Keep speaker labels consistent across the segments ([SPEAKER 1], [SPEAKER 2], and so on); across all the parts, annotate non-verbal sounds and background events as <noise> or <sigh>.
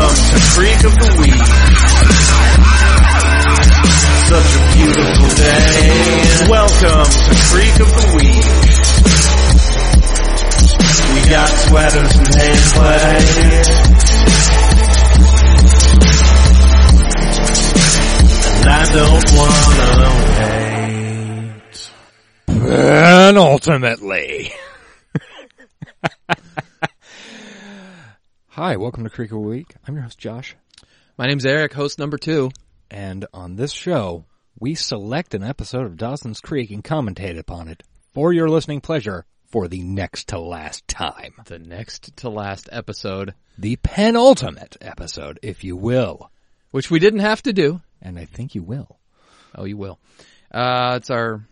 [SPEAKER 1] freak of the week. Such a beautiful day. Welcome to Freak of the Week. We got sweaters and hand play. And I don't wanna wait.
[SPEAKER 2] And ultimately. Hi, welcome to Creek of the Week. I'm your host, Josh.
[SPEAKER 3] My name's Eric, host number two.
[SPEAKER 2] And on this show, we select an episode of Dawson's Creek and commentate upon it for your listening pleasure for the next to last time.
[SPEAKER 3] The next to last episode,
[SPEAKER 2] The penultimate episode, if you will.
[SPEAKER 3] which we didn't have to do.
[SPEAKER 2] And I think you will.
[SPEAKER 3] Oh, you will. Uh, it's our.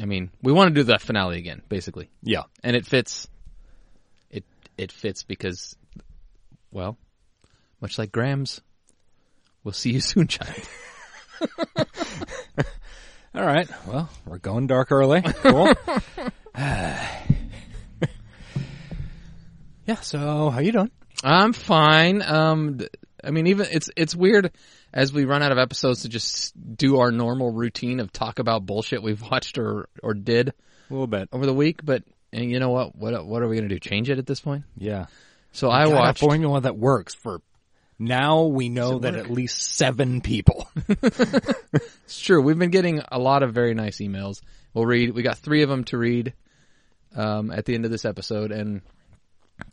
[SPEAKER 3] I mean, we want to do the finale again, basically,
[SPEAKER 2] Yeah.
[SPEAKER 3] and it fits. It it fits because, well, much like Graham's, we'll see you <laughs> soon, child.
[SPEAKER 2] All right. Well, we're going dark early. <laughs> Cool. <sighs> yeah. So, how you doing?
[SPEAKER 3] I'm fine. Um, th- I mean, even it's it's weird as we run out of episodes to just do our normal routine of talk about bullshit we've <laughs> watched or or did.
[SPEAKER 2] A little bit.
[SPEAKER 3] over the week, but and you know what? What what are we gonna do? Change it at this point?
[SPEAKER 2] Yeah.
[SPEAKER 3] So I
[SPEAKER 2] I
[SPEAKER 3] watched.
[SPEAKER 2] watched a formula that works for. Now we know that at least seven people. <laughs>
[SPEAKER 3] It's true. We've been getting a lot of very nice emails. We'll read. We got three of them to read um, at the end of this episode, and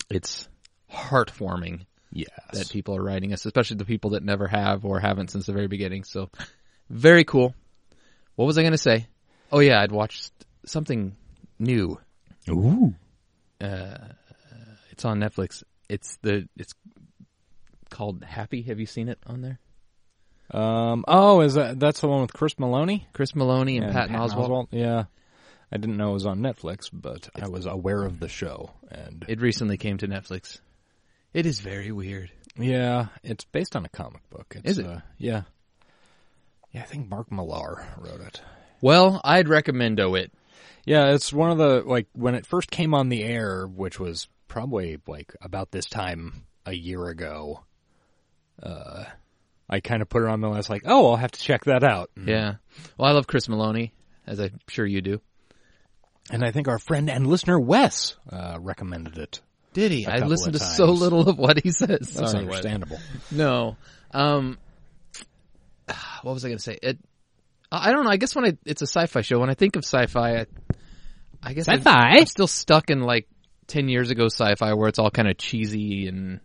[SPEAKER 3] it's heartwarming
[SPEAKER 2] yes.
[SPEAKER 3] that people are writing us, especially the people that never have or haven't since the very beginning. So very cool. What was I gonna say? Oh yeah, I'd watched something new.
[SPEAKER 2] Ooh.
[SPEAKER 3] It's on Netflix. It's the it's called Happy. Have you seen it on there?
[SPEAKER 2] Um. Oh, is that that's the one with Chris Maloney
[SPEAKER 3] Chris Maloney and, Patton, Oswalt.
[SPEAKER 2] Yeah. I didn't know it was on Netflix, but I was aware of the show, and
[SPEAKER 3] It recently came to Netflix. It is very weird.
[SPEAKER 2] yeah, it's based on a comic book. It's,
[SPEAKER 3] Is it?
[SPEAKER 2] Uh, yeah. Yeah, I think Mark Millar wrote it.
[SPEAKER 3] Well, I'd recommendo it.
[SPEAKER 2] Yeah, it's one of the like when it first came on the air, which was probably like about this time a year ago. Uh, I kind of put it on my list, like, oh, I'll have to check that out.
[SPEAKER 3] Yeah. Well, I love Chris Maloney, as I'm sure you do.
[SPEAKER 2] And I think our friend and listener Wes uh, recommended it.
[SPEAKER 3] Did he? I
[SPEAKER 2] couple
[SPEAKER 3] listened to
[SPEAKER 2] of
[SPEAKER 3] so
[SPEAKER 2] times.
[SPEAKER 3] little of what he says.
[SPEAKER 2] That's
[SPEAKER 3] Sorry, Wes.
[SPEAKER 2] understandable.
[SPEAKER 3] No. Um, what was I going to say? It. I I don't know. I guess when I, it's a sci-fi show, when I think of sci-fi, I, I guess I'm-
[SPEAKER 2] Sci-fi?
[SPEAKER 3] I'm still stuck in like ten years ago sci-fi, where it's all kind of cheesy and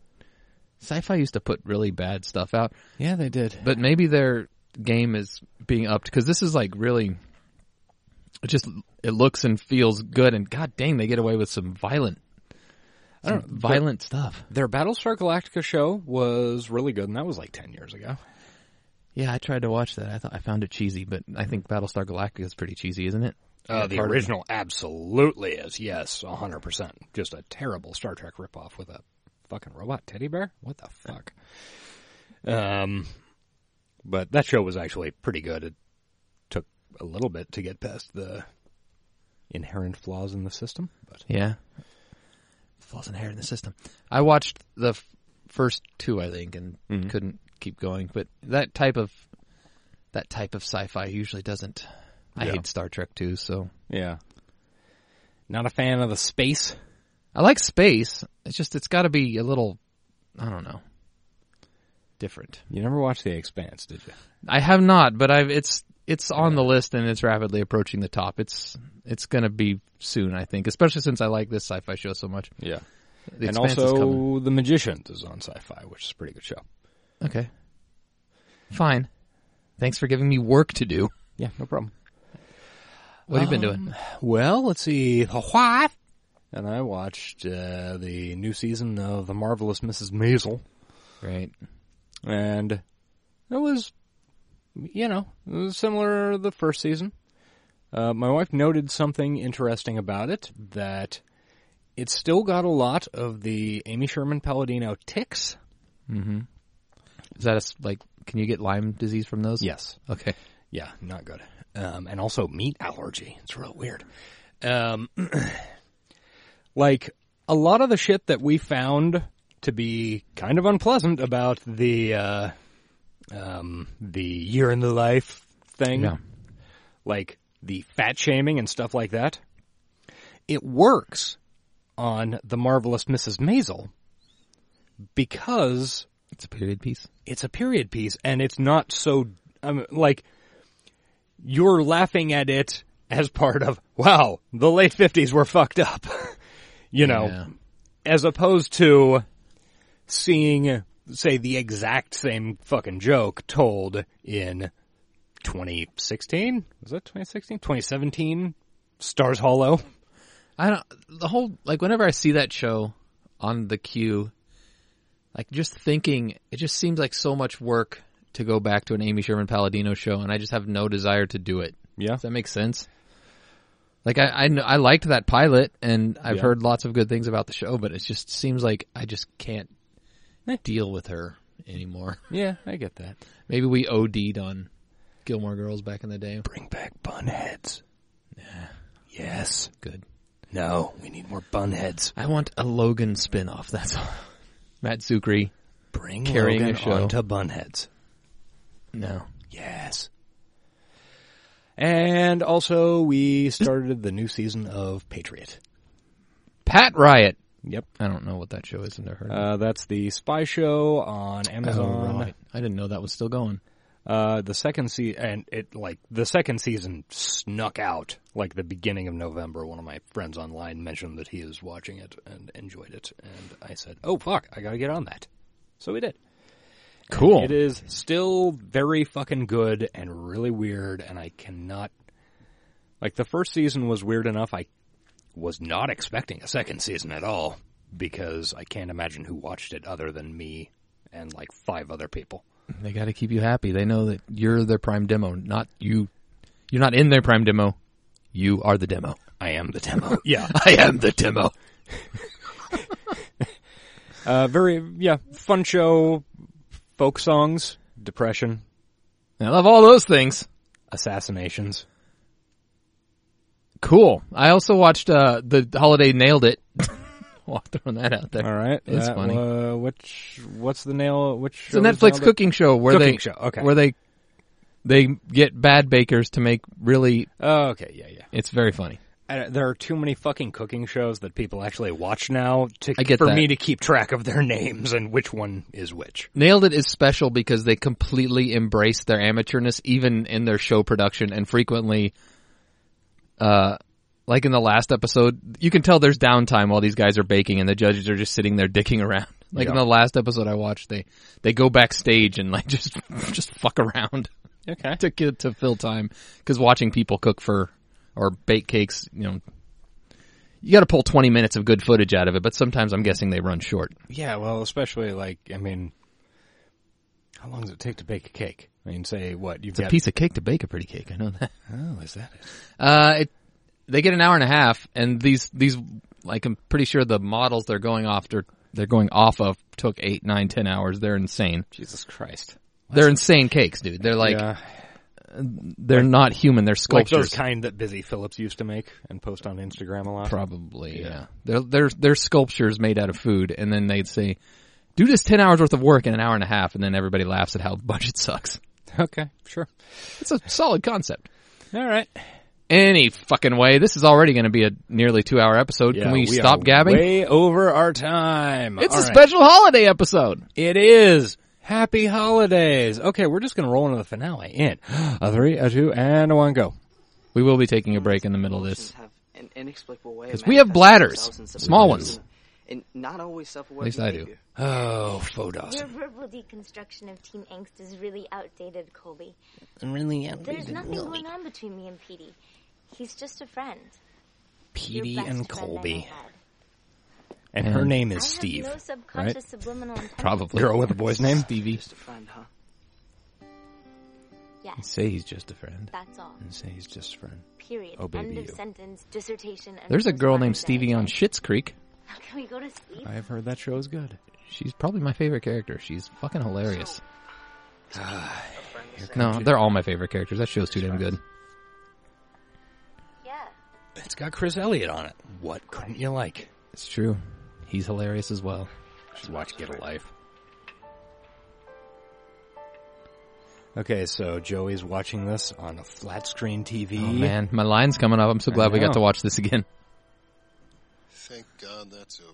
[SPEAKER 3] sci-fi used to put really bad stuff out.
[SPEAKER 2] Yeah, they did.
[SPEAKER 3] but maybe their game is being upped because this is like really it just it looks and feels good and god dang they get away with some violent some violent stuff
[SPEAKER 2] Their Battlestar Galactica show was really good, and that was like ten years ago.
[SPEAKER 3] yeah i tried to watch that i thought i found it cheesy but i think battlestar galactica is pretty cheesy isn't it
[SPEAKER 2] Uh, the
[SPEAKER 3] Part of-
[SPEAKER 2] original absolutely is. Yes, 100%. Just a terrible Star Trek ripoff with a fucking robot teddy bear? What the fuck? Um, but that show was actually pretty good. It took a little bit to get past the inherent flaws in the system, but
[SPEAKER 3] yeah falls in hair in the system i watched the f- first two i think and couldn't keep going but that type of that type of sci-fi usually doesn't i
[SPEAKER 2] Yeah.
[SPEAKER 3] hate star trek too so
[SPEAKER 2] yeah. Not a fan of the space.
[SPEAKER 3] I like space. It's just it's got to be a little, I don't know, different.
[SPEAKER 2] You never watched The Expanse, did you?
[SPEAKER 3] I have not, but I've it's it's on the list and it's rapidly approaching the top. It's it's gonna be soon, I think, especially since I like this sci-fi show so much.
[SPEAKER 2] Yeah.
[SPEAKER 3] The
[SPEAKER 2] and
[SPEAKER 3] Expanse is coming.
[SPEAKER 2] also The Magicians is on sci-fi, which is a pretty good show.
[SPEAKER 3] okay, fine. Thanks for giving me work to do.
[SPEAKER 2] Yeah, no problem.
[SPEAKER 3] What have you been
[SPEAKER 2] Um,
[SPEAKER 3] doing?
[SPEAKER 2] Well, let's see. What? And I watched uh, the new season of The Marvelous Mrs. Maisel,
[SPEAKER 3] Right.
[SPEAKER 2] and it was, you know, it was similar to the first season. Uh, my wife noted something interesting about it that it still got a lot of the Amy Sherman Palladino ticks.
[SPEAKER 3] Is that a s like? Can you get Lyme disease from those?
[SPEAKER 2] Yes.
[SPEAKER 3] Okay.
[SPEAKER 2] Yeah, not good. Um, and also meat allergy. It's real weird. <clears throat> Um, like a lot of the shit that we found to be kind of unpleasant about the uh, um, the year in the life thing,
[SPEAKER 3] Yeah.
[SPEAKER 2] like the fat shaming and stuff like that. It works on the marvelous Mrs. Maisel because
[SPEAKER 3] It's a period piece.
[SPEAKER 2] it's a period piece and it's not so um, like you're laughing at it as part of wow the late 50s were fucked up <laughs> you know
[SPEAKER 3] Yeah.
[SPEAKER 2] as opposed to seeing say the exact same fucking joke told in 2016 was that 2016 2017 stars hollow
[SPEAKER 3] I don't the whole like whenever I see that show on the queue, like just thinking it just seems like so much work to go back to an Amy Sherman Palladino show, and I just have no desire to do it.
[SPEAKER 2] yeah
[SPEAKER 3] Does that make sense? Like I I, kn- I liked that pilot, and I've
[SPEAKER 2] Yeah.
[SPEAKER 3] heard lots of good things about the show, but it just seems like I just can't
[SPEAKER 2] Eh.
[SPEAKER 3] deal with her anymore. <laughs>
[SPEAKER 2] yeah i get that
[SPEAKER 3] Maybe we OD'd on Gilmore Girls back in the day.
[SPEAKER 2] bring back bun heads yes
[SPEAKER 3] Good.
[SPEAKER 2] no we need more bun heads
[SPEAKER 3] I want a Logan spinoff. That's all. <laughs> Matt Zucri.
[SPEAKER 2] Bring
[SPEAKER 3] Carrying
[SPEAKER 2] Logan
[SPEAKER 3] a show.
[SPEAKER 2] onto Bunheads.
[SPEAKER 3] No.
[SPEAKER 2] Yes. And also, we started the new season of Patriot.
[SPEAKER 3] Pat Riot.
[SPEAKER 2] Yep.
[SPEAKER 3] I don't know what that show is. I've never heard. of it.
[SPEAKER 2] Uh, that's the spy show on
[SPEAKER 3] Oh,
[SPEAKER 2] Amazon.
[SPEAKER 3] right. I didn't know that was still going.
[SPEAKER 2] Uh, the second season, and it like the second season snuck out like the beginning of November. One of my friends online mentioned that he is watching it and enjoyed it, and I said, "Oh fuck, I gotta get on that." So we did.
[SPEAKER 3] Cool.
[SPEAKER 2] It is still very fucking good and really weird, and I cannot. Like, the first season was weird enough, I was not expecting a second season at all, because I can't imagine who watched it other than me and, like, five other people.
[SPEAKER 3] They got to keep you happy. They know that you're their prime demo, not you. You're not in their prime demo. You are the demo.
[SPEAKER 2] I am the demo. yeah.
[SPEAKER 3] <laughs> I am the demo.
[SPEAKER 2] Uh, very, <laughs> yeah, fun show, folk songs, depression,
[SPEAKER 3] I love all those things.
[SPEAKER 2] assassinations.
[SPEAKER 3] Cool. I also watched uh, the holiday nailed it. <laughs> well, throwing that out there.
[SPEAKER 2] All right.
[SPEAKER 3] it's
[SPEAKER 2] That
[SPEAKER 3] funny.
[SPEAKER 2] wa- which, what's the nail, which
[SPEAKER 3] It's a Netflix cooking show where
[SPEAKER 2] Cooking
[SPEAKER 3] they
[SPEAKER 2] show, okay.
[SPEAKER 3] where they they get bad bakers to make really.
[SPEAKER 2] Oh, okay, yeah, yeah.
[SPEAKER 3] It's very funny.
[SPEAKER 2] I, there are too many fucking cooking shows that people actually watch now to
[SPEAKER 3] I get
[SPEAKER 2] for
[SPEAKER 3] that.
[SPEAKER 2] me to keep track of their <laughs> names and which one is which.
[SPEAKER 3] Nailed It is special because they completely embrace their amateurness even in their show production and frequently uh like in the last episode, you can tell there's downtime while these guys are baking and the judges are just sitting there dicking around. <laughs> Like in
[SPEAKER 2] Yeah.
[SPEAKER 3] the last episode I watched, they they go backstage and like <laughs> just just fuck around
[SPEAKER 2] Okay.
[SPEAKER 3] <laughs> to get to fill time cuz watching people cook for or bake cakes, you know, you got to pull 20 minutes of good footage out of it, but sometimes I'm guessing they run short.
[SPEAKER 2] Yeah, well, especially like I mean, how long does it take to bake a cake? I mean, say what you've
[SPEAKER 3] It's a piece of cake to bake a pretty cake. I know that.
[SPEAKER 2] Oh, is that it?
[SPEAKER 3] Uh, it, they get an hour and a half, and these these like I'm pretty sure the models they're going after they're going off of took eight, nine, ten hours. They're insane.
[SPEAKER 2] Jesus Christ!
[SPEAKER 3] They're insane cakes, dude. They're like
[SPEAKER 2] yeah,
[SPEAKER 3] they're not human. They're
[SPEAKER 2] like
[SPEAKER 3] sculptures.
[SPEAKER 2] those kind that Busy Phillips used to make and post on Instagram a lot.
[SPEAKER 3] Probably, yeah. They're they're they're sculptures made out of food, and then they'd say, "Do this ten hours worth of work in an hour and a half," and then everybody laughs at how the <laughs> budget sucks.
[SPEAKER 2] <laughs> okay, sure.
[SPEAKER 3] It's a solid concept.
[SPEAKER 2] All right.
[SPEAKER 3] Any fucking way, this is already going to be a nearly two hour episode. Can we, stop gabbing?
[SPEAKER 2] Way over our time.
[SPEAKER 3] it's
[SPEAKER 2] All
[SPEAKER 3] a
[SPEAKER 2] right.
[SPEAKER 3] special holiday episode.
[SPEAKER 2] It is. Happy holidays. Okay, we're just gonna roll into the finale. In a three, a two, and a one. Go.
[SPEAKER 3] We will be taking a break in the middle of this.
[SPEAKER 4] have an inexplicable way of
[SPEAKER 3] 'Cause we have
[SPEAKER 4] manifesting
[SPEAKER 3] bladders,
[SPEAKER 4] themselves in subconscious
[SPEAKER 3] small ones.
[SPEAKER 4] and not always self-aware
[SPEAKER 3] At least I do.
[SPEAKER 4] behavior.
[SPEAKER 2] Oh, Fodos.
[SPEAKER 5] Your verbal deconstruction of teen angst is really outdated, Colby.
[SPEAKER 2] Really
[SPEAKER 5] There's nothing going on between me and Petey. He's just a friend. Your
[SPEAKER 2] Petey
[SPEAKER 5] best
[SPEAKER 2] and
[SPEAKER 5] friend that
[SPEAKER 2] Colby.
[SPEAKER 5] I had.
[SPEAKER 2] And her name
[SPEAKER 5] I
[SPEAKER 2] is
[SPEAKER 5] have
[SPEAKER 2] Steve.
[SPEAKER 5] no subconscious subliminal intent.
[SPEAKER 3] Probably.
[SPEAKER 2] Girl with a boy's name?
[SPEAKER 3] Stevie.
[SPEAKER 4] Just a friend, huh?
[SPEAKER 5] Yes,
[SPEAKER 2] Say he's just a friend.
[SPEAKER 5] that's all.
[SPEAKER 2] Say he's just a friend.
[SPEAKER 5] Period.
[SPEAKER 2] Oh, baby,
[SPEAKER 5] End of
[SPEAKER 2] you.
[SPEAKER 5] sentence. Dissertation. and
[SPEAKER 3] There's a girl named Stevie on
[SPEAKER 5] correspondence
[SPEAKER 3] Schitt's Creek.
[SPEAKER 5] edited. Can we go to sleep?
[SPEAKER 2] I've heard that show is good.
[SPEAKER 3] She's probably my favorite character. She's fucking <sighs> hilarious.
[SPEAKER 4] Friend is
[SPEAKER 3] No, they're all my favorite characters. That show's too damn good.
[SPEAKER 5] Yeah.
[SPEAKER 2] It's got Chris Elliott on it. What couldn't you like?
[SPEAKER 3] It's true. He's hilarious as well.
[SPEAKER 2] Just watch Get a Life. Okay, so Joey's watching this on a flat screen TV. <laughs>
[SPEAKER 3] Oh man, my line's coming up. I'm so glad we
[SPEAKER 2] know.
[SPEAKER 3] got to watch this again. <laughs>
[SPEAKER 6] Thank God that's over.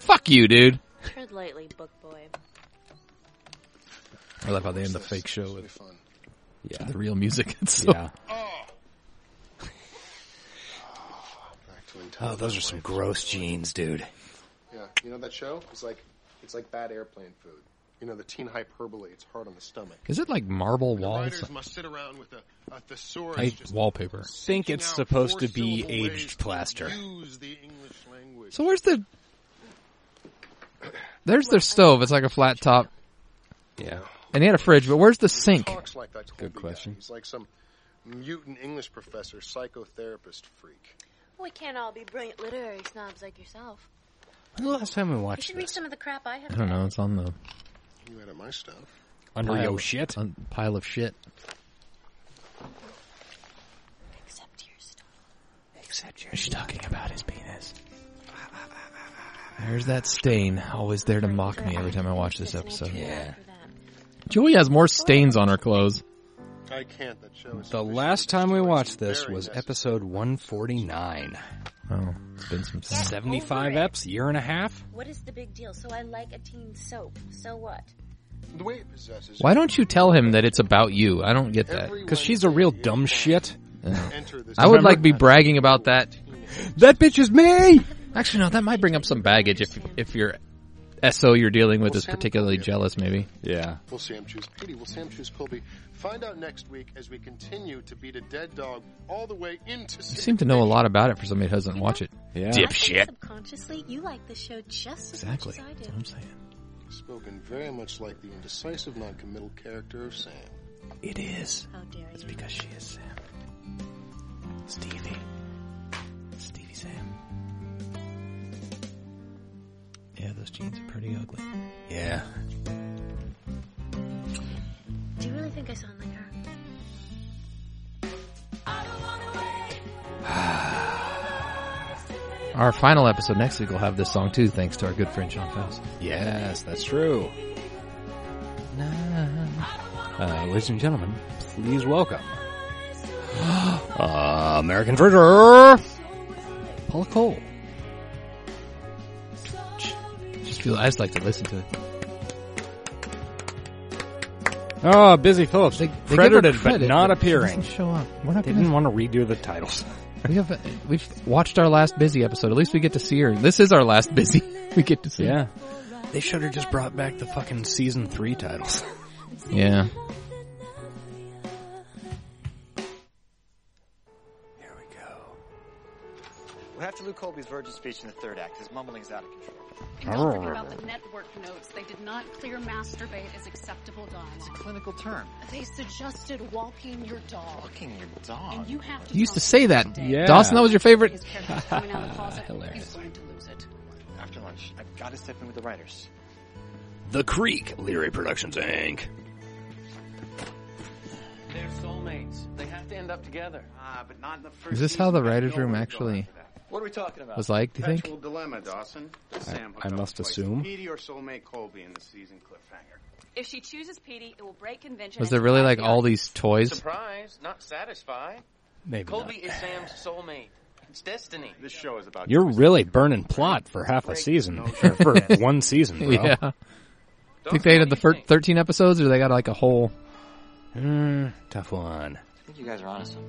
[SPEAKER 3] Fuck you, dude.
[SPEAKER 5] Tread lightly, book boy.
[SPEAKER 3] I love how they end the
[SPEAKER 6] This
[SPEAKER 3] fake show
[SPEAKER 6] must be
[SPEAKER 3] with
[SPEAKER 6] fun.
[SPEAKER 2] Yeah.
[SPEAKER 3] the real music. <laughs> It's so
[SPEAKER 2] Yeah.
[SPEAKER 6] Back to
[SPEAKER 2] Oh,
[SPEAKER 6] intelligent
[SPEAKER 2] those are some
[SPEAKER 6] life.
[SPEAKER 2] gross jeans, dude.
[SPEAKER 6] Yeah, you know that show? It's like it's like bad airplane food. You know the teen hyperbole. It's hard on the stomach.
[SPEAKER 3] Is it like marble walls?
[SPEAKER 6] must sit around with a, a thesaurus.
[SPEAKER 3] Like wallpaper.
[SPEAKER 2] Think it's supposed to be aged plaster.
[SPEAKER 6] Use the English language.
[SPEAKER 3] So where's the? There's their stove. It's like a flat top,
[SPEAKER 2] Yeah.
[SPEAKER 3] and they had a fridge. But where's the sink?
[SPEAKER 6] Talks like that Colby guy.
[SPEAKER 2] question.
[SPEAKER 6] He's like some mutant English professor, psychotherapist freak.
[SPEAKER 5] We can't all be brilliant literary snobs like yourself.
[SPEAKER 2] When was the last time we
[SPEAKER 5] You
[SPEAKER 2] watched
[SPEAKER 5] should read
[SPEAKER 2] this?
[SPEAKER 5] some of the crap I have.
[SPEAKER 3] I don't know. It's on the
[SPEAKER 6] You edit my stuff.
[SPEAKER 2] Under
[SPEAKER 3] pile,
[SPEAKER 2] yo shit.
[SPEAKER 3] on the pile of shit.
[SPEAKER 5] Except your stuff.
[SPEAKER 3] She's talking about his penis. There's that stain, always there to mock me every time I watch this episode.
[SPEAKER 2] Yeah.
[SPEAKER 3] Joey has more stains on her clothes.
[SPEAKER 6] I can't. That show is
[SPEAKER 2] The
[SPEAKER 6] officially
[SPEAKER 2] last time we
[SPEAKER 6] destroyed.
[SPEAKER 2] watched
[SPEAKER 6] It's
[SPEAKER 2] this
[SPEAKER 6] very
[SPEAKER 2] was
[SPEAKER 6] nasty.
[SPEAKER 2] episode 149.
[SPEAKER 3] Oh, it's been some time.
[SPEAKER 2] 75 eps, year and a half?
[SPEAKER 5] What is the big deal? So I like a teen soap. So what?
[SPEAKER 6] The way it possesses.
[SPEAKER 3] Why don't you tell him that it's about you? I don't get that.
[SPEAKER 6] Every
[SPEAKER 2] Because she's a
[SPEAKER 6] Wednesday,
[SPEAKER 2] real
[SPEAKER 6] you
[SPEAKER 2] dumb
[SPEAKER 6] can
[SPEAKER 2] shit.
[SPEAKER 6] enter this-
[SPEAKER 3] I would like to be bragging about that.
[SPEAKER 2] That bitch is me!
[SPEAKER 3] Actually, no, that might bring up some baggage if if your SO you're dealing with is particularly jealous. Maybe
[SPEAKER 2] Yeah.
[SPEAKER 6] Will Sam choose Petey? Will Sam choose Colby? Find out next week as we continue to beat a dead dog all the way into.
[SPEAKER 3] you seem to know a lot about it for somebody who doesn't watch it.
[SPEAKER 2] Yeah.
[SPEAKER 5] I think Subconsciously, you like the show just as
[SPEAKER 3] Exactly.
[SPEAKER 5] much
[SPEAKER 3] That's
[SPEAKER 5] as
[SPEAKER 3] what
[SPEAKER 5] I
[SPEAKER 3] I'm
[SPEAKER 5] do.
[SPEAKER 3] saying.
[SPEAKER 6] Spoken very much like the indecisive, noncommittal character of Sam.
[SPEAKER 3] It is
[SPEAKER 5] How dare you?
[SPEAKER 3] because she is Sam. Stevie. Stevie Sam. Yeah, those jeans are pretty ugly.
[SPEAKER 2] Yeah.
[SPEAKER 5] Do you really think I sound like her?
[SPEAKER 3] Our final episode next week will have this song too, thanks to our good friend Sean Faust.
[SPEAKER 2] Yes, that's true. Uh, ladies and gentlemen, please welcome <gasps> uh, American Treasure, Paul Cole.
[SPEAKER 3] Just feel I just like to listen to it.
[SPEAKER 2] Oh, Busy Phillips. They,
[SPEAKER 3] They give her
[SPEAKER 2] credited but
[SPEAKER 3] credit,
[SPEAKER 2] not <laughs>
[SPEAKER 3] she
[SPEAKER 2] appearing.
[SPEAKER 3] doesn't show up. We're not
[SPEAKER 2] They
[SPEAKER 3] gonna
[SPEAKER 2] didn't want to redo the titles.
[SPEAKER 3] We have we've watched our last busy episode. At least we get to see her. This is our last busy. <laughs> We get to see. her.
[SPEAKER 2] They should have just brought back the fucking season three titles. <laughs>
[SPEAKER 3] Yeah.
[SPEAKER 2] Here we go.
[SPEAKER 7] We'll have to do Colby's virgin speech in the third act. His mumbling's out of control.
[SPEAKER 8] And don't forget about the network notes. They did not clear masturbate as acceptable dialogue.
[SPEAKER 7] Clinical term.
[SPEAKER 8] They suggested walking your dog.
[SPEAKER 7] Fucking your dog.
[SPEAKER 8] And you have to
[SPEAKER 3] You used
[SPEAKER 8] tell
[SPEAKER 3] to say that.
[SPEAKER 8] today
[SPEAKER 2] Yeah.
[SPEAKER 3] Dawson, that was your favorite.
[SPEAKER 8] His character's coming out of the closet.
[SPEAKER 2] Hilarious.
[SPEAKER 8] He's going to lose it.
[SPEAKER 7] After lunch, I've got to step in with the writers.
[SPEAKER 2] The Creek, Leary Productions Inc.
[SPEAKER 9] They're soulmates. They have to end up together.
[SPEAKER 10] Ah, but not in the first
[SPEAKER 3] Is this how the
[SPEAKER 10] season.
[SPEAKER 3] writer's
[SPEAKER 10] No
[SPEAKER 3] room
[SPEAKER 10] one
[SPEAKER 3] actually
[SPEAKER 7] What are we talking about?
[SPEAKER 3] was like? Do you think?
[SPEAKER 10] Perpetual dilemma, Dawson. Does Sam hook
[SPEAKER 2] I
[SPEAKER 10] up
[SPEAKER 2] must
[SPEAKER 10] twice?
[SPEAKER 2] assume.
[SPEAKER 10] Petey or soulmate Colby in the season cliffhanger.
[SPEAKER 8] If she chooses Petey, it will break convention.
[SPEAKER 3] Was there really like all these toys?
[SPEAKER 9] Surprise, not satisfied.
[SPEAKER 2] Maybe not.
[SPEAKER 9] Colby is Sam's soulmate. It's destiny.
[SPEAKER 10] This show is about
[SPEAKER 2] You're really burning plot for half a season, or <laughs> for one season, bro.
[SPEAKER 3] <laughs> Yeah. Think they did the fir- thirteen episodes, or they got like a whole?
[SPEAKER 2] Mm, tough one.
[SPEAKER 7] I think you guys are on to something.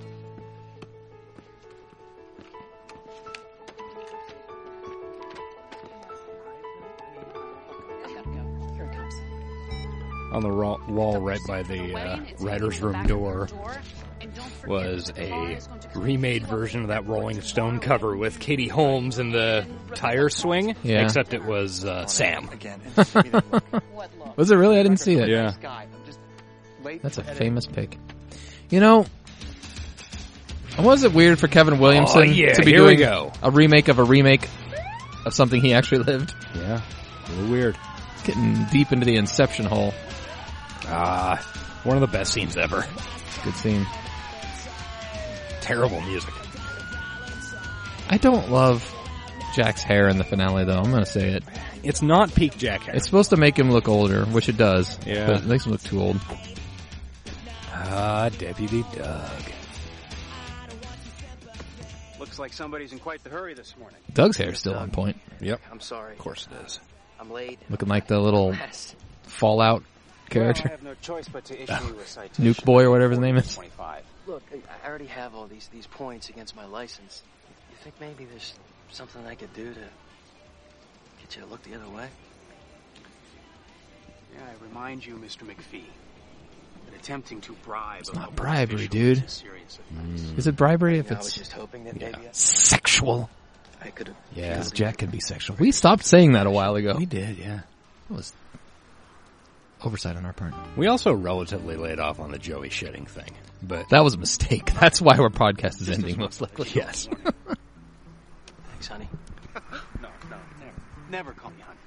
[SPEAKER 8] I gotta go. Here it comes.
[SPEAKER 2] On the ro- wall right by the uh, writer's room door was a remade version of that Rolling Stone cover with Katie Holmes in the tire swing,
[SPEAKER 3] Yeah.
[SPEAKER 2] except it was uh, Sam.
[SPEAKER 7] Again. It's just me that look.
[SPEAKER 9] What love?
[SPEAKER 3] Was it really? I didn't see that.
[SPEAKER 2] Yeah.
[SPEAKER 9] Guy, I'm just late.
[SPEAKER 3] That's a
[SPEAKER 9] to edit.
[SPEAKER 3] famous pick. You know, was it weird for Kevin Williamson
[SPEAKER 2] Oh, yeah,
[SPEAKER 3] to be
[SPEAKER 2] here we
[SPEAKER 3] doing
[SPEAKER 2] go.
[SPEAKER 3] a remake of a remake of something he actually lived?
[SPEAKER 2] Yeah, a little weird.
[SPEAKER 3] It's getting deep into the Inception hole.
[SPEAKER 2] Ah, one of the best scenes ever.
[SPEAKER 3] It's a good scene.
[SPEAKER 2] Terrible music.
[SPEAKER 3] I don't love Jack's hair in the finale, though. I'm going to say it.
[SPEAKER 2] It's not peak Jack hair.
[SPEAKER 3] It's supposed to make him look older, which it does.
[SPEAKER 2] Yeah.
[SPEAKER 3] But it makes him look too old.
[SPEAKER 2] Ah, Deputy Doug.
[SPEAKER 11] Looks like somebody's in quite the hurry this morning.
[SPEAKER 3] Doug's hair is still on point.
[SPEAKER 2] Yep.
[SPEAKER 11] I'm sorry. Of
[SPEAKER 2] course it is.
[SPEAKER 11] I'm late.
[SPEAKER 3] Looking like the little Fallout character.
[SPEAKER 2] <laughs>
[SPEAKER 11] Well, I have no choice but to issue you a citation.
[SPEAKER 3] Nuke Boy or whatever his name is.
[SPEAKER 11] 25. Look, I- I already have all these these points against my license. You think maybe there's something I could do to get you to look the other way?
[SPEAKER 9] May I remind you, Mr. McPhee, that attempting to bribe
[SPEAKER 3] It's not bribery, dude. Is it bribery if
[SPEAKER 11] No, I
[SPEAKER 3] it's
[SPEAKER 11] was just hoping that maybe I-
[SPEAKER 3] sexual?
[SPEAKER 11] I could have.
[SPEAKER 2] Yeah.
[SPEAKER 3] Because Jack can be sexual. We stopped saying that a while ago.
[SPEAKER 2] We did, yeah.
[SPEAKER 3] That was oversight on our part.
[SPEAKER 2] We also relatively laid off on the Joey shitting thing, but
[SPEAKER 3] That was a mistake. <laughs> That's why our podcast is ending most likely.
[SPEAKER 2] yes.
[SPEAKER 11] Thanks, honey.
[SPEAKER 9] No, no, never. Never call me honey.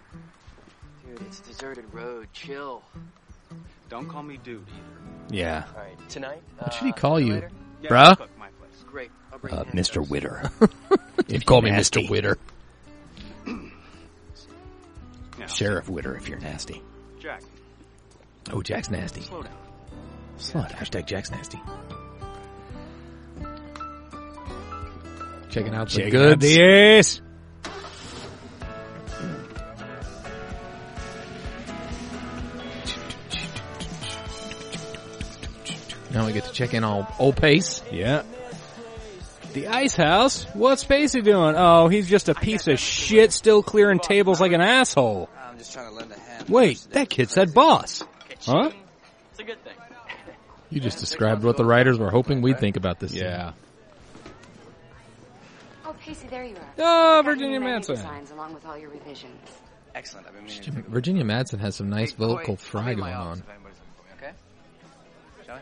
[SPEAKER 11] Dude, it's deserted road. Chill.
[SPEAKER 9] Don't call me dude either.
[SPEAKER 2] <laughs> Yeah.
[SPEAKER 11] All right, tonight.
[SPEAKER 3] What
[SPEAKER 11] uh,
[SPEAKER 3] should he call
[SPEAKER 11] see
[SPEAKER 3] you,
[SPEAKER 11] later?
[SPEAKER 3] bruh?
[SPEAKER 9] Cook my place.
[SPEAKER 11] Great. I'll bring
[SPEAKER 2] Uh,
[SPEAKER 11] you
[SPEAKER 2] Mr.
[SPEAKER 11] nachos.
[SPEAKER 2] Witter.
[SPEAKER 3] <laughs>
[SPEAKER 7] <laughs>
[SPEAKER 3] You call me
[SPEAKER 2] nasty.
[SPEAKER 7] <clears throat>
[SPEAKER 3] Mr. Witter.
[SPEAKER 9] Now,
[SPEAKER 2] Sheriff Witter if you're nasty.
[SPEAKER 9] Jack,
[SPEAKER 3] Oh, Jack's nasty.
[SPEAKER 9] slow down.
[SPEAKER 3] Slut. Hashtag Jack's nasty. Checking out the
[SPEAKER 2] Check out
[SPEAKER 3] goods.
[SPEAKER 2] the ass.
[SPEAKER 3] now we get to check in on old Pace.
[SPEAKER 2] Yeah. The Ice House? What's Spacey doing? Oh, he's just a piece of shit still clearing tables like an asshole.
[SPEAKER 7] I'm just trying to lend a hand.
[SPEAKER 2] Wait, that kid said boss. Huh?
[SPEAKER 9] It's a good thing.
[SPEAKER 3] You just described what the writers were hoping we'd think about this.
[SPEAKER 2] Yeah.
[SPEAKER 12] Oh, Casey, there you are.
[SPEAKER 2] Oh,
[SPEAKER 12] Got your
[SPEAKER 2] Virginia
[SPEAKER 12] menu
[SPEAKER 2] Manson.
[SPEAKER 12] Designs along with all your revisions.
[SPEAKER 7] Excellent. I've been meaning to
[SPEAKER 3] thing.
[SPEAKER 7] take a look.
[SPEAKER 3] Virginia Madsen has some nice
[SPEAKER 7] Hey,
[SPEAKER 3] vocal
[SPEAKER 7] I'll be
[SPEAKER 3] fry
[SPEAKER 7] in
[SPEAKER 3] going
[SPEAKER 7] my
[SPEAKER 3] on.
[SPEAKER 7] office if anybody's looking for me, okay? Shall I?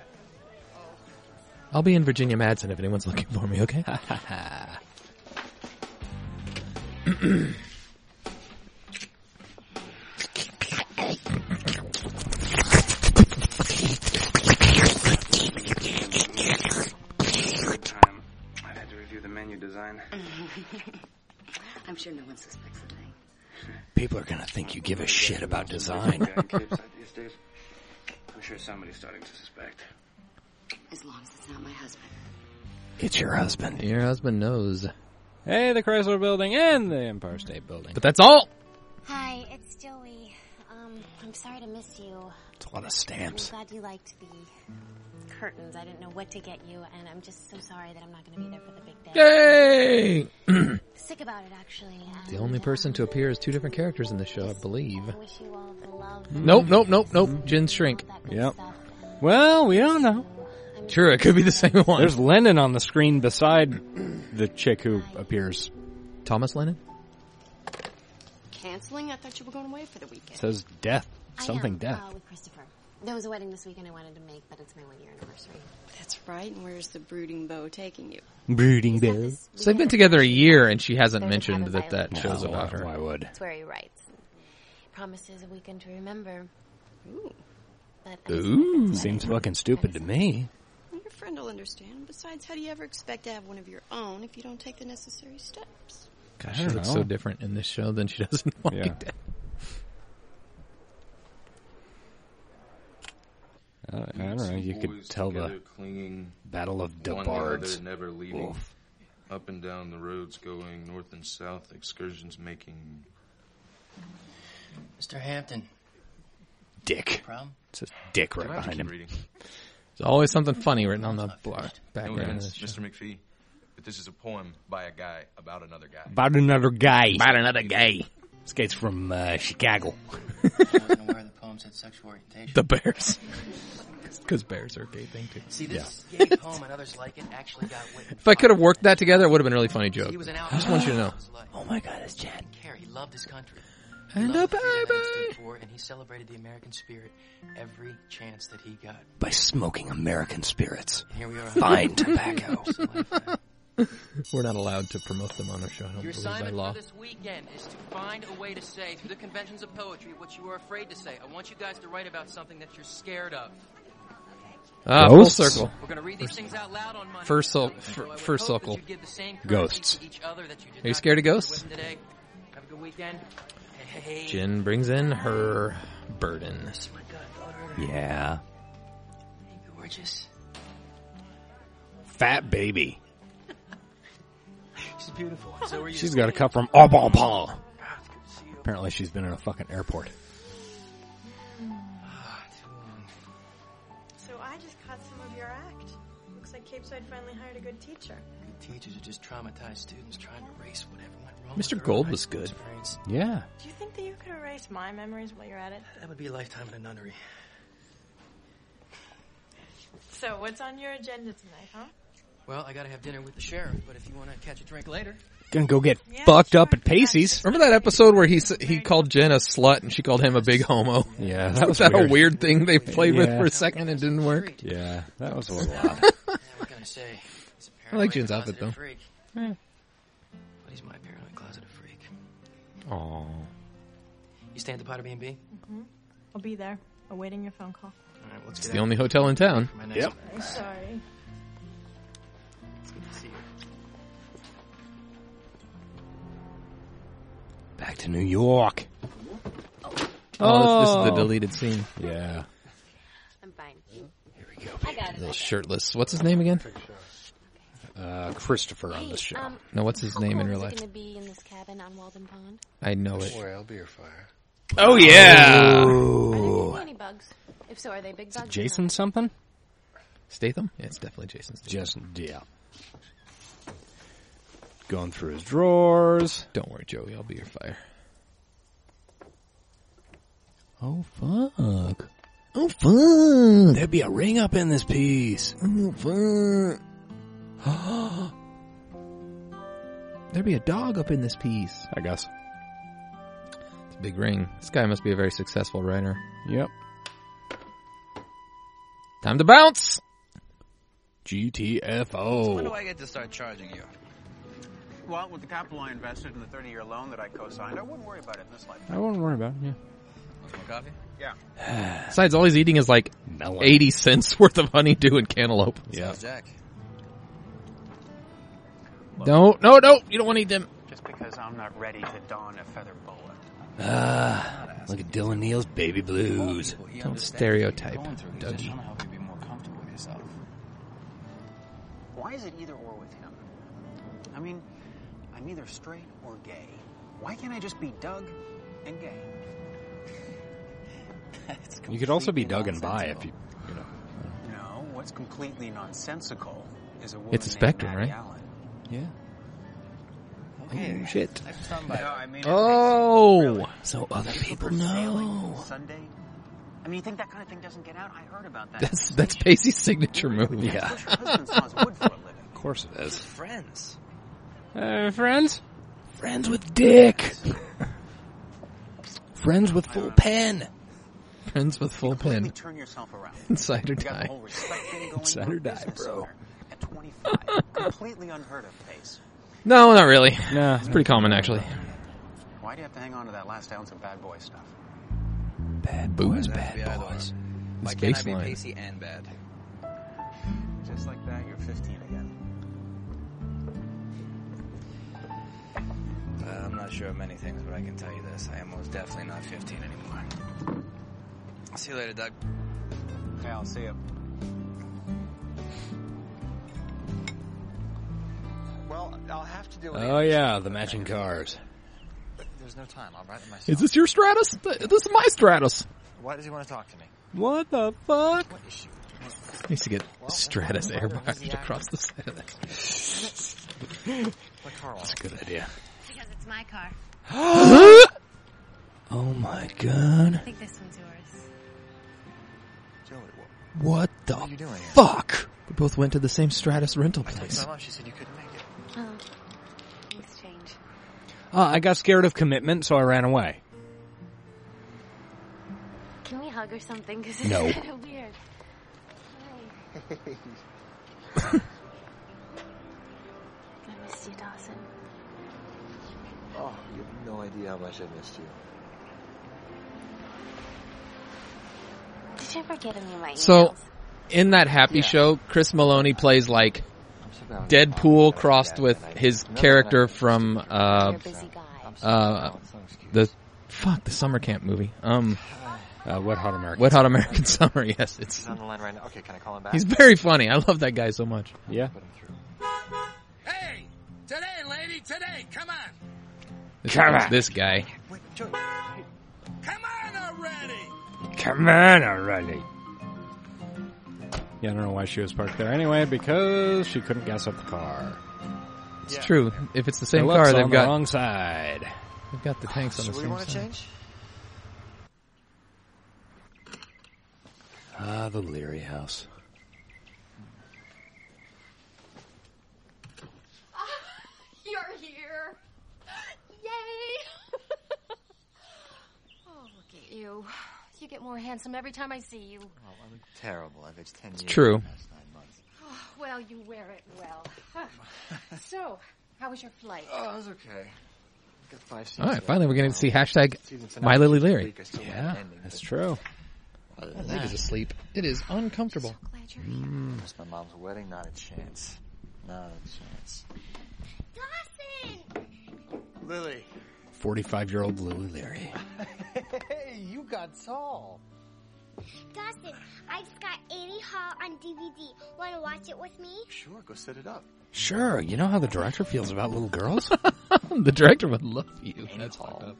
[SPEAKER 3] I'll be in Virginia Madsen if anyone's looking for me, okay?
[SPEAKER 10] Um, I'd had to review the menu design.
[SPEAKER 12] I'm sure no one suspects a thing.
[SPEAKER 2] People are gonna think you give a shit about design.
[SPEAKER 10] Yeah, <laughs> kids like these days. I'm sure somebody's starting to suspect.
[SPEAKER 12] As long as it's not my husband.
[SPEAKER 2] It's your husband.
[SPEAKER 3] Your husband knows.
[SPEAKER 2] Hey, the Chrysler Building and the Empire State Building.
[SPEAKER 3] But that's all!
[SPEAKER 5] Hi, it's Joey. Um, I'm sorry to miss you.
[SPEAKER 2] It's a lot of stamps.
[SPEAKER 5] I'm glad you liked the curtains. I didn't know what to get you, and I'm just so sorry that I'm not going to be there for the big day.
[SPEAKER 3] <laughs> Yay!
[SPEAKER 5] Sick about it, actually. and,
[SPEAKER 3] The only person to appear as two different characters in the show, I believe.
[SPEAKER 5] um, I wish you all the love. and
[SPEAKER 3] Nope, nope, nope, nope. Jin Shrink.
[SPEAKER 5] all that good
[SPEAKER 2] Yep.
[SPEAKER 5] stuff, and
[SPEAKER 2] Well, we don't know.
[SPEAKER 5] I'm
[SPEAKER 3] Sure, it could be the same one.
[SPEAKER 2] There's Lennon on the screen beside the chick who appears.
[SPEAKER 3] Thomas Lennon?
[SPEAKER 12] Canceling? I thought you were going away for the weekend.
[SPEAKER 2] Says death.
[SPEAKER 5] I
[SPEAKER 2] Something
[SPEAKER 5] am,
[SPEAKER 2] death.
[SPEAKER 5] Uh, with Christopher. There was a wedding this weekend I wanted to make, but it's my one year anniversary.
[SPEAKER 12] That's right. And where's the brooding bow taking you?
[SPEAKER 2] Brooding bears.
[SPEAKER 5] This
[SPEAKER 3] So they've been
[SPEAKER 5] weekend,
[SPEAKER 3] together a year and she hasn't
[SPEAKER 5] There's a
[SPEAKER 3] mentioned
[SPEAKER 5] cabin
[SPEAKER 3] that
[SPEAKER 5] by
[SPEAKER 3] that
[SPEAKER 5] the lake.
[SPEAKER 3] show's
[SPEAKER 2] why,
[SPEAKER 3] about her.
[SPEAKER 2] why would?
[SPEAKER 5] That's where he writes. promises a weekend to remember.
[SPEAKER 12] Ooh.
[SPEAKER 5] But I'm
[SPEAKER 2] Ooh. Seems fucking stupid to me.
[SPEAKER 12] Well, your friend will understand. Besides, how do you ever expect to have one of your own if you don't take the necessary steps?
[SPEAKER 3] Gosh,
[SPEAKER 2] I
[SPEAKER 3] she
[SPEAKER 2] don't
[SPEAKER 3] looks
[SPEAKER 2] know.
[SPEAKER 3] so different in this show than she does in Walking
[SPEAKER 2] Yeah.
[SPEAKER 3] Dead.
[SPEAKER 2] I I don't know. You could
[SPEAKER 13] Always
[SPEAKER 2] tell
[SPEAKER 13] together,
[SPEAKER 2] the
[SPEAKER 13] clinging
[SPEAKER 2] Battle of
[SPEAKER 13] one another,
[SPEAKER 2] Debards.
[SPEAKER 13] never leaving.
[SPEAKER 2] Oof.
[SPEAKER 13] Up and down the roads, going north and south, excursions making.
[SPEAKER 11] Mr. Hampton,
[SPEAKER 2] dick.
[SPEAKER 11] prom?
[SPEAKER 2] It's just dick right
[SPEAKER 13] Can I have to
[SPEAKER 2] behind
[SPEAKER 13] keep
[SPEAKER 2] him.
[SPEAKER 13] reading?
[SPEAKER 3] There's always something funny written on the bar,
[SPEAKER 13] No
[SPEAKER 3] background. of
[SPEAKER 13] offense,
[SPEAKER 3] the
[SPEAKER 13] Mr.
[SPEAKER 3] show.
[SPEAKER 13] McPhee, but this is a poem by a guy about another guy.
[SPEAKER 2] About another guy. About another guy. This guy's from uh, Chicago.
[SPEAKER 11] I wasn't aware the poem said sexual orientation.
[SPEAKER 3] The Bears. <laughs> Because Bears are a gay thing too.
[SPEAKER 11] See, this gay poem and others like it actually got written.
[SPEAKER 3] If I could have worked that together, it would have been a really funny joke.
[SPEAKER 11] He was an
[SPEAKER 3] I just want you to know.
[SPEAKER 11] Oh
[SPEAKER 2] my god, it's Chad.
[SPEAKER 11] Care. He loved his country. He
[SPEAKER 3] And a
[SPEAKER 11] loved the freedom that it
[SPEAKER 3] baby!
[SPEAKER 11] stood for, and he celebrated the American spirit every chance that he got.
[SPEAKER 2] By smoking American spirits.
[SPEAKER 11] And here we are. <laughs>
[SPEAKER 2] Fine tobacco.
[SPEAKER 3] We're not allowed to promote them on our show, I don't
[SPEAKER 9] Your
[SPEAKER 3] believe by
[SPEAKER 9] assignment for
[SPEAKER 3] law.
[SPEAKER 9] this weekend is to find a way to say, through the conventions of poetry, what you are afraid to say. I want you guys to write about something that you're scared of.
[SPEAKER 3] Ah, full
[SPEAKER 2] Ghosts?
[SPEAKER 3] circle.
[SPEAKER 14] We're gonna read these things out loud on Monday.
[SPEAKER 3] First, sol-
[SPEAKER 11] uh,
[SPEAKER 3] fir- first circle.
[SPEAKER 2] Ghosts.
[SPEAKER 3] Are you scared of ghosts?
[SPEAKER 14] Today. Have a good weekend. Hey.
[SPEAKER 3] Jin brings in her burden.
[SPEAKER 2] Yeah.
[SPEAKER 11] Gorgeous.
[SPEAKER 2] Fat baby.
[SPEAKER 11] She's beautiful. So are you.
[SPEAKER 2] She's got a cut from Obama. Apparently she's been in a fucking airport.
[SPEAKER 15] So I just caught some of your act. Looks like Capeside finally hired a good teacher.
[SPEAKER 11] Teachers are just traumatized students trying to erase whatever went wrong. with
[SPEAKER 3] Mr.
[SPEAKER 11] their
[SPEAKER 3] Gold
[SPEAKER 11] high
[SPEAKER 3] was
[SPEAKER 11] school
[SPEAKER 3] good.
[SPEAKER 11] experience.
[SPEAKER 2] Yeah.
[SPEAKER 15] Do you think that you could erase my memories while you're at it?
[SPEAKER 11] That would be a lifetime in a nunnery.
[SPEAKER 15] So what's on your agenda tonight, huh?
[SPEAKER 11] Well, I gotta have dinner with the sheriff, but if you wanna catch a drink
[SPEAKER 3] <laughs>
[SPEAKER 11] later,
[SPEAKER 2] Gonna go get fucked up at Pacey's.
[SPEAKER 3] Remember that episode where he s- he called Jen a slut and she called him a big homo? <laughs>
[SPEAKER 2] Yeah,
[SPEAKER 13] <laughs>
[SPEAKER 2] that was
[SPEAKER 3] that
[SPEAKER 2] weird.
[SPEAKER 3] a weird thing they played with
[SPEAKER 2] Yeah.
[SPEAKER 3] for a second and didn't work?
[SPEAKER 2] Yeah, that was a
[SPEAKER 13] <laughs>
[SPEAKER 2] little odd.
[SPEAKER 11] we're gonna say. he's a
[SPEAKER 3] I like
[SPEAKER 11] paranoid
[SPEAKER 3] Jin's outfit, though.
[SPEAKER 11] closeted Freak. But he's my paranoid closeted freak.
[SPEAKER 3] Aw.
[SPEAKER 11] You stay at the Potter B&B?
[SPEAKER 15] hmm I'll be there, awaiting your phone call.
[SPEAKER 11] All right, let's
[SPEAKER 3] It's
[SPEAKER 11] get
[SPEAKER 3] the
[SPEAKER 11] out.
[SPEAKER 3] only hotel in town.
[SPEAKER 11] My next Yep.
[SPEAKER 15] I'm sorry.
[SPEAKER 11] It's good to see you.
[SPEAKER 2] Back to New York.
[SPEAKER 3] Oh, this, this is the deleted scene.
[SPEAKER 2] Yeah.
[SPEAKER 5] I'm fine. Here we go. I got it.
[SPEAKER 3] Little shirtless. What's his name again?
[SPEAKER 2] Uh, Christopher on this show.
[SPEAKER 5] Um,
[SPEAKER 3] No, what's his
[SPEAKER 5] how
[SPEAKER 3] name in
[SPEAKER 5] cold
[SPEAKER 3] real
[SPEAKER 5] is it
[SPEAKER 3] life?
[SPEAKER 5] gonna be in this cabin on Walden Pond?
[SPEAKER 3] I know it.
[SPEAKER 6] Well, beer fire.
[SPEAKER 2] Oh yeah.
[SPEAKER 5] Are there any bugs? If so, are they big bugs? or
[SPEAKER 2] Jason something?
[SPEAKER 3] Statham? Yeah, it's definitely Jason Statham.
[SPEAKER 2] Just yeah. Going through his drawers.
[SPEAKER 3] Don't worry, Joey. I'll be your fire.
[SPEAKER 2] Oh fuck. Oh fuck. There'd be a ring up in this piece. Oh fuck. <gasps>
[SPEAKER 3] There'd be a dog up in this piece.
[SPEAKER 2] I guess.
[SPEAKER 3] It's a big ring. This guy must be a very successful writer.
[SPEAKER 2] Yep.
[SPEAKER 3] Time to bounce.
[SPEAKER 10] When do
[SPEAKER 2] GTFO.
[SPEAKER 10] <laughs> I get to start charging you?
[SPEAKER 9] Well, with the capital I invested in the 30 year loan that I co signed, I wouldn't worry about it in this life.
[SPEAKER 2] I wouldn't worry about it.
[SPEAKER 10] Want some coffee?
[SPEAKER 9] Yeah.
[SPEAKER 3] Besides, all he's eating is like
[SPEAKER 2] Melon.
[SPEAKER 3] eighty cents <laughs> worth of honeydew and cantaloupe.
[SPEAKER 2] Yeah.
[SPEAKER 10] Jack.
[SPEAKER 3] No, no, no! You don't want to eat them.
[SPEAKER 9] Just because I'm not ready to don a feather bullet.
[SPEAKER 2] Yeah. Ah, look at Dylan Neal's baby blues.
[SPEAKER 10] Well, he
[SPEAKER 3] Don't
[SPEAKER 10] understands
[SPEAKER 3] stereotype,
[SPEAKER 10] what you're going through. He's just
[SPEAKER 3] Dougie.
[SPEAKER 10] trying to help you be more comfortable with yourself.
[SPEAKER 9] Why is it either or with him? I mean, I'm either straight or gay. Why can't I just be Doug and gay?
[SPEAKER 10] That's
[SPEAKER 2] You could also be Doug
[SPEAKER 10] completely
[SPEAKER 2] and by if
[SPEAKER 10] nonsensical.
[SPEAKER 2] you, you know.
[SPEAKER 9] No, what's completely nonsensical is a woman
[SPEAKER 3] It's a
[SPEAKER 9] named
[SPEAKER 3] spectrum,
[SPEAKER 9] Maggie
[SPEAKER 3] right?
[SPEAKER 9] Allen.
[SPEAKER 2] Yeah.
[SPEAKER 10] Okay.
[SPEAKER 2] Oh, shit.
[SPEAKER 10] I've stopped by.
[SPEAKER 9] No, I mean,
[SPEAKER 3] Oh,
[SPEAKER 2] So other people
[SPEAKER 9] for sailing
[SPEAKER 2] know.
[SPEAKER 9] on Sunday. I mean, you think that kind of thing doesn't get out? I heard <laughs> about that.
[SPEAKER 3] that's that's Pacey's signature move.
[SPEAKER 2] Yeah.
[SPEAKER 9] Your husband saws wood for a living.
[SPEAKER 2] Of course it is.
[SPEAKER 10] friends.
[SPEAKER 2] Uh, friends? Friends with
[SPEAKER 10] <laughs>
[SPEAKER 2] dick. friends with full pen.
[SPEAKER 3] Friends with full
[SPEAKER 9] Completely
[SPEAKER 3] pen.
[SPEAKER 9] turn yourself
[SPEAKER 3] <laughs>
[SPEAKER 9] around.
[SPEAKER 3] Insider
[SPEAKER 9] You got the
[SPEAKER 3] die.
[SPEAKER 9] whole respect thing going.
[SPEAKER 2] Insider
[SPEAKER 9] You're a
[SPEAKER 2] die,
[SPEAKER 9] business
[SPEAKER 2] bro.
[SPEAKER 9] owner At
[SPEAKER 3] <laughs>
[SPEAKER 9] 25, completely unheard of pace.
[SPEAKER 3] No, not really.
[SPEAKER 2] Nah.
[SPEAKER 3] It's pretty common actually.
[SPEAKER 9] Why do you have to hang on to that last ounce of bad boy stuff?
[SPEAKER 2] Bad boys,
[SPEAKER 10] Why
[SPEAKER 2] bad
[SPEAKER 10] is it FBI the
[SPEAKER 2] boys.
[SPEAKER 10] Why
[SPEAKER 3] It's
[SPEAKER 10] can't I be
[SPEAKER 3] baseline.
[SPEAKER 10] Pacey and bad?
[SPEAKER 9] Just like that, you're 15 again.
[SPEAKER 10] Uh, I'm not sure of many things, but I can tell you this: I am most definitely not 15 anymore. See you later, Doug.
[SPEAKER 9] Yeah, I'll see you.
[SPEAKER 10] Well, I'll have to deal with
[SPEAKER 2] Oh yeah, the matching cars.
[SPEAKER 10] There's no time. I'll write it myself.
[SPEAKER 3] Is this your Stratus? Th- This is my Stratus.
[SPEAKER 10] Why does he want to talk to me?
[SPEAKER 2] What the fuck?
[SPEAKER 10] What issue?
[SPEAKER 3] I used to get Stratus airbrushed across the side of that.
[SPEAKER 10] My car
[SPEAKER 2] That's a good idea.
[SPEAKER 5] Because it's my car.
[SPEAKER 2] <gasps> Oh my
[SPEAKER 5] I
[SPEAKER 2] god.
[SPEAKER 5] think this one's yours.
[SPEAKER 10] Joey, what,
[SPEAKER 3] What the
[SPEAKER 10] what are you doing here?
[SPEAKER 3] fuck? We both went to the same Stratus rental
[SPEAKER 10] I told
[SPEAKER 3] place.
[SPEAKER 10] my mom. She said you couldn't make it.
[SPEAKER 5] Oh, thanks, change.
[SPEAKER 2] Uh, I got scared of commitment, so I ran away.
[SPEAKER 5] Can we hug or something? Because it's <laughs>
[SPEAKER 2] No.
[SPEAKER 5] kind of weird. Hi. <laughs> I missed you, Dawson.
[SPEAKER 10] Oh, you have no idea how much I missed you.
[SPEAKER 5] Did you ever get any of my emails?
[SPEAKER 3] So, in that Happy Show, Chris Maloney plays like Deadpool crossed with his character from uh, uh, the fuck the summer camp movie. Um,
[SPEAKER 2] uh, Wet Hot American.
[SPEAKER 3] Wet Hot American <laughs> Summer. Yes, it's
[SPEAKER 10] He's on the line right now. Okay, can I call him back?
[SPEAKER 3] He's very funny. I love that guy so much.
[SPEAKER 2] Yeah.
[SPEAKER 16] Hey, today, lady, today, come on.
[SPEAKER 3] This,
[SPEAKER 2] Come on.
[SPEAKER 3] this guy.
[SPEAKER 16] Come on already.
[SPEAKER 2] Come on already. Yeah, I don't know why she was parked there anyway, because she couldn't gas up the car.
[SPEAKER 3] It's true. If it's the same
[SPEAKER 2] Her
[SPEAKER 3] car,
[SPEAKER 2] luck's
[SPEAKER 3] they've
[SPEAKER 2] on
[SPEAKER 3] got-
[SPEAKER 2] the wrong side.
[SPEAKER 3] They've got the tanks on
[SPEAKER 10] So
[SPEAKER 3] the same
[SPEAKER 10] what do you want to
[SPEAKER 3] side.
[SPEAKER 10] change?
[SPEAKER 2] Ah, the Leary House.
[SPEAKER 17] You're here.
[SPEAKER 5] <laughs>
[SPEAKER 18] Yay! oh, look at you. You get more handsome every time I see you.
[SPEAKER 10] Oh, I look terrible. I've aged 10 years.
[SPEAKER 3] true.
[SPEAKER 10] in the past nine months.
[SPEAKER 18] Oh, well, you wear it well.
[SPEAKER 5] <laughs>
[SPEAKER 18] so, how was your flight?
[SPEAKER 10] Oh, it was okay. Got five
[SPEAKER 3] All right,
[SPEAKER 10] seasons
[SPEAKER 3] finally we're
[SPEAKER 10] left.
[SPEAKER 3] going to see hashtag
[SPEAKER 10] Season
[SPEAKER 3] My
[SPEAKER 10] finale
[SPEAKER 3] Lily
[SPEAKER 10] next
[SPEAKER 3] Leary.
[SPEAKER 10] week. I still
[SPEAKER 2] Yeah,
[SPEAKER 10] haven't ended
[SPEAKER 2] that's true.
[SPEAKER 3] My
[SPEAKER 10] Other than
[SPEAKER 3] leg
[SPEAKER 10] that,
[SPEAKER 3] is asleep. It is uncomfortable.
[SPEAKER 10] Missed my mom's wedding. Not a chance. Not a chance. Dawson! Lily.
[SPEAKER 2] 45 year old Lily Leary.
[SPEAKER 19] hey, you got tall. Dawson, I've got 80 Hall on DVD. Want to watch it with me?
[SPEAKER 10] Sure, go set it up.
[SPEAKER 2] Sure, you know how the director feels about little girls?
[SPEAKER 3] <laughs> the director would love you. That's fucked up.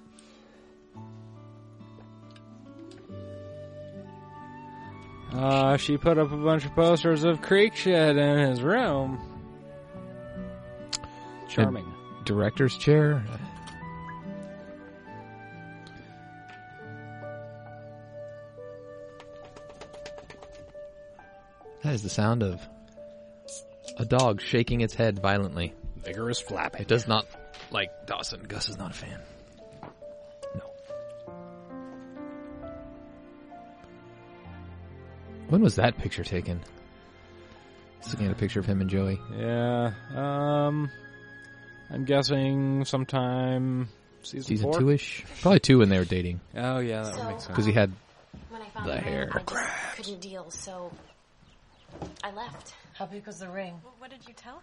[SPEAKER 2] Uh, she put up a bunch of posters of Creek Shed in his room. Charming.
[SPEAKER 3] The director's chair. That is the sound of a dog shaking its head violently.
[SPEAKER 2] Vigorous flapping.
[SPEAKER 3] It does not like Dawson. Gus is not a fan. No. When was that picture taken? Just looking at a picture of him and Joey.
[SPEAKER 2] Yeah. Um, I'm guessing sometime season,
[SPEAKER 3] Season
[SPEAKER 2] four?
[SPEAKER 3] two ish? Probably two when they were dating.
[SPEAKER 2] Oh, yeah, that would make sense.
[SPEAKER 3] Because he had
[SPEAKER 5] When I found
[SPEAKER 3] the
[SPEAKER 5] the ring,
[SPEAKER 3] hair.
[SPEAKER 5] I just couldn't deal, so I left. How big was the ring?
[SPEAKER 17] What did you tell?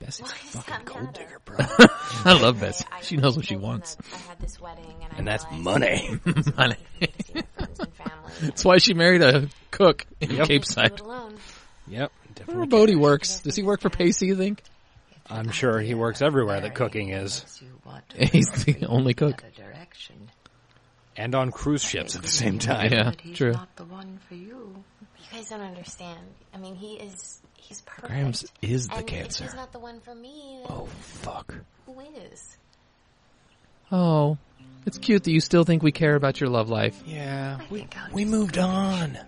[SPEAKER 3] Bessie's
[SPEAKER 5] Why <laughs> does that matter?
[SPEAKER 3] I love Bessie.
[SPEAKER 5] I
[SPEAKER 3] She knows what she
[SPEAKER 5] told them
[SPEAKER 3] wants.
[SPEAKER 5] that I had this wedding, and, I
[SPEAKER 3] And that's
[SPEAKER 2] <laughs>
[SPEAKER 5] realized
[SPEAKER 3] money.
[SPEAKER 5] it was
[SPEAKER 3] Money.
[SPEAKER 5] easy to see my friends and family.
[SPEAKER 3] <laughs> That's why she married a cook in
[SPEAKER 2] Yep.
[SPEAKER 3] Cape Side.
[SPEAKER 5] Do it alone.
[SPEAKER 2] Yep.
[SPEAKER 3] Where Bodie works. Does he work for Pacey, you think?
[SPEAKER 2] I'm sure he works everywhere that cooking is.
[SPEAKER 3] <laughs> He's the only cook.
[SPEAKER 20] direction.
[SPEAKER 2] And on cruise ships at the same time.
[SPEAKER 3] Yeah,
[SPEAKER 20] but he's
[SPEAKER 3] true.
[SPEAKER 20] not the one for you.
[SPEAKER 5] You guys don't understand. I mean, he is. He's perfect.
[SPEAKER 3] Graham's is the
[SPEAKER 5] And
[SPEAKER 3] cancer.
[SPEAKER 5] If he's not the one for me, then
[SPEAKER 3] Oh, fuck.
[SPEAKER 5] who is?
[SPEAKER 3] Oh, it's cute that you still think we care about your love life.
[SPEAKER 2] Yeah,
[SPEAKER 20] we,
[SPEAKER 2] we moved on.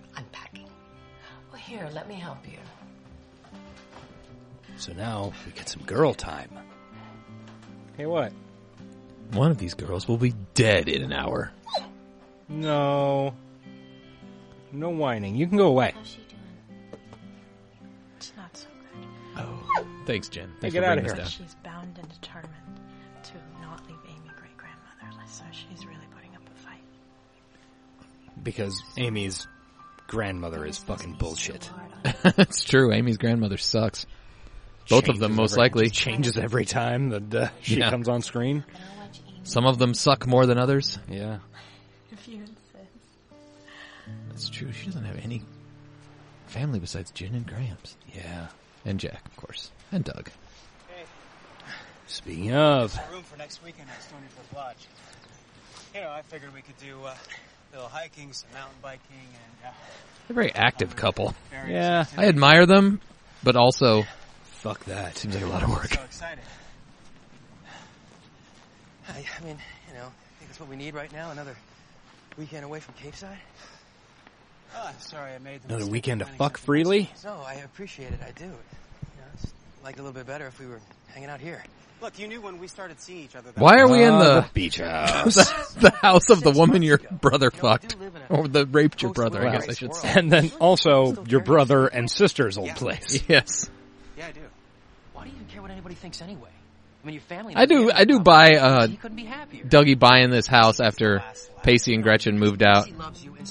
[SPEAKER 20] Well, here, let me help you.
[SPEAKER 2] So now we get some girl time. Hey, what?
[SPEAKER 3] One of these girls will be dead in an hour.
[SPEAKER 2] No. No whining. You can go away.
[SPEAKER 15] It's not so good.
[SPEAKER 3] Thanks, Jen.
[SPEAKER 2] Hey,
[SPEAKER 3] Thanks
[SPEAKER 2] get
[SPEAKER 3] for
[SPEAKER 2] out
[SPEAKER 3] bringing
[SPEAKER 2] of
[SPEAKER 3] this down.
[SPEAKER 15] She's bound and determined to not leave Amy great grandmother, so she's really putting up a fight.
[SPEAKER 2] Because Amy's grandmother is fucking bullshit.
[SPEAKER 3] it's true. Amy's grandmother sucks. Both of them,
[SPEAKER 2] Changes
[SPEAKER 3] most
[SPEAKER 2] every-
[SPEAKER 3] likely.
[SPEAKER 2] Changes every time that uh, <laughs> she
[SPEAKER 3] Yeah.
[SPEAKER 2] comes on screen.
[SPEAKER 3] Some of them suck more than others.
[SPEAKER 2] Yeah.
[SPEAKER 15] If you insist.
[SPEAKER 3] That's true. She doesn't have any family besides Jen and Gramps.
[SPEAKER 2] Yeah.
[SPEAKER 3] And Jack, of course. And Doug.
[SPEAKER 2] Speaking of,
[SPEAKER 9] Room for next weekend at Stony Brook Lodge. You know, I figured we could do uh, a little hiking, some mountain biking, and uh,
[SPEAKER 3] They're a very active couple.
[SPEAKER 9] Yeah.
[SPEAKER 3] I admire them, but also.
[SPEAKER 2] Fuck that. Seems like a lot of work.
[SPEAKER 9] so excited.
[SPEAKER 21] I, I mean, you know, I think that's what we need right now. Another weekend away from Cape Side.
[SPEAKER 9] Oh, I'm sorry, I made the
[SPEAKER 2] Another
[SPEAKER 9] mistake
[SPEAKER 2] weekend
[SPEAKER 9] of
[SPEAKER 2] to
[SPEAKER 9] planning
[SPEAKER 2] fuck
[SPEAKER 9] something
[SPEAKER 2] freely?
[SPEAKER 21] No, I appreciate it. I do. You know, it's like a little bit better if we were hanging out here.
[SPEAKER 9] else. Look, you knew when we started seeing each other. that-
[SPEAKER 3] Why are we in
[SPEAKER 2] Uh,
[SPEAKER 3] the,
[SPEAKER 2] the beach house.
[SPEAKER 3] the, the house of the woman your brother fucked, <laughs> or the raped your brother? I guess I should say.
[SPEAKER 2] <laughs> And then also your brother and sister's old place.
[SPEAKER 3] <laughs> Yes.
[SPEAKER 21] Yeah, I do. Why do you even care what anybody thinks anyway?
[SPEAKER 1] I mean, your family.
[SPEAKER 3] I do. I do buy uh,
[SPEAKER 1] He couldn't be happier.
[SPEAKER 3] Dougie buying this house after Pacey and Gretchen moved out.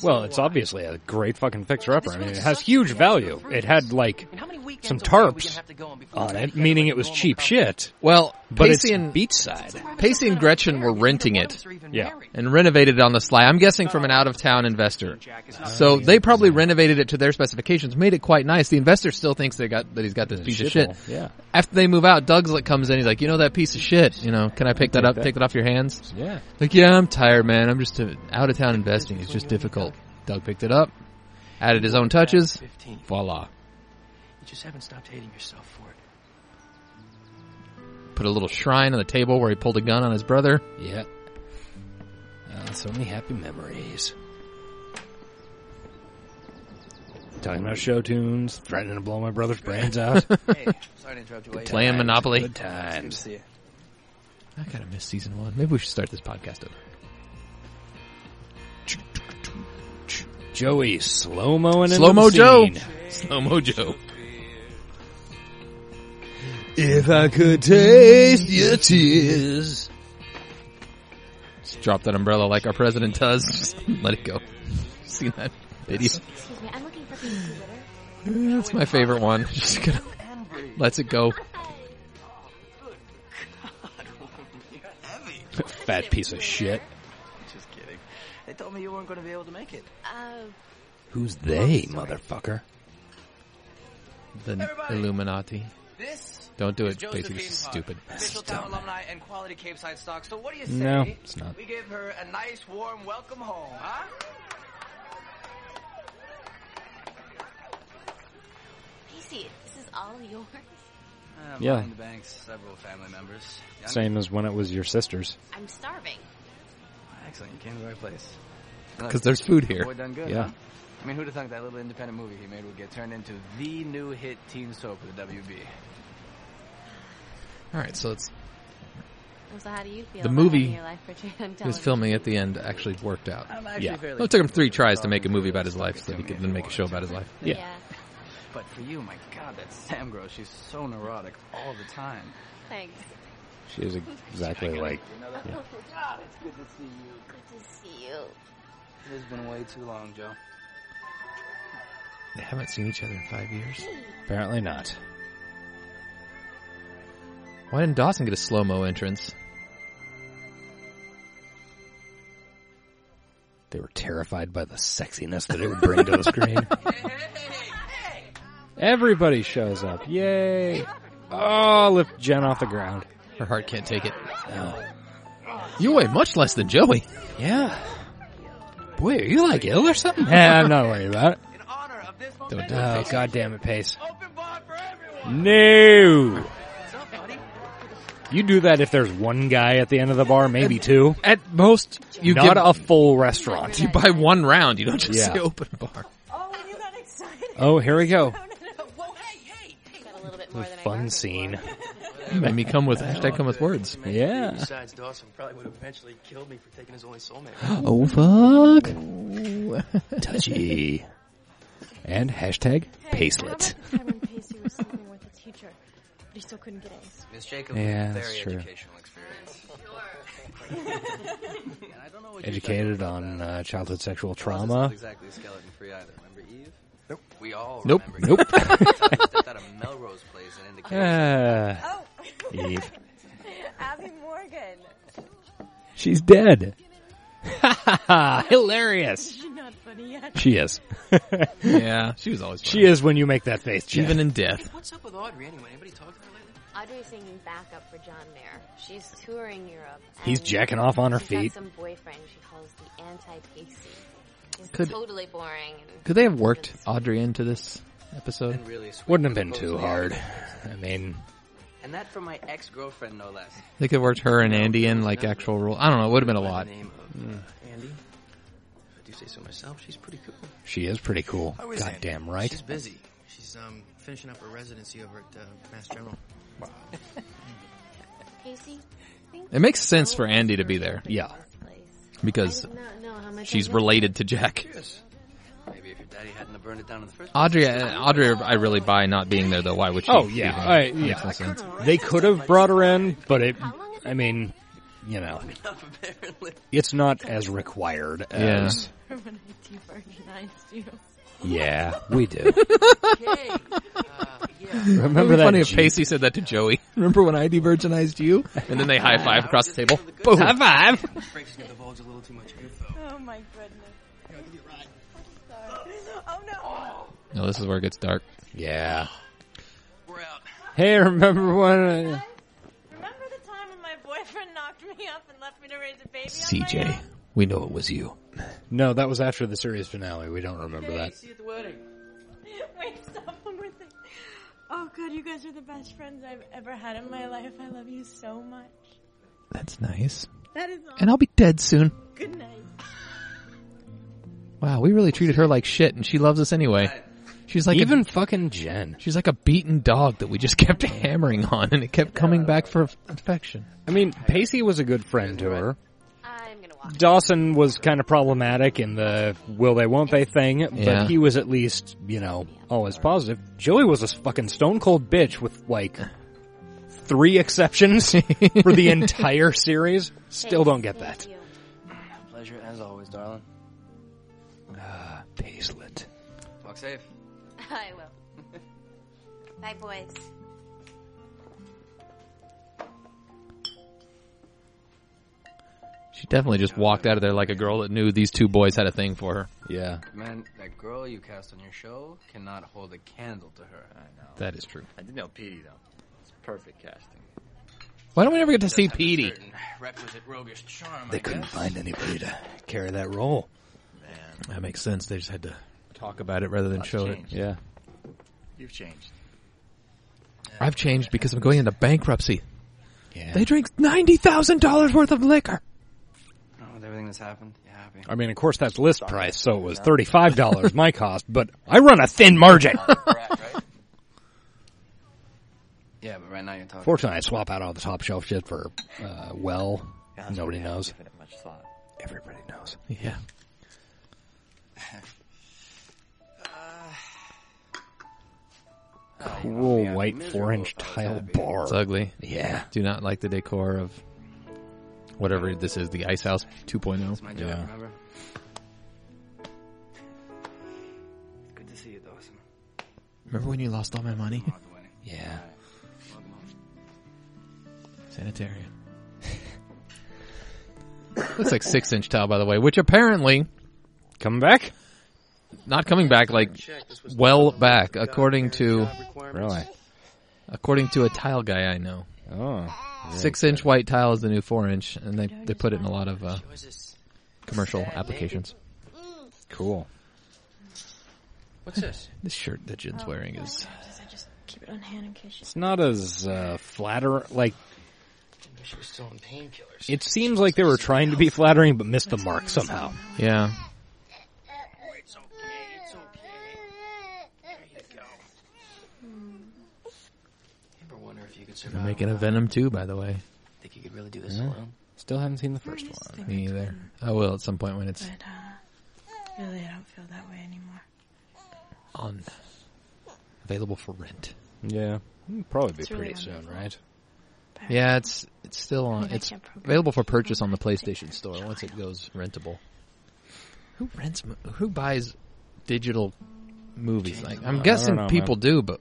[SPEAKER 2] Well, it's obviously a great fucking fixer-upper. I mean, it has huge value. It had like some tarps on it, meaning it was cheap shit.
[SPEAKER 3] Well,
[SPEAKER 2] but it's
[SPEAKER 3] Pacey and
[SPEAKER 2] beachside.
[SPEAKER 3] Pacey and Gretchen were renting it
[SPEAKER 2] Yeah,
[SPEAKER 3] and renovated it on the sly. I'm guessing from an out-of-town investor. So they probably renovated it to their specifications, made it quite nice. The investor still thinks they got that he's got this piece of shit.
[SPEAKER 2] shithole, yeah.
[SPEAKER 3] After they move out, Doug's like comes in. He's like, you know that piece of shit. You know, can I pick that up?
[SPEAKER 2] that.
[SPEAKER 3] Take that off your hands?
[SPEAKER 2] Yeah.
[SPEAKER 3] Like, yeah, I'm tired, man. I'm just uh, out of town investing. It's just difficult. Doug picked it up, added his own touches. Voila.
[SPEAKER 11] You just haven't stopped hating yourself for it.
[SPEAKER 3] Put a little shrine on the table where he pulled a gun on his brother.
[SPEAKER 2] Yeah. Uh, so many happy memories. Talking about show tunes, threatening to blow my brother's brains out.
[SPEAKER 10] Hey, sorry to interrupt you while
[SPEAKER 3] Good
[SPEAKER 10] you're
[SPEAKER 3] playing <laughs>
[SPEAKER 10] out.
[SPEAKER 3] Monopoly.
[SPEAKER 10] Good times. Good to see you.
[SPEAKER 3] I kind of missed season one. Maybe we should start this podcast over.
[SPEAKER 2] Joey slow moing
[SPEAKER 3] Slow mo Joe. Slow mo Joe. If I could taste your tears. Just drop that umbrella like our president does. <laughs> Just let it go. Seen that video?
[SPEAKER 5] Excuse me, I'm looking for things to litter.
[SPEAKER 3] That's my favorite one. <laughs> Just gonna lets it go.
[SPEAKER 2] Fat piece of shit.
[SPEAKER 10] Just kidding. They told me you weren't going to be able to make it.
[SPEAKER 5] Oh,
[SPEAKER 2] Who's they, motherfucker?
[SPEAKER 3] The Illuminati.
[SPEAKER 10] This
[SPEAKER 3] Don't do
[SPEAKER 10] is
[SPEAKER 3] it, Pacey.
[SPEAKER 10] Josephine
[SPEAKER 3] This is
[SPEAKER 10] Park,
[SPEAKER 3] stupid.
[SPEAKER 10] Official town alumni and quality Cape Side stock. So what do you say?
[SPEAKER 3] No, it's not.
[SPEAKER 10] We give her a nice warm welcome home, huh?
[SPEAKER 5] Pacey, this is all yours.
[SPEAKER 10] Uh,
[SPEAKER 2] Yeah.
[SPEAKER 10] behind The bank's several family members. Young-
[SPEAKER 2] Same as when it was your sister's.
[SPEAKER 5] I'm starving.
[SPEAKER 10] Excellent. You came to the right place.
[SPEAKER 3] 'Cause there's food here.
[SPEAKER 10] Boy done good,
[SPEAKER 3] Yeah.
[SPEAKER 10] huh? I mean, who'd have thought that little independent movie he made would get turned into the new hit teen soap of the WB?
[SPEAKER 3] All right, so it's
[SPEAKER 5] So how do you feel?
[SPEAKER 3] the
[SPEAKER 5] about having
[SPEAKER 3] movie
[SPEAKER 5] Your life <laughs> portrayed on
[SPEAKER 3] he was
[SPEAKER 5] television?
[SPEAKER 3] filming at the end actually worked out.
[SPEAKER 5] I'm actually
[SPEAKER 3] yeah,
[SPEAKER 5] fairly
[SPEAKER 3] well, it took him three tries to make a movie about his life, so he could then make a show about his life.
[SPEAKER 10] But for you, my God, that Sam girl, she's so neurotic all the time.
[SPEAKER 5] Thanks.
[SPEAKER 2] She is exactly like. Yeah.
[SPEAKER 10] God, it's good to see you.
[SPEAKER 5] Good to see you.
[SPEAKER 10] It has been way too long, Joe.
[SPEAKER 3] They haven't seen each other in five years.
[SPEAKER 2] Apparently not.
[SPEAKER 3] Why didn't Dawson get a slow mo entrance?
[SPEAKER 2] They were terrified by the sexiness that it would bring to the screen. Everybody shows up. Yay. Oh, lift Jen off the ground.
[SPEAKER 3] Her heart can't take it. Oh.
[SPEAKER 2] No.
[SPEAKER 3] You weigh much less than Joey.
[SPEAKER 2] <laughs> Yeah. Boy, are you like ill or something? Nah, I'm not worried about it.
[SPEAKER 3] Don't do it,
[SPEAKER 2] Oh,
[SPEAKER 3] Pace.
[SPEAKER 2] God damn it, Pace. No. You do that if there's one guy at the end of the bar, maybe two.
[SPEAKER 3] At most, you
[SPEAKER 2] not
[SPEAKER 3] give-
[SPEAKER 2] a full restaurant.
[SPEAKER 3] You buy one round. You don't just
[SPEAKER 2] Yeah.
[SPEAKER 3] say open bar.
[SPEAKER 2] <laughs> Oh, here we go.
[SPEAKER 5] Got a little bit
[SPEAKER 2] The
[SPEAKER 5] more than I
[SPEAKER 2] fun scene.
[SPEAKER 3] You made me come with hashtag come with words.
[SPEAKER 2] Yeah.
[SPEAKER 11] Besides, Dawson probably would have eventually killed me for taking his only soulmate.
[SPEAKER 3] Oh fuck.
[SPEAKER 2] Touchy. And hashtag Pacelet.
[SPEAKER 22] How about the time when Pacey was sleeping with a teacher, but he still couldn't get A's?
[SPEAKER 10] Miss Jacobs
[SPEAKER 2] Yeah,
[SPEAKER 10] was a
[SPEAKER 2] that's
[SPEAKER 10] very
[SPEAKER 2] true.
[SPEAKER 10] educational experience. <laughs> and I don't know what you're
[SPEAKER 2] Educated on uh, childhood sexual
[SPEAKER 10] talking about.
[SPEAKER 2] trauma.
[SPEAKER 10] This isn't exactly skeleton free either. Remember Eve? Nope. We all
[SPEAKER 2] Nope.
[SPEAKER 10] remember
[SPEAKER 2] Nope.
[SPEAKER 10] Eve. Stepped out of Melrose Place and into
[SPEAKER 2] Ah, Eve.
[SPEAKER 22] Oh. <laughs> Abby Morgan.
[SPEAKER 2] She's dead. <laughs> Ha ha! Hilarious.
[SPEAKER 22] She's not funny yet.
[SPEAKER 2] She is.
[SPEAKER 3] yeah, she was always.
[SPEAKER 2] She is when you make that face, Jeff.
[SPEAKER 3] Even in death.
[SPEAKER 11] What's up with Audrey anyway? Anybody talk to her lately?
[SPEAKER 5] Audrey's singing backup for John Mayer. She's touring Europe.
[SPEAKER 2] He's
[SPEAKER 5] and
[SPEAKER 2] jacking off on her
[SPEAKER 5] she's
[SPEAKER 2] feet.
[SPEAKER 5] Got some boyfriend she calls the anti-Pacey. He's
[SPEAKER 3] Could-
[SPEAKER 5] totally boring. And
[SPEAKER 3] Could they have worked Audrey into this episode?
[SPEAKER 2] Wouldn't have been too hard. I mean,
[SPEAKER 10] And that from my ex girlfriend, no less.
[SPEAKER 3] They could have worked her and Andy in like actual role. I don't know. It would have been a lot. Mm.
[SPEAKER 11] Andy? If I do say so myself, she's pretty cool.
[SPEAKER 2] she is pretty cool.
[SPEAKER 11] How is Andy?
[SPEAKER 2] Goddamn right.
[SPEAKER 11] She's busy. She's um finishing up her residency over at uh, Mass General. Wow.
[SPEAKER 5] Pacey, think
[SPEAKER 3] It makes sense for Andy to be there.
[SPEAKER 2] Yeah.
[SPEAKER 3] Because
[SPEAKER 5] I do not know how much I
[SPEAKER 3] she's
[SPEAKER 5] know.
[SPEAKER 3] related to Jack.
[SPEAKER 11] Maybe if you daddy hadn't have burned it down in the first
[SPEAKER 3] Audrey, uh, Audrey, I really buy not being there though. Why would she?
[SPEAKER 2] Oh yeah,
[SPEAKER 3] even-
[SPEAKER 2] I,
[SPEAKER 3] makes no
[SPEAKER 2] yeah.
[SPEAKER 3] sense.
[SPEAKER 2] They could have brought her in, but it. I mean, you know, it's not as <laughs> required
[SPEAKER 3] Yeah.
[SPEAKER 2] as.
[SPEAKER 5] <laughs>
[SPEAKER 22] When I debargainized you.
[SPEAKER 2] Yeah, we <laughs> do.
[SPEAKER 3] Remember
[SPEAKER 2] Uh, Remember
[SPEAKER 3] that
[SPEAKER 2] that
[SPEAKER 3] funny if
[SPEAKER 2] Jeep?
[SPEAKER 3] Pacey said that to Joey. <laughs> Remember when I devirginized you? And then they high five across the table. Boom.
[SPEAKER 2] High five.
[SPEAKER 11] Frank's gonna divulge a little too much info.
[SPEAKER 15] Oh my goodness. Here, I'll give you a ride. Sorry. Oh no.
[SPEAKER 3] No, this is where it gets dark.
[SPEAKER 2] Yeah. Hey, remember when? uh, I-
[SPEAKER 15] Remember the time when my boyfriend knocked me up and left me to raise a baby?
[SPEAKER 2] CJ,
[SPEAKER 3] we know it was you.
[SPEAKER 2] No, that was after the series finale. We don't remember that.
[SPEAKER 15] you at the wedding. <laughs> Wait, stop one more thing. Oh god, you guys are the best friends I've ever had in my life. I love you so much.
[SPEAKER 3] That's nice.
[SPEAKER 15] That is all.
[SPEAKER 3] And I'll be dead soon.
[SPEAKER 15] Good night.
[SPEAKER 3] Wow, we really treated her like shit, and she loves us anyway. She's like
[SPEAKER 2] Even
[SPEAKER 3] fucking Jen. She's like a beaten dog that we just <laughs> kept hammering on, and it kept coming back for f- infection.
[SPEAKER 2] I mean, Pacey was a good friend to her. Dawson was kind of problematic in the will they won't they thing, but
[SPEAKER 3] Yeah.
[SPEAKER 2] he was at least, you know, always positive. Joey was a fucking stone cold bitch with like three <laughs> exceptions for the entire series. Still don't get that.
[SPEAKER 11] Pleasure as always, darling.
[SPEAKER 2] Ah, Paislet.
[SPEAKER 11] Walk safe.
[SPEAKER 5] I will. <laughs> Bye, boys.
[SPEAKER 3] She definitely just walked out of there like a girl that knew these two boys had a thing for her.
[SPEAKER 2] Yeah.
[SPEAKER 10] Man, that girl you cast on your show cannot hold a candle to her. I know.
[SPEAKER 3] That is true.
[SPEAKER 10] I did know Petey though. It's perfect casting.
[SPEAKER 3] Why don't we ever get to see Petey?
[SPEAKER 10] Requisite roguish charm.
[SPEAKER 3] E They
[SPEAKER 10] I
[SPEAKER 3] couldn't
[SPEAKER 10] guess.
[SPEAKER 3] find
[SPEAKER 2] anybody to carry that role.
[SPEAKER 3] That makes sense. They just had to talk about it rather than show
[SPEAKER 10] changed.
[SPEAKER 3] it. Yeah.
[SPEAKER 10] You've changed.
[SPEAKER 3] I've changed because I'm going into bankruptcy.
[SPEAKER 2] Yeah.
[SPEAKER 3] They drink $90,000 worth of liquor.
[SPEAKER 10] Oh, with everything that's happened, yeah, happy.
[SPEAKER 2] I mean, of course, that's list price, so it was thirty-five dollars my cost, but I run a thin <laughs> margin.
[SPEAKER 10] Yeah, but right now you're talking.
[SPEAKER 2] Fortunately, I swap out all the top shelf shit for uh, well. Nobody knows.
[SPEAKER 10] Give it much thought.
[SPEAKER 2] Everybody knows.
[SPEAKER 3] Yeah.
[SPEAKER 2] Cool white four-inch tile bar.
[SPEAKER 3] Oh, It's ugly.
[SPEAKER 2] Yeah.
[SPEAKER 3] Do not like the decor of whatever this is, the Ice House oh. 2.0.
[SPEAKER 11] It's my job, remember? Good to see you, Dawson.
[SPEAKER 3] Remember when you lost all my money?
[SPEAKER 2] Yeah.
[SPEAKER 11] Welcome home.
[SPEAKER 3] Sanitarium. Looks like six inch tile, by the way, which apparently coming back. Not coming back, like well back, according to
[SPEAKER 2] really,
[SPEAKER 3] according to a tile guy I know.
[SPEAKER 2] Oh,
[SPEAKER 3] six inch white tile is the new four inch, and they they put it in a lot of uh, commercial applications.
[SPEAKER 2] Cool.
[SPEAKER 11] What's this?
[SPEAKER 3] This shirt that Jin's wearing is
[SPEAKER 12] Does I just keep it on hand in case you
[SPEAKER 2] It's not as uh, flatter. Like
[SPEAKER 11] I wish I was still on painkillers.
[SPEAKER 2] it seems like they were trying to be flattering, but missed the mark somehow.
[SPEAKER 3] yeah.
[SPEAKER 11] It's okay, it's okay. There you go. Ever wonder if you could
[SPEAKER 3] They're
[SPEAKER 11] survive?
[SPEAKER 3] making a Venom too, by the way.
[SPEAKER 11] Think you could really do this
[SPEAKER 3] Yeah.
[SPEAKER 11] alone?
[SPEAKER 2] Still haven't seen the first one.
[SPEAKER 3] Me either. I will at some point when it's
[SPEAKER 23] But uh, really, I don't feel that way anymore.
[SPEAKER 3] on available for rent.
[SPEAKER 2] Yeah, It'll probably be
[SPEAKER 23] It's really
[SPEAKER 2] pretty soon, right?
[SPEAKER 3] Yeah, it's it's still
[SPEAKER 23] I
[SPEAKER 3] on.
[SPEAKER 23] mean, I
[SPEAKER 3] It's
[SPEAKER 23] can't program
[SPEAKER 3] available for purchase on the PlayStation Store once it goes rentable. Who rents? mo- Who buys digital movies? Like
[SPEAKER 2] I
[SPEAKER 3] I'm
[SPEAKER 2] don't
[SPEAKER 3] guessing
[SPEAKER 2] know,
[SPEAKER 3] people
[SPEAKER 2] man.
[SPEAKER 3] do, but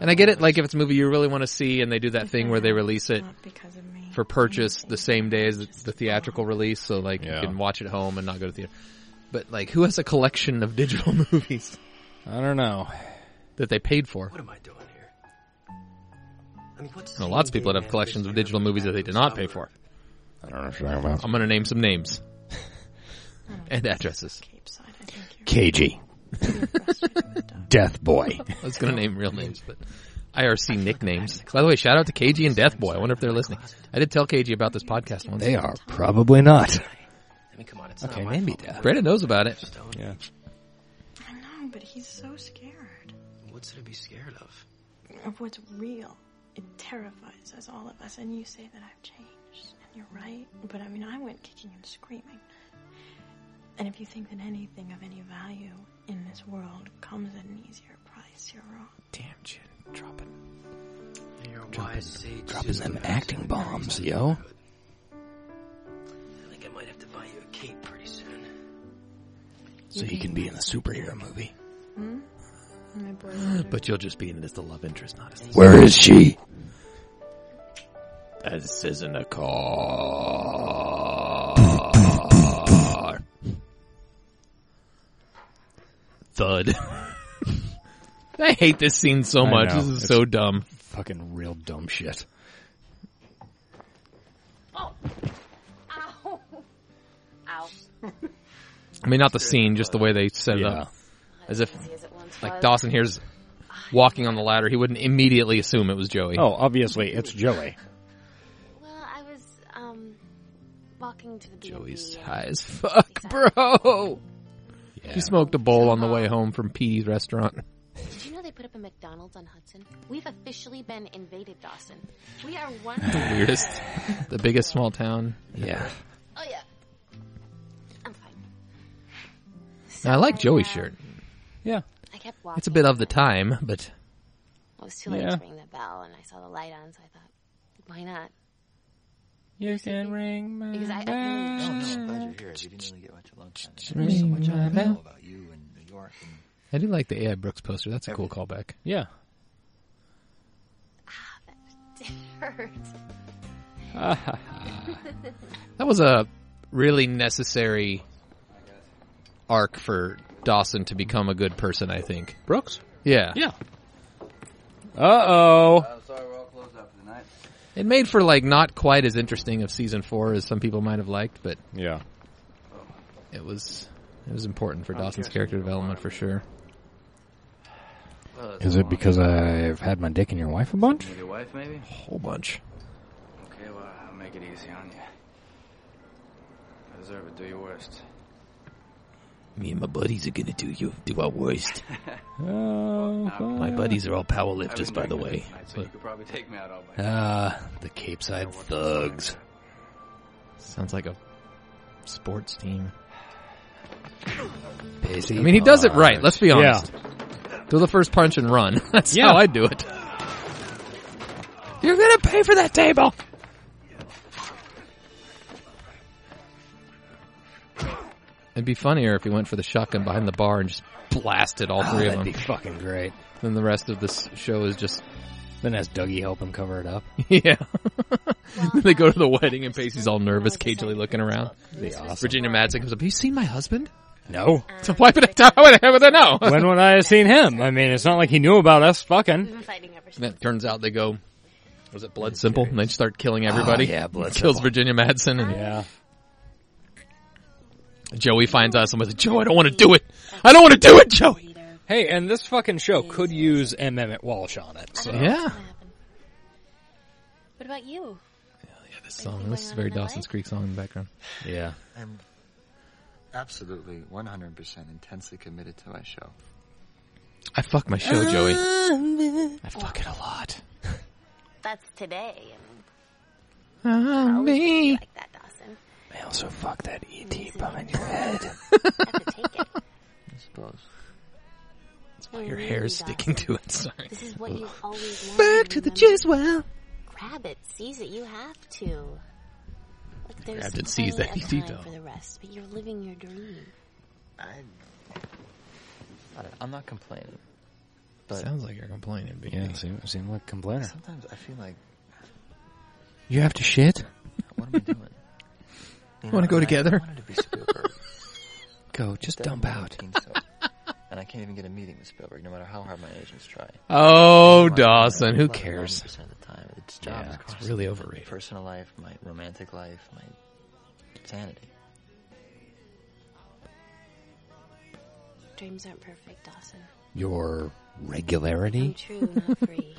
[SPEAKER 3] and I get it. Like if it's a movie you really want to see, and they do that thing where they release it for purchase the same day as the theatrical release, so like
[SPEAKER 2] Yeah.
[SPEAKER 3] you can watch it home and not go to theater. But like, who has a collection of digital <laughs> movies
[SPEAKER 2] I don't know.
[SPEAKER 3] that they paid for?
[SPEAKER 11] What am I doing here? I mean, what's
[SPEAKER 3] And lots of people that have collections of digital movies that they did not pay for.
[SPEAKER 2] I don't know what you're talking about.
[SPEAKER 3] I'm going to name some names and addresses. <laughs>
[SPEAKER 2] KG, Death
[SPEAKER 11] <laughs>
[SPEAKER 2] Boy.
[SPEAKER 3] I was going to name real names, but IRC nicknames. By the way, shout out to KG and Death Boy. I wonder if they're listening. I did tell KG about this podcast once.
[SPEAKER 2] They are probably not.
[SPEAKER 11] I mean, come on, it's
[SPEAKER 2] Okay,
[SPEAKER 11] not my
[SPEAKER 2] maybe
[SPEAKER 11] fault.
[SPEAKER 2] Death.
[SPEAKER 3] Brandon knows about it.
[SPEAKER 2] Yeah.
[SPEAKER 23] I know, but he's so scared
[SPEAKER 11] What's there to be scared of?
[SPEAKER 23] of what's real. It terrifies us, all of us. And you say that I've changed, and you're right. But I mean, I went kicking and screaming. And if you think that anything of any value in this world comes at an easier price, you're wrong.
[SPEAKER 3] Damn, Jin, dropping,
[SPEAKER 11] You're a
[SPEAKER 3] dropping,
[SPEAKER 11] wise sage.
[SPEAKER 3] dropping them
[SPEAKER 11] Zubat.
[SPEAKER 3] acting bombs, yo.
[SPEAKER 11] I think I might have to buy you a cape pretty soon.
[SPEAKER 3] So you can be in a superhero movie,
[SPEAKER 23] Hmm? My boy.
[SPEAKER 3] but you'll just be in it as the love interest, not as.
[SPEAKER 1] Where is she? This isn't a car.
[SPEAKER 3] Thud. <laughs> I hate this scene so
[SPEAKER 2] I
[SPEAKER 3] much.
[SPEAKER 2] know.
[SPEAKER 3] This is
[SPEAKER 2] It's
[SPEAKER 3] so dumb.
[SPEAKER 2] Fucking real dumb shit.
[SPEAKER 24] Ow. Ow.
[SPEAKER 3] I mean, not the scene, just the way they set it up. As if, like, Dawson hears walking on the ladder. He wouldn't immediately assume it was Joey.
[SPEAKER 2] Oh, obviously it's Joey.
[SPEAKER 5] Well, I was um walking to the B&B.
[SPEAKER 3] Joey's high as fuck, bro. He smoked a bowl on the way home from Petey's restaurant. <laughs>
[SPEAKER 5] Did you know they put up a McDonald's on Hudson? We've officially been invaded, Dawson. We are
[SPEAKER 3] <laughs>
[SPEAKER 5] one.
[SPEAKER 3] The weirdest, the biggest small town. Yeah.
[SPEAKER 5] Oh yeah.
[SPEAKER 3] Now, I like Joey's shirt. Yeah.
[SPEAKER 5] uh, I kept
[SPEAKER 3] It's a bit of the time, but
[SPEAKER 5] Well, it was too late
[SPEAKER 3] Yeah.
[SPEAKER 5] to ring the bell, and I saw the light on, so I thought, why not?
[SPEAKER 2] You can ring my
[SPEAKER 5] Because I-
[SPEAKER 2] bell.
[SPEAKER 10] No, no, I'm glad you're here. You didn't really get much alone time.
[SPEAKER 3] Ring
[SPEAKER 10] There's so much I
[SPEAKER 3] my
[SPEAKER 10] don't know
[SPEAKER 3] bell.
[SPEAKER 10] about you and New York. And
[SPEAKER 3] I do like the AI Brooks poster. That's a cool callback.
[SPEAKER 2] Yeah.
[SPEAKER 5] <laughs>
[SPEAKER 3] That was a really necessary arc for Dawson to become a good person, I think.
[SPEAKER 2] Brooks?
[SPEAKER 3] Yeah.
[SPEAKER 2] Yeah. Uh oh.
[SPEAKER 4] I'm sorry, we're all closed up for the night.
[SPEAKER 3] It made for like not quite as interesting of season 4 as some people might have liked, but
[SPEAKER 2] Yeah.
[SPEAKER 3] It was it was important for Dawson's character development for sure.
[SPEAKER 2] Is it because I've had my dick in your wife a bunch?
[SPEAKER 4] With your wife, maybe?
[SPEAKER 3] Whole bunch.
[SPEAKER 4] Okay, well, I'll make it easy on you. I deserve it. Do your worst.
[SPEAKER 3] Me and my buddies are gonna do you do our worst.
[SPEAKER 2] Uh,
[SPEAKER 4] my
[SPEAKER 3] buddies are all power lifters,
[SPEAKER 4] I've been
[SPEAKER 3] by the
[SPEAKER 4] drinking
[SPEAKER 3] way.
[SPEAKER 4] this night, so you could probably take me out all by
[SPEAKER 3] Ah, the Cape Side thugs. Sounds like a sports team. I mean, he does
[SPEAKER 2] uh,
[SPEAKER 3] it right. Let's be honest. Do the first punch and run. <laughs> That's
[SPEAKER 2] Yeah.
[SPEAKER 3] how I do it. You're gonna pay for that table. It'd be funnier if he went for the shotgun behind the bar and just blasted all
[SPEAKER 2] Oh,
[SPEAKER 3] three of
[SPEAKER 2] that'd
[SPEAKER 3] them.
[SPEAKER 2] be fucking great.
[SPEAKER 3] Then the rest of this show is just. <laughs>
[SPEAKER 2] Then has Dougie help him cover it up.
[SPEAKER 3] Yeah. <laughs> they go to the wedding and Pacey's all nervous, cagily looking around. Virginia Madsen comes up. Have you seen my husband? <laughs>
[SPEAKER 2] No.
[SPEAKER 3] So why would I? How would I, how would I
[SPEAKER 2] <laughs>
[SPEAKER 3] know? <laughs>
[SPEAKER 2] when would I have seen him? I mean, it's not like he knew about us fucking.
[SPEAKER 3] And it turns out they go, was it Blood Simple? And they start killing everybody.
[SPEAKER 2] Oh, yeah, Blood
[SPEAKER 3] Kills
[SPEAKER 2] Simple.
[SPEAKER 3] Virginia Madsen. And yeah. Joey finds us and was like, Joe, I don't want to do it. I don't want to do it, Joey.
[SPEAKER 2] Hey, and this fucking show could use M. Emmett Walsh on it. So.
[SPEAKER 3] Yeah.
[SPEAKER 5] What about you?
[SPEAKER 3] Yeah, this song. This is very Dawson's Creek song in the background.
[SPEAKER 2] Yeah.
[SPEAKER 10] I'm absolutely 100% intensely committed to my show.
[SPEAKER 3] I fuck my show, Joey. <laughs>
[SPEAKER 5] I
[SPEAKER 3] fuck it a lot.
[SPEAKER 5] That's today. and
[SPEAKER 3] Ah, me.
[SPEAKER 5] Like that, Dawson.
[SPEAKER 3] I also fuck that
[SPEAKER 2] E
[SPEAKER 3] ET behind your head. <laughs>
[SPEAKER 10] I suppose.
[SPEAKER 5] That's
[SPEAKER 3] why Your hair's sticking to it. Sorry.
[SPEAKER 5] This is what you always wanted.
[SPEAKER 3] Back to the
[SPEAKER 5] remember?
[SPEAKER 3] juice well.
[SPEAKER 5] Grab it, seize it. You have to. Like, there's
[SPEAKER 3] Grab it, seize
[SPEAKER 5] plenty
[SPEAKER 3] that
[SPEAKER 5] of
[SPEAKER 3] ET
[SPEAKER 5] time
[SPEAKER 3] doll.
[SPEAKER 5] for the rest, but you're living your dream.
[SPEAKER 3] <laughs>
[SPEAKER 10] I, I don't- I'm not complaining. But
[SPEAKER 3] Sounds like you're complaining. But
[SPEAKER 2] Yeah, seem, seem like a complainer.
[SPEAKER 10] sometimes I feel like,
[SPEAKER 2] You have to shit?
[SPEAKER 10] what am I <laughs> doing? You
[SPEAKER 3] Wanna go
[SPEAKER 10] and I-
[SPEAKER 3] together?
[SPEAKER 10] I wanted
[SPEAKER 3] <laughs>
[SPEAKER 10] to be Spielberg.
[SPEAKER 3] Go, just
[SPEAKER 10] It doesn't
[SPEAKER 3] dump out.
[SPEAKER 10] seem so. And I can't even get a meeting with Spielberg, no matter how hard my agents try.
[SPEAKER 3] Oh,
[SPEAKER 10] My-
[SPEAKER 3] Dawson, who
[SPEAKER 10] my-
[SPEAKER 3] cares?
[SPEAKER 10] 90% of the time, it's job
[SPEAKER 3] Yeah,
[SPEAKER 10] is
[SPEAKER 3] it's
[SPEAKER 10] costing
[SPEAKER 3] really
[SPEAKER 10] me my
[SPEAKER 3] overrated.
[SPEAKER 10] Personal life, my romantic life, my sanity.
[SPEAKER 5] Dreams aren't perfect, Dawson.
[SPEAKER 2] Your regularity?
[SPEAKER 5] True, not free.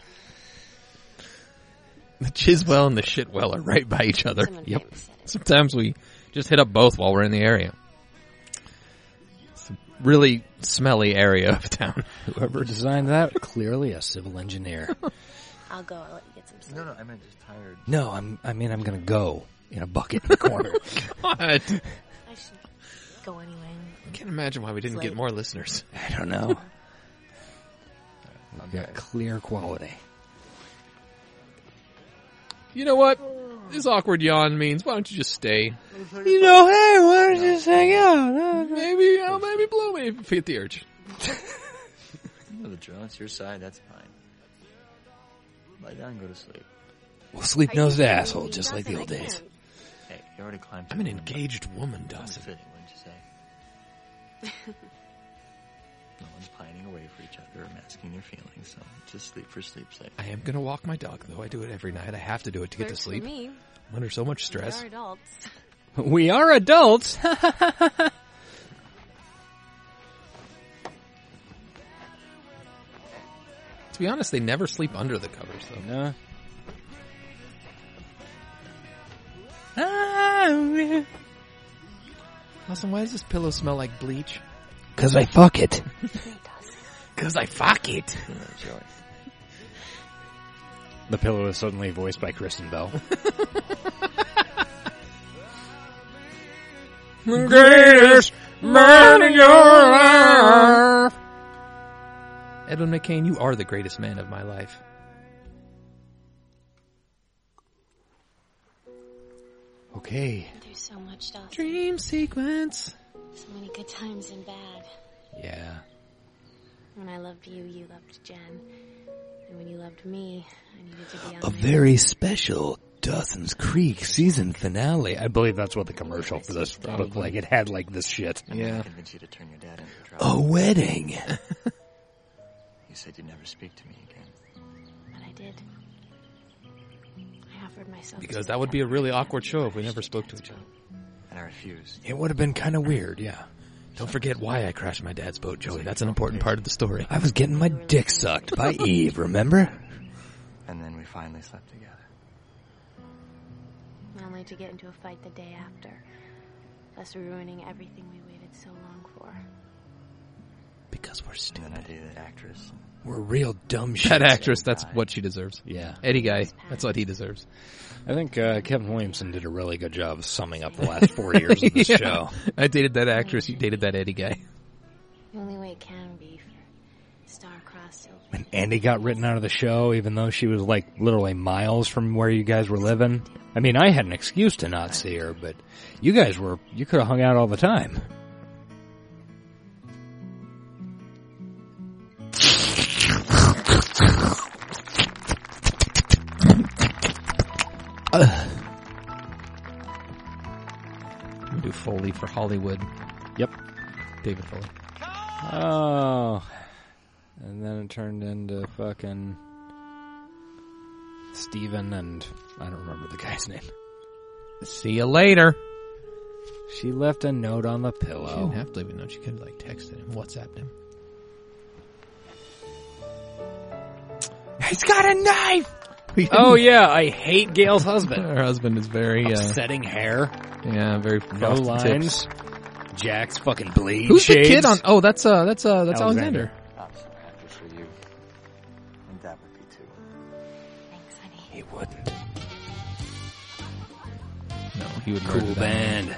[SPEAKER 3] The Chiswell and the Shitwell are right by each other.
[SPEAKER 5] Someone
[SPEAKER 3] Yep.
[SPEAKER 5] famous said
[SPEAKER 3] Sometimes we just hit up both while we're in the area. It's a really smelly area of town. <laughs>
[SPEAKER 2] Whoever designed that, clearly a civil engineer.
[SPEAKER 5] I'll go. I'll let you get some sleep.
[SPEAKER 10] No, no, I meant just tired.
[SPEAKER 2] No, I'm, I mean, I'm gonna go in a bucket in the corner.
[SPEAKER 3] God.
[SPEAKER 5] I should.
[SPEAKER 25] go anyway.
[SPEAKER 3] I can't imagine why we didn't get more listeners. <laughs>
[SPEAKER 2] I don't know. Yeah, clear quality.
[SPEAKER 3] You know what? This awkward yawn means why don't you just stay?
[SPEAKER 26] You know, hey, why don't you just hang out?
[SPEAKER 3] Maybe, oh, maybe blow me if you get the urge.
[SPEAKER 10] You know the drill. It's your side. That's fine. Lie down and go to sleep.
[SPEAKER 1] Well, sleep nosed asshole, just like the old days.
[SPEAKER 10] Hey, you already climbed.
[SPEAKER 1] I'm an engaged woman,
[SPEAKER 10] Doesn't
[SPEAKER 1] Dawson.
[SPEAKER 10] fitting, wouldn't you say? <laughs> No one's pining away for each other or masking their feelings, so just sleep for sleep's sake.
[SPEAKER 3] I am going to walk my dog, though. I do it every night. I have to do it to get to
[SPEAKER 5] Works for
[SPEAKER 3] sleep.
[SPEAKER 5] me.
[SPEAKER 3] I'm under so much stress.
[SPEAKER 5] We are adults.
[SPEAKER 2] We are
[SPEAKER 3] <laughs>
[SPEAKER 2] adults.
[SPEAKER 3] To be honest, they never sleep under the covers, though.
[SPEAKER 2] No.
[SPEAKER 3] Awesome. Why does this pillow smell like bleach?
[SPEAKER 1] Cause I fuck it. Oh,
[SPEAKER 3] Cause I
[SPEAKER 1] <laughs>
[SPEAKER 3] fuck it.
[SPEAKER 2] The pillow is suddenly voiced by Kristen
[SPEAKER 3] <laughs>
[SPEAKER 2] Bell.
[SPEAKER 26] Greatest man in your life.
[SPEAKER 3] Edwin McCain, you are the greatest man of my life.
[SPEAKER 2] Okay.
[SPEAKER 5] There's so much stuff.
[SPEAKER 3] Dream sequence.
[SPEAKER 5] So many good times and bad.
[SPEAKER 3] Yeah.
[SPEAKER 5] When I loved you, you loved Jen. And when you loved me, I needed to be on
[SPEAKER 1] A
[SPEAKER 5] my
[SPEAKER 1] very special Dawson's Creek season finale.
[SPEAKER 2] I believe that's what the commercial for this looked like. It had like this shit.
[SPEAKER 10] I'm gonna convince you to turn your dad into a
[SPEAKER 1] A
[SPEAKER 10] drop.
[SPEAKER 1] wedding.
[SPEAKER 10] You said you'd never speak to me again.
[SPEAKER 5] But I did. I offered myself.
[SPEAKER 3] Because
[SPEAKER 5] to
[SPEAKER 3] that would be a really awkward show if we never spoke to each other.
[SPEAKER 10] And I refused.
[SPEAKER 1] It would have been kind of weird, yeah.
[SPEAKER 3] Don't forget why I crashed my dad's boat, Joey. That's an important part of the story.
[SPEAKER 1] I was getting my dick sucked by Eve, remember?
[SPEAKER 10] And then we finally slept together.
[SPEAKER 5] only to get into a fight the day after, thus ruining everything we waited so long for.
[SPEAKER 1] Because we're stupid.
[SPEAKER 10] And then I dated that actress.
[SPEAKER 1] We're real dumb shit.
[SPEAKER 3] That actress, that's what she deserves.
[SPEAKER 2] Yeah.
[SPEAKER 3] Eddie Guy, that's what he deserves.
[SPEAKER 2] I think uh, Kevin Williamson did a really good job of summing up the last four years of <laughs> this
[SPEAKER 3] Yeah.
[SPEAKER 2] show.
[SPEAKER 3] I dated that actress, you dated that Eddie Guy.
[SPEAKER 5] The only way it can be for star-crossed Sylvia.
[SPEAKER 2] And Andy got written out of the show, even though she was like literally miles from where you guys were living. I mean, I had an excuse to not see her, but you guys were, you could have hung out all the time.
[SPEAKER 3] We do Foley for Hollywood.
[SPEAKER 2] Yep.
[SPEAKER 3] David Foley.
[SPEAKER 2] Oh. And then it turned into fucking Steven and I don't remember the guy's name.
[SPEAKER 3] See you later.
[SPEAKER 2] She left a note on the
[SPEAKER 3] She didn't
[SPEAKER 2] pillow.
[SPEAKER 3] have to leave a note. She could have like texted him, WhatsApped him.
[SPEAKER 1] He's got a knife!
[SPEAKER 2] <laughs> Oh yeah, I hate Gail's husband.
[SPEAKER 1] <laughs>
[SPEAKER 3] Her husband is very, uh,
[SPEAKER 2] Upsetting hair,
[SPEAKER 3] yeah, very
[SPEAKER 2] no
[SPEAKER 3] frosted tips.
[SPEAKER 2] lines. Jack's fucking bleed.
[SPEAKER 3] Who's
[SPEAKER 2] shades.
[SPEAKER 3] the kid on? Oh, that's uh, that's uh, that's
[SPEAKER 2] Alexander.
[SPEAKER 3] Alexander.
[SPEAKER 10] I'm so happy for you. And that would be too.
[SPEAKER 5] Thanks, honey.
[SPEAKER 1] He wouldn't.
[SPEAKER 3] No, he would murder
[SPEAKER 1] Cool
[SPEAKER 3] that man.
[SPEAKER 1] band.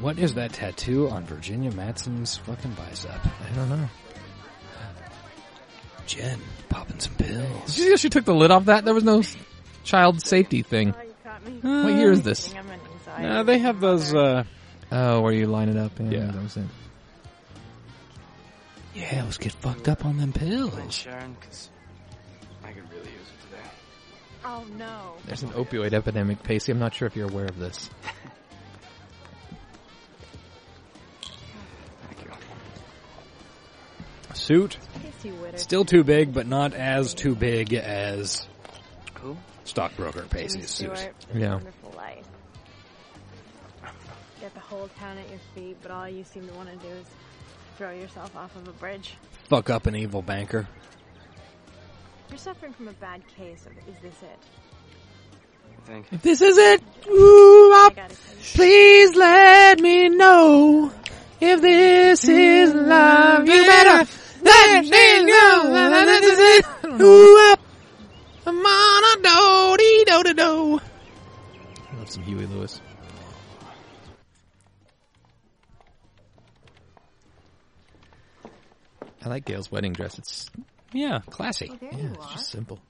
[SPEAKER 2] What is that tattoo on Virginia Madsen's fucking bicep?
[SPEAKER 3] I don't know.
[SPEAKER 1] Jen, popping some pills.
[SPEAKER 3] Did you see how she took the lid off that? There was no s- child safety thing.
[SPEAKER 15] you caught
[SPEAKER 25] <laughs>
[SPEAKER 15] me.
[SPEAKER 3] What year is this?
[SPEAKER 15] I'm an anxiety.
[SPEAKER 2] No, they have those. uh
[SPEAKER 3] Oh, where you line it up? Yeah,
[SPEAKER 2] Yeah.
[SPEAKER 3] that was it.
[SPEAKER 1] Yeah, let's get fucked up on them
[SPEAKER 4] Thanks,
[SPEAKER 1] pills.
[SPEAKER 4] Sharon, 'cause I could really use it today.
[SPEAKER 24] Oh no.
[SPEAKER 3] There's an opioid epidemic, Pacey. I'm not sure if you're aware of this.
[SPEAKER 4] Thank you.
[SPEAKER 2] suit.
[SPEAKER 24] Yes, you would.
[SPEAKER 2] Still too big, but not as too big as
[SPEAKER 4] Who?
[SPEAKER 2] stockbroker
[SPEAKER 15] Jimmy
[SPEAKER 2] Pacey's
[SPEAKER 15] Stewart,
[SPEAKER 2] suit.
[SPEAKER 15] The
[SPEAKER 3] Yeah.
[SPEAKER 15] Wonderful Life. Got the whole town at your feet, but all you seem to want to do is throw yourself off of a bridge.
[SPEAKER 2] Fuck up an evil banker.
[SPEAKER 15] You're suffering from a bad case of is this it?
[SPEAKER 4] I think.
[SPEAKER 1] This is it! Ooh,
[SPEAKER 15] I
[SPEAKER 1] I-
[SPEAKER 15] gotta tell you.
[SPEAKER 1] please let me know if this is love. You better
[SPEAKER 3] like Gail's wedding dress. It's
[SPEAKER 2] yeah,
[SPEAKER 8] Oh,
[SPEAKER 2] classy.
[SPEAKER 3] yeah, it's just simple.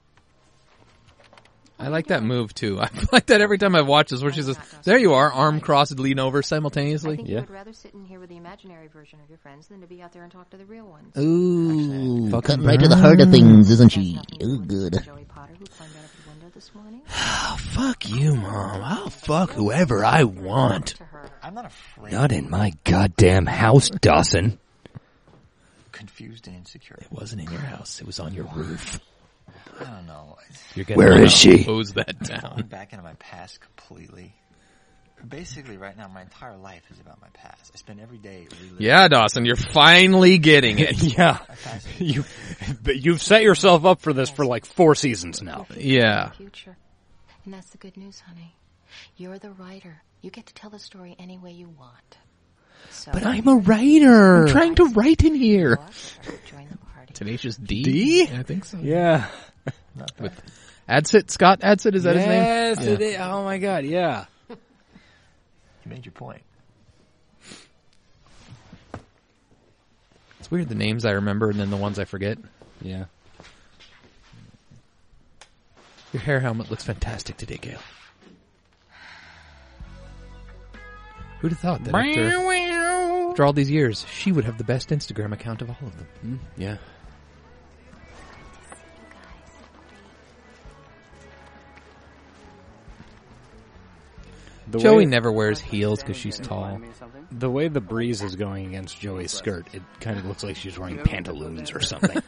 [SPEAKER 3] I like that move too. <laughs> I like that every time I watch this, where she says, "There you are, arm crossed, lean over
[SPEAKER 8] I
[SPEAKER 3] simultaneously."
[SPEAKER 8] think you would rather sit in here with the imaginary version of your friends than to be out there and talk to the real ones.
[SPEAKER 13] Ooh,
[SPEAKER 8] Fucking
[SPEAKER 13] cutting right to the heart of things, isn't she? Ooh, good.
[SPEAKER 1] Oh, fuck you, Mom. I'll fuck whoever I want.
[SPEAKER 7] I'm not afraid.
[SPEAKER 1] Not in my goddamn house, Dawson.
[SPEAKER 7] Confused and insecure.
[SPEAKER 3] It wasn't in your house. It was on your roof.
[SPEAKER 7] I don't know.
[SPEAKER 3] You're
[SPEAKER 1] getting Where is she?
[SPEAKER 3] Hose that
[SPEAKER 7] I'm
[SPEAKER 3] down. <laughs>
[SPEAKER 7] going back into my past completely. Basically, right now, my entire life is about my past. I spend every day reliving.
[SPEAKER 3] Yeah, Dawson, you're finally getting <laughs> it.
[SPEAKER 2] yeah, you, but you've set yourself up for this for like four seasons now.
[SPEAKER 3] Yeah.
[SPEAKER 8] Future. And that's the good news, honey. You're the writer. You get to tell the story any way you want. So
[SPEAKER 1] But I'm a writer.
[SPEAKER 3] I'm trying to write in here.
[SPEAKER 8] Join the party.
[SPEAKER 3] Tenacious D.
[SPEAKER 1] D?
[SPEAKER 3] I think so.
[SPEAKER 2] Yeah.
[SPEAKER 3] With Adsit, Scott Adsit, is that
[SPEAKER 2] yes,
[SPEAKER 3] his name?
[SPEAKER 2] it is. Oh my god, yeah.
[SPEAKER 7] You made your point.
[SPEAKER 3] It's weird the names I remember and then the ones I forget.
[SPEAKER 2] Yeah.
[SPEAKER 3] Your hair helmet looks fantastic today, Gail. Who'd have thought that after, after all these years, she would have the best Instagram account of all of them?
[SPEAKER 1] Yeah.
[SPEAKER 2] The
[SPEAKER 3] Joey
[SPEAKER 2] way-
[SPEAKER 3] never wears heels because she's tall.
[SPEAKER 2] The way the breeze is going against Joey's skirt, it kind of looks like she's wearing pantaloons or something.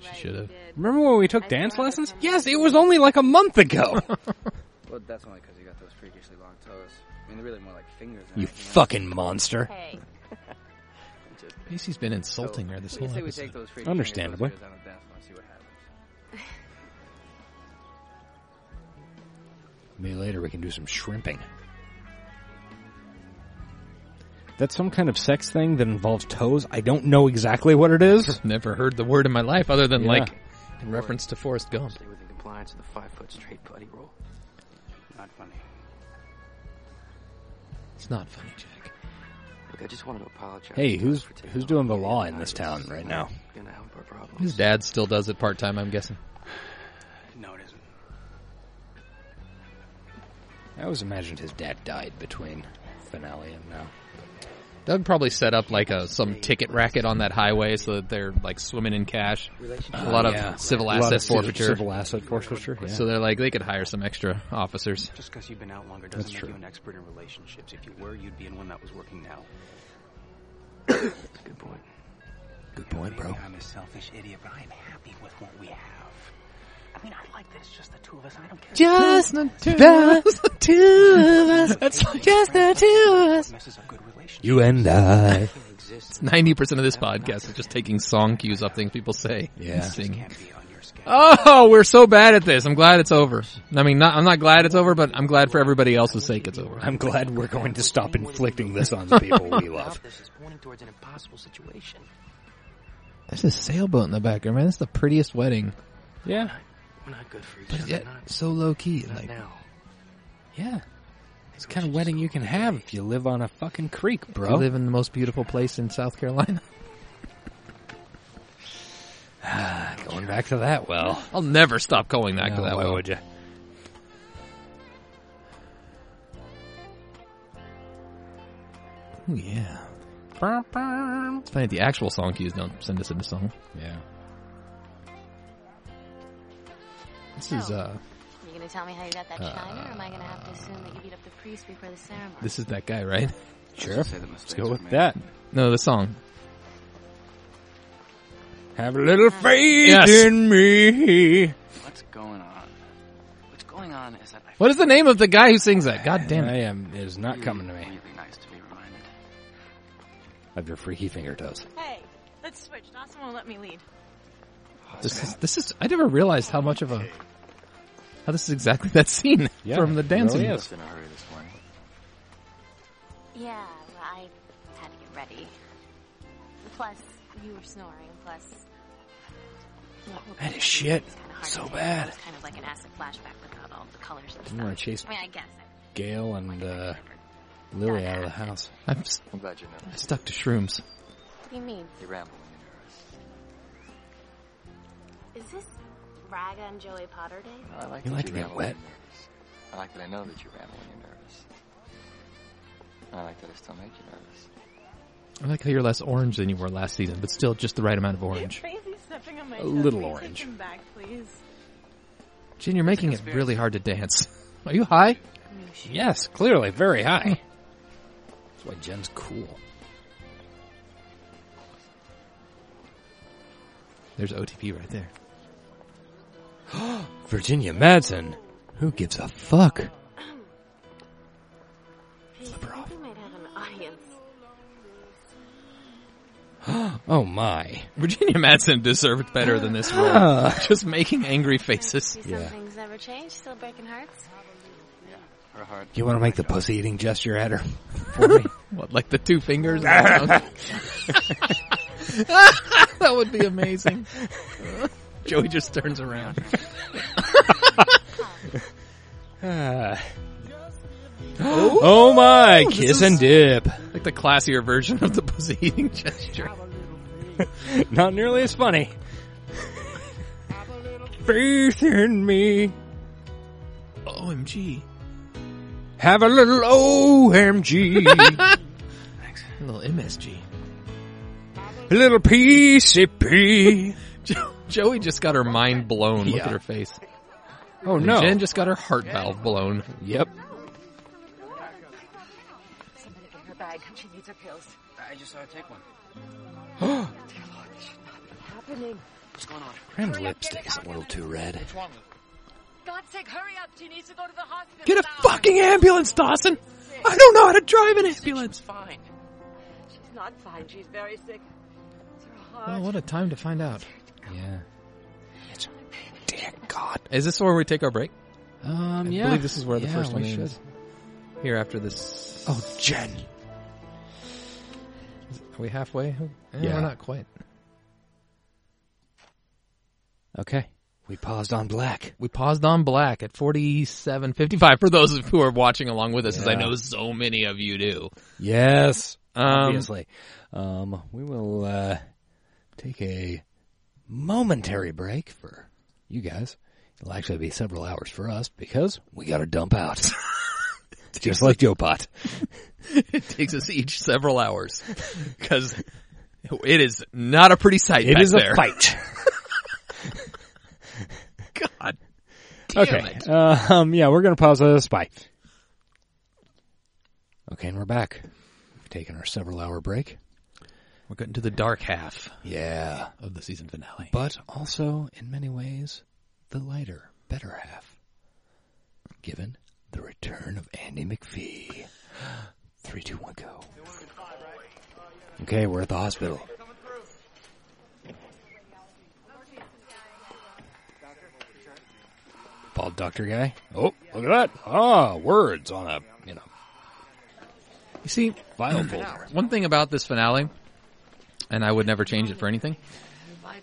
[SPEAKER 3] She should have.
[SPEAKER 2] <laughs> Remember when we took dance lessons? Yes, it was only like a month ago.
[SPEAKER 4] Well, that's only because you got those freakishly long toes. I mean, they're really more like fingers. Than
[SPEAKER 2] <laughs> you
[SPEAKER 4] anything else.
[SPEAKER 2] fucking monster.
[SPEAKER 3] Macy's been insulting her this
[SPEAKER 4] So,
[SPEAKER 3] whole
[SPEAKER 4] let's say we
[SPEAKER 3] episode.
[SPEAKER 4] take those freaky fingers,
[SPEAKER 2] Understandably.
[SPEAKER 4] those are down the dance floor, and see what happens.
[SPEAKER 2] Maybe later we can do some shrimping. That's some kind of sex thing that involves toes. I don't know exactly what it <laughs> is.
[SPEAKER 3] Never heard the word in my life other than
[SPEAKER 2] Yeah.
[SPEAKER 3] like in reference to Forrest Gump.
[SPEAKER 4] Stay within compliance of the five foot straight buddy rule. Not funny.
[SPEAKER 3] It's not funny, Jack.
[SPEAKER 4] Look, I just wanted to apologize.
[SPEAKER 2] Hey, who's who's doing the law in this town right now?
[SPEAKER 4] Gonna help our problem.
[SPEAKER 3] His dad still does it part time, I'm guessing.
[SPEAKER 4] No, it isn't.
[SPEAKER 2] I always imagined his dad died between finale and now.
[SPEAKER 3] Doug probably set up like a some ticket racket on that highway so that they're like swimming in cash. A
[SPEAKER 2] Oh,
[SPEAKER 3] lot of civil asset forfeiture.
[SPEAKER 2] Civil asset forfeiture. Yeah.
[SPEAKER 3] So they're like they could hire some extra officers.
[SPEAKER 4] Just because you've been out longer
[SPEAKER 2] That's
[SPEAKER 4] doesn't make
[SPEAKER 2] true.
[SPEAKER 4] you an expert in relationships. If you were, you'd be in one that was working now. That's a good point.
[SPEAKER 1] Good point, bro.
[SPEAKER 4] I'm a selfish idiot, but I'm happy with what we have. I mean, I like this, just the two of us. I don't care.
[SPEAKER 1] Just
[SPEAKER 3] the
[SPEAKER 1] two of us. Just the two of us.
[SPEAKER 3] You and
[SPEAKER 1] I.
[SPEAKER 3] It's ninety percent of this podcast is just taking song cues off things people say. and
[SPEAKER 1] Yeah.
[SPEAKER 3] singing. Oh, we're so bad at this. I'm glad it's over. I mean, not, I'm not glad it's over, but I'm glad for everybody else's sake it's over.
[SPEAKER 2] <laughs> I'm glad we're going to stop inflicting this on the people we love.
[SPEAKER 11] This is pointing towards an impossible situation.
[SPEAKER 3] There's a sailboat in the background, man. That's the prettiest wedding.
[SPEAKER 2] <laughs> Yeah.
[SPEAKER 11] We're not good for each
[SPEAKER 3] But
[SPEAKER 11] other.
[SPEAKER 3] yet,
[SPEAKER 11] Not,
[SPEAKER 3] so low key.
[SPEAKER 11] not
[SPEAKER 3] Like,
[SPEAKER 11] now.
[SPEAKER 2] Yeah. It's the kind of wedding you can have if you live on a fucking creek,
[SPEAKER 3] you
[SPEAKER 2] bro.
[SPEAKER 3] live in the most beautiful place in South Carolina.
[SPEAKER 2] going back to that well.
[SPEAKER 3] <laughs> I'll never stop going back to
[SPEAKER 2] No,
[SPEAKER 3] that
[SPEAKER 2] why
[SPEAKER 3] well.
[SPEAKER 2] would you?
[SPEAKER 3] Ooh, Oh, yeah. It's funny, the actual song cues don't send us into song.
[SPEAKER 2] Yeah.
[SPEAKER 3] This is, uh,
[SPEAKER 5] Are you gonna tell me how you got that
[SPEAKER 3] Uh,
[SPEAKER 5] shine, or am I gonna have to assume that you beat up the priest before the ceremony?
[SPEAKER 3] this is that guy, right?
[SPEAKER 2] Sure. Let's go with that.
[SPEAKER 3] No, the song.
[SPEAKER 2] Have a little faith
[SPEAKER 3] Yes.
[SPEAKER 2] in me.
[SPEAKER 4] What's going on? What's going on is that I
[SPEAKER 3] What is the name of the guy who sings that? God damn
[SPEAKER 2] I
[SPEAKER 3] it.
[SPEAKER 2] am it is not coming to me.
[SPEAKER 4] really nice to be reminded.
[SPEAKER 2] Of your freaky finger toes.
[SPEAKER 15] Hey, let's switch. Dawson won't let me lead.
[SPEAKER 3] This is, this is, I never realized how much of a, how this is exactly <laughs> that scene
[SPEAKER 2] Yeah,
[SPEAKER 3] from the
[SPEAKER 2] it
[SPEAKER 3] dancing.
[SPEAKER 2] really
[SPEAKER 3] movie.
[SPEAKER 2] is.
[SPEAKER 7] In a hurry this morning.
[SPEAKER 5] Yeah, well, I had to get ready. Plus, you were snoring. Plus,
[SPEAKER 2] That is shit. So bad.
[SPEAKER 5] It's kind of like an acid flashback without all the colors and
[SPEAKER 2] I'm
[SPEAKER 5] stuff.
[SPEAKER 2] gonna chase
[SPEAKER 5] I mean, I guess.
[SPEAKER 2] Gail and uh, Lily out of the house.
[SPEAKER 3] I'm, s-
[SPEAKER 7] I'm glad you know.
[SPEAKER 3] I stuck to shrooms.
[SPEAKER 5] What do you mean?
[SPEAKER 7] You ramble when
[SPEAKER 5] Is this Raga and Joey Potter day?
[SPEAKER 11] I like
[SPEAKER 2] You
[SPEAKER 11] that
[SPEAKER 2] like
[SPEAKER 11] you
[SPEAKER 2] to get
[SPEAKER 11] ramble when
[SPEAKER 2] wet.
[SPEAKER 11] you're nervous. I like that I know that you ramble when you're nervous. I like that I still make you nervous.
[SPEAKER 3] I like how you're less orange than you were last season, but still just the right amount of orange.
[SPEAKER 15] Crazy stepping on my
[SPEAKER 3] A
[SPEAKER 15] toes.
[SPEAKER 3] little
[SPEAKER 15] Will you
[SPEAKER 3] orange.
[SPEAKER 15] Take them back, please.
[SPEAKER 3] Jin, you're making it really hard to dance. <laughs> Are you high?
[SPEAKER 2] Yes, clearly very high.
[SPEAKER 3] Hmm.
[SPEAKER 2] That's why Jen's cool.
[SPEAKER 3] There's OTP right there.
[SPEAKER 2] Virginia Madsen. Who gives a fuck?
[SPEAKER 5] Hey, I think we might have an audience.
[SPEAKER 2] Oh my.
[SPEAKER 3] Virginia Madsen deserved better than this
[SPEAKER 2] <laughs>
[SPEAKER 3] role. <laughs>
[SPEAKER 2] Ah.
[SPEAKER 3] Just making angry faces.
[SPEAKER 5] Do some things never change, still breaking hearts.
[SPEAKER 11] Her heart.
[SPEAKER 2] You want to make the pussy eating gesture at her for me?
[SPEAKER 3] what, like the
[SPEAKER 2] <laughs>
[SPEAKER 3] two fingers? <laughs> that would be amazing. <laughs> Joey just turns around.
[SPEAKER 2] Ah. <gasps> oh my,
[SPEAKER 3] This
[SPEAKER 2] kiss
[SPEAKER 3] is
[SPEAKER 2] and dip.
[SPEAKER 3] Like the classier version of the pussy eating gesture.
[SPEAKER 2] Not nearly as funny. Faith in me.
[SPEAKER 3] OMG.
[SPEAKER 2] Have a little OMG.
[SPEAKER 3] A little MSG.
[SPEAKER 2] a little PCP.
[SPEAKER 3] Jo- Joey just got her mind blown. Look
[SPEAKER 2] Yeah.
[SPEAKER 3] at her face.
[SPEAKER 2] Oh
[SPEAKER 3] And
[SPEAKER 2] no.
[SPEAKER 3] Jen just got her heart valve blown.
[SPEAKER 2] Yep.
[SPEAKER 25] Somebody get her bag. She needs her pills.
[SPEAKER 10] I just saw her take one.
[SPEAKER 25] Happening.
[SPEAKER 10] What's going on?
[SPEAKER 2] Her lipstick is a little too red.
[SPEAKER 10] What's wrong with her?
[SPEAKER 25] God's sake, hurry up. She needs to go to the hospital.
[SPEAKER 3] Get a
[SPEAKER 25] now.
[SPEAKER 3] fucking ambulance, Dawson! I don't know how to drive an ambulance!
[SPEAKER 25] Fine. She's not fine. She's very sick. It's her heart.
[SPEAKER 3] Well, what a time to find out.
[SPEAKER 2] Yeah.
[SPEAKER 3] Is this where we take our break?
[SPEAKER 2] Um,
[SPEAKER 3] I
[SPEAKER 2] yeah.
[SPEAKER 3] believe this is where the
[SPEAKER 2] Yeah,
[SPEAKER 3] first
[SPEAKER 2] we
[SPEAKER 3] one is.
[SPEAKER 2] should.
[SPEAKER 3] Here after this.
[SPEAKER 2] Oh, Jen.
[SPEAKER 3] Are we halfway? Eh,
[SPEAKER 2] Yeah.
[SPEAKER 3] We're not quite.
[SPEAKER 2] Okay. We paused on black.
[SPEAKER 3] We paused on black at 47.55 for those who are watching along with us, as I
[SPEAKER 2] Yeah.
[SPEAKER 3] know so many of you do.
[SPEAKER 2] Yes.
[SPEAKER 3] Um,
[SPEAKER 2] obviously. Um, we will uh, take a momentary break for you guys. It'll actually be several hours for us because we got to dump
[SPEAKER 3] <laughs>
[SPEAKER 2] out. Just like Joe Pot.
[SPEAKER 3] It takes us each several hours <laughs> because it is not a pretty sight
[SPEAKER 2] It
[SPEAKER 3] back
[SPEAKER 2] is
[SPEAKER 3] there.
[SPEAKER 2] a fight.
[SPEAKER 3] <laughs> God. <laughs> damn
[SPEAKER 2] okay.
[SPEAKER 3] it.
[SPEAKER 2] Uh, um, yeah, we're going to pause this. Bye. Okay, and we're back. We've taken our several hour break.
[SPEAKER 3] We're getting to the dark half
[SPEAKER 2] Yeah.
[SPEAKER 3] of the season finale.
[SPEAKER 2] but also in many ways the lighter, better half. Given the return of Andy McPhee. <gasps> Three, two, one, go. Okay, we're at the hospital. Bald doctor guy. Oh, look at that! Ah, words on a you know
[SPEAKER 3] You see,
[SPEAKER 2] file folder.
[SPEAKER 3] one thing about this finale, and I would never change it for anything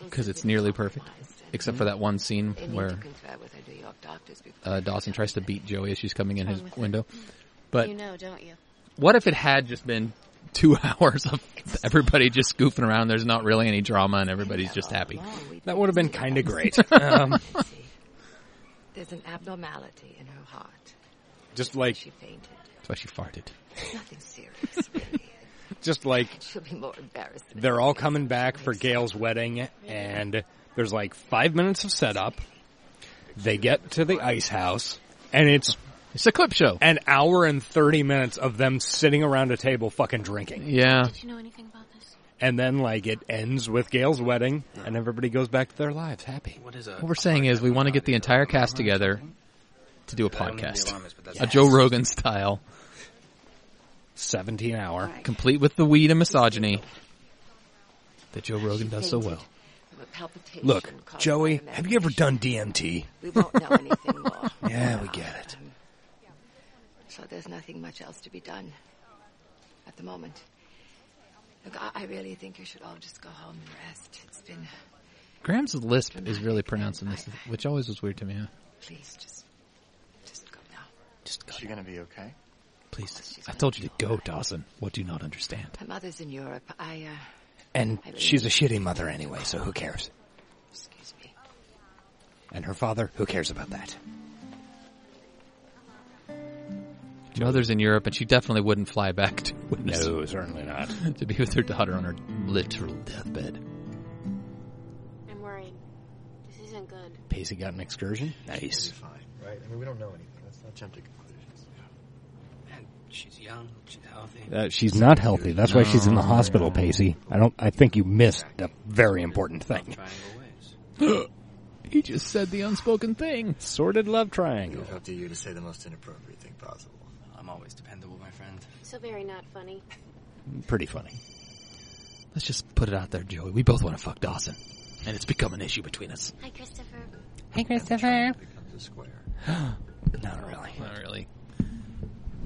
[SPEAKER 3] because it's nearly perfect, except for that one scene
[SPEAKER 25] They need to
[SPEAKER 3] where
[SPEAKER 25] confer with her New York doctors before
[SPEAKER 3] uh, Dawson tries to beat Joey as she's coming in his
[SPEAKER 5] Fine with it.
[SPEAKER 3] window. But
[SPEAKER 5] you know, don't you?
[SPEAKER 3] what if it had just been two <laughs> hours of everybody just goofing around? There's not really any drama, and everybody's just happy.
[SPEAKER 2] That would have been kind of great. Um,
[SPEAKER 25] There's an abnormality in her heart.
[SPEAKER 2] just like,
[SPEAKER 25] She fainted.
[SPEAKER 3] That's why she farted.
[SPEAKER 25] It's Nothing serious, really.
[SPEAKER 2] just like
[SPEAKER 25] She'll be more embarrassed. than
[SPEAKER 2] They're all
[SPEAKER 25] anything.
[SPEAKER 2] coming back for Gail's wedding, and there's like five minutes of setup. They get to the ice house, and it's
[SPEAKER 3] It's a clip show.
[SPEAKER 2] an hour and 30 minutes of them sitting around a table fucking drinking.
[SPEAKER 3] Yeah.
[SPEAKER 5] Did you know anything about this?
[SPEAKER 2] And then like it ends with Gail's wedding, and everybody goes back to their lives happy.
[SPEAKER 10] What is a?
[SPEAKER 3] What we're saying is we want to get the entire cast together to do a podcast.
[SPEAKER 10] alarm is, but that's
[SPEAKER 3] A Joe Rogan style,
[SPEAKER 2] 17 hour.
[SPEAKER 3] complete with the weed and misogyny that Joe Rogan does so well.
[SPEAKER 25] From a palpitation
[SPEAKER 2] Look,
[SPEAKER 25] caused by
[SPEAKER 2] Joey,
[SPEAKER 25] a
[SPEAKER 2] have you ever done DMT?
[SPEAKER 25] We won't
[SPEAKER 2] <laughs>
[SPEAKER 25] know anything more.
[SPEAKER 2] Yeah, we get it.
[SPEAKER 25] Um, so there's nothing much else to be done at the moment. Look, I, I really think you should all just go home and rest. It's been.
[SPEAKER 3] Graham's lisp is really pronounced in this, which always was weird to me. huh?
[SPEAKER 25] Please just, just go now.
[SPEAKER 3] Just go.
[SPEAKER 7] Is she
[SPEAKER 2] <laughs>
[SPEAKER 7] gonna be okay?
[SPEAKER 3] Please. I told you to go, Dawson. What do you not understand?
[SPEAKER 25] My mother's in Europe. I. uh...
[SPEAKER 2] And she's a shitty mother anyway, so who cares?
[SPEAKER 25] Excuse me.
[SPEAKER 2] And her father, who cares about that?
[SPEAKER 3] Mother's in Europe, and she definitely wouldn't fly back to <laughs> witness.
[SPEAKER 2] No, certainly not.
[SPEAKER 3] to be with her daughter on her literal deathbed.
[SPEAKER 5] I'm worried. This isn't good.
[SPEAKER 2] <laughs> Pacey got an excursion? Nice.
[SPEAKER 10] right? I mean, we don't know anything. Let's not jump to conclusions.
[SPEAKER 27] She's young. She's healthy.
[SPEAKER 2] Uh, she's not healthy. That's why she's in the
[SPEAKER 27] No.
[SPEAKER 2] hospital, Pacey. I don't. I think you missed a very important thing. <gasps>
[SPEAKER 3] he just said the unspoken thing.
[SPEAKER 2] Sorted love
[SPEAKER 10] It
[SPEAKER 2] triangle.
[SPEAKER 10] was up to you to say the most inappropriate thing possible.
[SPEAKER 27] I'm always dependable, my friend.
[SPEAKER 5] So very not funny.
[SPEAKER 2] Pretty funny.
[SPEAKER 3] Let's just put it out there, Joey. We both want to fuck Dawson, and it's become an issue between us.
[SPEAKER 5] Hi, Christopher.
[SPEAKER 28] Hey, Christopher.
[SPEAKER 2] Not really.
[SPEAKER 3] Not really.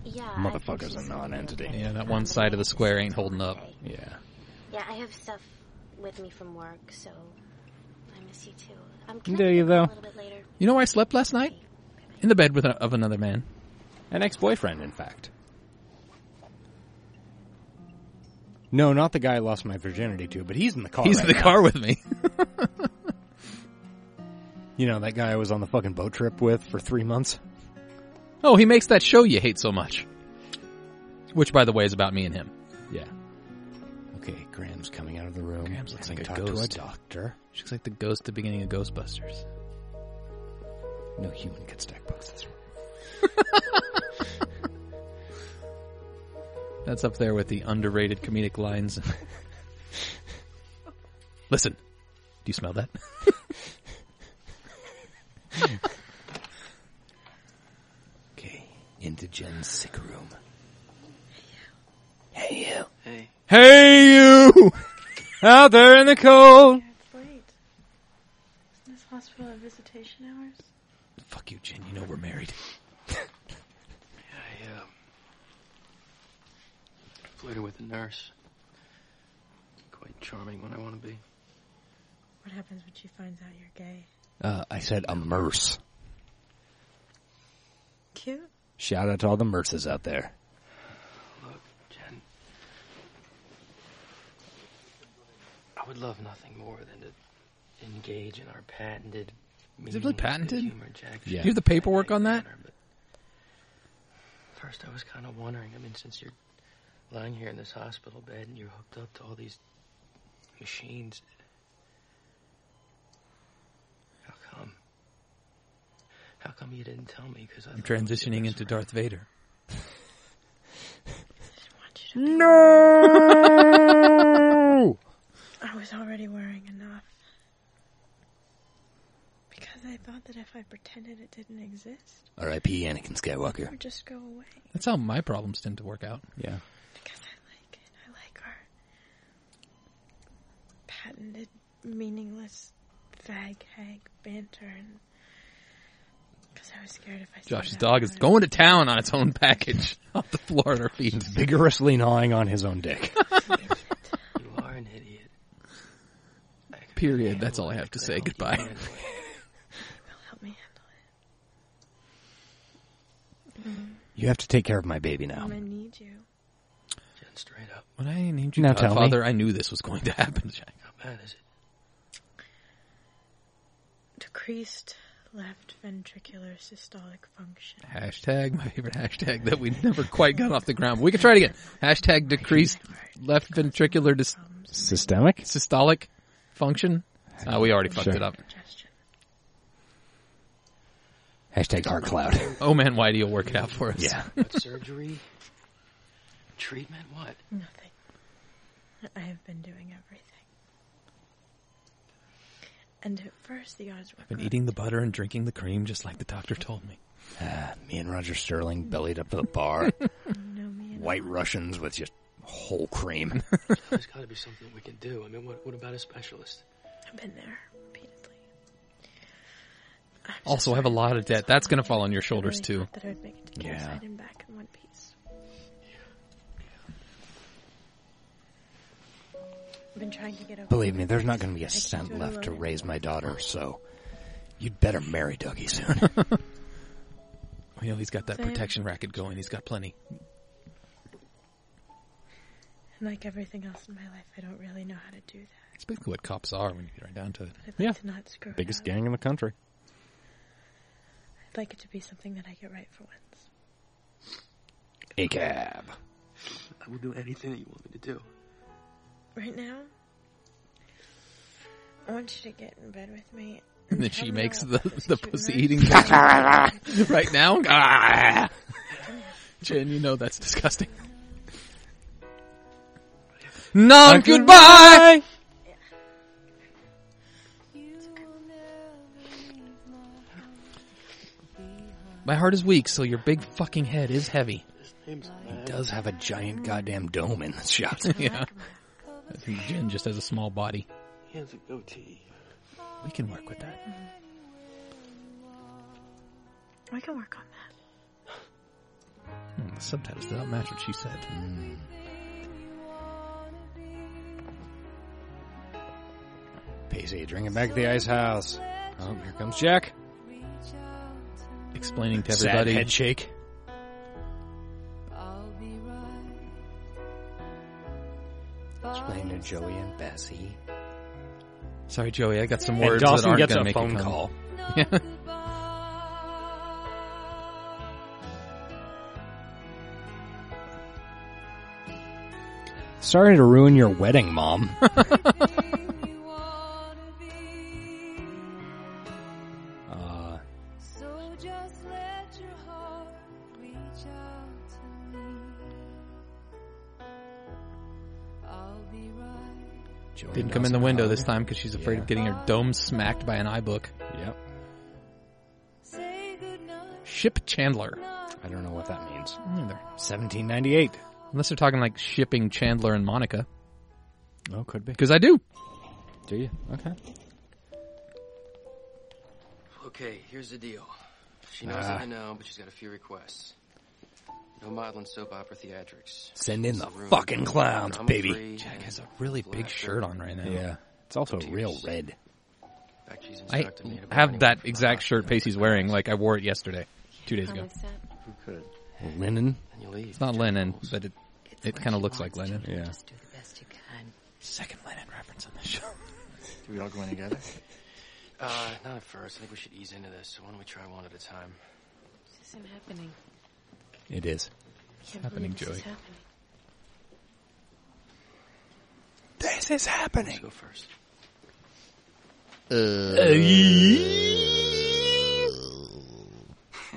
[SPEAKER 5] Yeah. I think
[SPEAKER 2] Motherfucker's
[SPEAKER 5] she's
[SPEAKER 2] a non-entity.
[SPEAKER 3] Yeah, that one side of the square ain't holding up.
[SPEAKER 2] Yeah.
[SPEAKER 5] Yeah, I have stuff with me from work, so I miss you too. Um, can I
[SPEAKER 3] There you
[SPEAKER 5] pick up
[SPEAKER 3] go.
[SPEAKER 5] A little bit later.
[SPEAKER 3] You know where I slept last night? In the bed with a, of another man.
[SPEAKER 2] An ex-boyfriend, in fact. No, not the guy I lost my virginity to, but he's in the car.
[SPEAKER 3] He's
[SPEAKER 2] right
[SPEAKER 3] in the
[SPEAKER 2] now.
[SPEAKER 3] car with me. <laughs>
[SPEAKER 2] You know that guy I was on the fucking boat trip with for three months.
[SPEAKER 3] Oh, he makes that show you hate so much. Which, by the way, is about me and him.
[SPEAKER 2] Yeah. Okay, Graham's coming out of the room.
[SPEAKER 3] Graham's looks
[SPEAKER 2] Having
[SPEAKER 3] like a
[SPEAKER 2] talked
[SPEAKER 3] ghost.
[SPEAKER 2] To a doctor.
[SPEAKER 3] She looks like the ghost at the beginning of Ghostbusters.
[SPEAKER 2] No human could stack boxes.
[SPEAKER 3] That's up there with the underrated comedic lines. <laughs> Listen, do you smell that?
[SPEAKER 2] <laughs> Okay, into Jen's sick room.
[SPEAKER 11] Hey, you. Hey.
[SPEAKER 2] Hey, you out there in the cold.
[SPEAKER 15] It's late. Isn't this hospital at visitation hours?
[SPEAKER 3] Fuck you, Jen. You know we're married.
[SPEAKER 11] I, uh, flirted with a nurse. Quite charming when I want to be.
[SPEAKER 15] What happens when she finds out you're gay?
[SPEAKER 2] Uh, I said immerse.
[SPEAKER 15] Cute.
[SPEAKER 2] Shout out to all the merces out there.
[SPEAKER 11] Look, Jen. I would love nothing more than to engage in our patented.
[SPEAKER 3] Is it really patented?
[SPEAKER 11] Humor, Jack.
[SPEAKER 3] Do you have the paperwork on that?
[SPEAKER 11] First, I was kind of wondering. I mean, since you're lying here in this hospital bed and you're hooked up to all these machines, how come? How come you didn't tell me? Because
[SPEAKER 3] I'm transitioning into Darth Vader.
[SPEAKER 2] No.
[SPEAKER 15] I was already worrying enough. Because I thought that if I pretended it didn't exist,
[SPEAKER 2] R.I.P. Anakin
[SPEAKER 15] it
[SPEAKER 2] Skywalker.
[SPEAKER 15] would just go away.
[SPEAKER 3] That's how my problems tend to work out.
[SPEAKER 2] Yeah.
[SPEAKER 15] Because I like it. I like our patented, meaningless fag hag banter. And because I was scared if I said
[SPEAKER 3] Josh's
[SPEAKER 15] that
[SPEAKER 3] dog is
[SPEAKER 15] word-
[SPEAKER 3] going to town on its own package <laughs> off the floor at her feet.
[SPEAKER 2] Vigorously gnawing on his own <laughs> dick.
[SPEAKER 11] You are an idiot.
[SPEAKER 3] Period. That's all I have to say. Goodbye.
[SPEAKER 15] Help me handle
[SPEAKER 2] You have to take care of my baby
[SPEAKER 15] it.
[SPEAKER 2] now.
[SPEAKER 15] I'm gonna need you.
[SPEAKER 11] Jen, straight up.
[SPEAKER 3] When I named you
[SPEAKER 2] Now tell me.
[SPEAKER 3] Godfather, I knew this was going to happen, <laughs> Jack.
[SPEAKER 11] How bad is it?
[SPEAKER 15] Decreased left ventricular systolic function.
[SPEAKER 3] Hashtag, my favorite hashtag that we never quite got off the ground. But we can try it again. Hashtag decreased left ventricular dys-
[SPEAKER 2] Systemic?
[SPEAKER 3] systolic function. Uh, we already fucked
[SPEAKER 2] Sure.
[SPEAKER 3] it up.
[SPEAKER 2] Hashtag heart cloud.
[SPEAKER 3] Oh man, why do you work it out for us?
[SPEAKER 2] Yeah.
[SPEAKER 11] What surgery? Treatment? What?
[SPEAKER 15] Nothing. I have been doing everything. And at first, the odds were
[SPEAKER 3] I've been eating the butter and drinking the cream just like the doctor told me.
[SPEAKER 2] Ah, me and Roger Sterling bellied up to the <laughs> bar.
[SPEAKER 15] no me and
[SPEAKER 2] White Russians with just whole cream. <laughs>
[SPEAKER 11] There's got to be something we can do. I mean, what, what about a specialist?
[SPEAKER 15] I've been there repeatedly.
[SPEAKER 3] Also, I have a lot of debt. That's going to fall on your shoulders
[SPEAKER 15] I really
[SPEAKER 3] too.
[SPEAKER 15] thought That I would make it to
[SPEAKER 3] Yeah.
[SPEAKER 15] campsite and back in one piece. I've been trying to get over.
[SPEAKER 2] Believe
[SPEAKER 15] it.
[SPEAKER 2] me, there's not going to be
[SPEAKER 15] I
[SPEAKER 2] a
[SPEAKER 15] can't do
[SPEAKER 2] cent
[SPEAKER 15] it
[SPEAKER 2] left to
[SPEAKER 15] alone.
[SPEAKER 2] raise my daughter, so you'd better marry Dougie soon.
[SPEAKER 3] You know, he's got that
[SPEAKER 15] Sam.
[SPEAKER 3] protection racket going. He's got plenty.
[SPEAKER 15] And like everything else in my life, I don't really know how to do that.
[SPEAKER 3] It's basically what cops are when you get right down to it.
[SPEAKER 15] But I'd like to not screw it up.
[SPEAKER 2] gang in the country.
[SPEAKER 15] I'd like it to be something that I get right for once.
[SPEAKER 2] A cab.
[SPEAKER 6] I will do anything that you want me to do.
[SPEAKER 15] Right now, I want you to get in bed with me.
[SPEAKER 3] And then
[SPEAKER 15] tell
[SPEAKER 3] she
[SPEAKER 15] me
[SPEAKER 3] makes
[SPEAKER 15] all
[SPEAKER 3] the,
[SPEAKER 15] about
[SPEAKER 3] the
[SPEAKER 15] your
[SPEAKER 3] pussy
[SPEAKER 15] night.
[SPEAKER 3] eating sound. right now. <laughs> Jen, you know that's disgusting. Non goodbye! My heart is weak, so your big fucking head is heavy.
[SPEAKER 2] He does have a giant goddamn dome in this shot.
[SPEAKER 3] <laughs> yeah. I think Jen just has a small body.
[SPEAKER 6] He has a goatee.
[SPEAKER 3] We can work with that.
[SPEAKER 15] We can work on that.
[SPEAKER 3] Hmm, the subtitles did not match what she said.
[SPEAKER 2] Pacey drinking back at the ice house. Oh, here comes Jack.
[SPEAKER 3] Explaining to
[SPEAKER 2] Sad
[SPEAKER 3] everybody.
[SPEAKER 2] head shake. Explain to Joey and Bessie.
[SPEAKER 3] Sorry, Joey, I got some
[SPEAKER 2] And
[SPEAKER 3] words
[SPEAKER 2] Dawson
[SPEAKER 3] that aren't
[SPEAKER 2] gets
[SPEAKER 3] gonna
[SPEAKER 2] a
[SPEAKER 3] make
[SPEAKER 2] phone
[SPEAKER 3] it funny.
[SPEAKER 2] call.
[SPEAKER 3] <laughs> Yeah.
[SPEAKER 2] Sorry to ruin your wedding, Mom.
[SPEAKER 3] <laughs>
[SPEAKER 2] uh,
[SPEAKER 29] So just let your heart
[SPEAKER 3] <laughs>
[SPEAKER 29] reach out to me. I'll be right.
[SPEAKER 2] Joey
[SPEAKER 3] Didn't come in the
[SPEAKER 2] Dawson
[SPEAKER 3] window this
[SPEAKER 2] hug.
[SPEAKER 3] time because she's afraid
[SPEAKER 2] Yeah.
[SPEAKER 3] of getting her dome smacked by an iBook.
[SPEAKER 2] Yep.
[SPEAKER 29] Say goodnight.
[SPEAKER 3] Ship Chandler.
[SPEAKER 2] I don't know what that means.
[SPEAKER 3] Neither.
[SPEAKER 2] 1798.
[SPEAKER 3] Unless they're talking like shipping Chandler and Monica.
[SPEAKER 2] Oh, could be.
[SPEAKER 3] Because I do.
[SPEAKER 2] Do you? Okay.
[SPEAKER 6] Okay, here's the deal. She knows
[SPEAKER 2] Ah.
[SPEAKER 6] that I know, but she's got a few requests. No modeling, soap opera, theatrics.
[SPEAKER 2] Send in the
[SPEAKER 6] Some room.
[SPEAKER 2] fucking clowns,
[SPEAKER 6] Drama
[SPEAKER 2] baby.
[SPEAKER 6] free, and
[SPEAKER 3] really big shirt on right now.
[SPEAKER 2] Yeah. It's also real red.
[SPEAKER 6] In fact, she's
[SPEAKER 3] I
[SPEAKER 6] instructed me to buy
[SPEAKER 3] have
[SPEAKER 6] anyone
[SPEAKER 3] that
[SPEAKER 6] from
[SPEAKER 3] exact shirt Pacey's wearing. Like I wore it yesterday, two days ago.
[SPEAKER 6] Who could?
[SPEAKER 2] Linen.
[SPEAKER 6] And you leave.
[SPEAKER 3] It's not linen, but it it kind of looks like linen.
[SPEAKER 2] Yeah.
[SPEAKER 30] Do the best you can.
[SPEAKER 3] Second linen reference on the show.
[SPEAKER 10] Do we all go in together?
[SPEAKER 6] Uh, not at first. I think we should ease into this. So why don't we try one at a time?
[SPEAKER 5] This isn't happening.
[SPEAKER 2] It is.
[SPEAKER 5] It's
[SPEAKER 3] happening, Joey.
[SPEAKER 2] This is happening.
[SPEAKER 6] Go first.
[SPEAKER 3] Uh,
[SPEAKER 6] <laughs>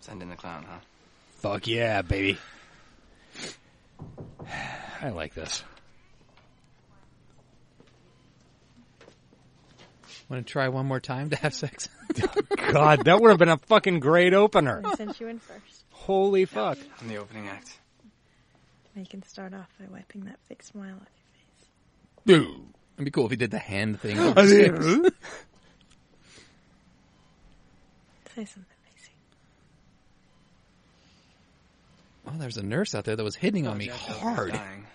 [SPEAKER 6] Send in the clown, huh?
[SPEAKER 2] Fuck yeah, baby. I like this.
[SPEAKER 3] Want to try one more time to have sex? <laughs>
[SPEAKER 2] God, that would have been a fucking great opener.
[SPEAKER 15] I sent you in first.
[SPEAKER 2] Holy fuck.
[SPEAKER 6] I'm the opening act.
[SPEAKER 15] I can start off by wiping that fake smile off.
[SPEAKER 3] Dude, it'd be cool if he did the hand
[SPEAKER 6] <gasps>
[SPEAKER 3] thing. Oh,
[SPEAKER 15] I did. Say something.
[SPEAKER 3] Oh, there's a nurse out there that was hitting on me
[SPEAKER 6] Jack
[SPEAKER 31] Oh,
[SPEAKER 6] tells me I'm
[SPEAKER 3] hard.
[SPEAKER 6] dying.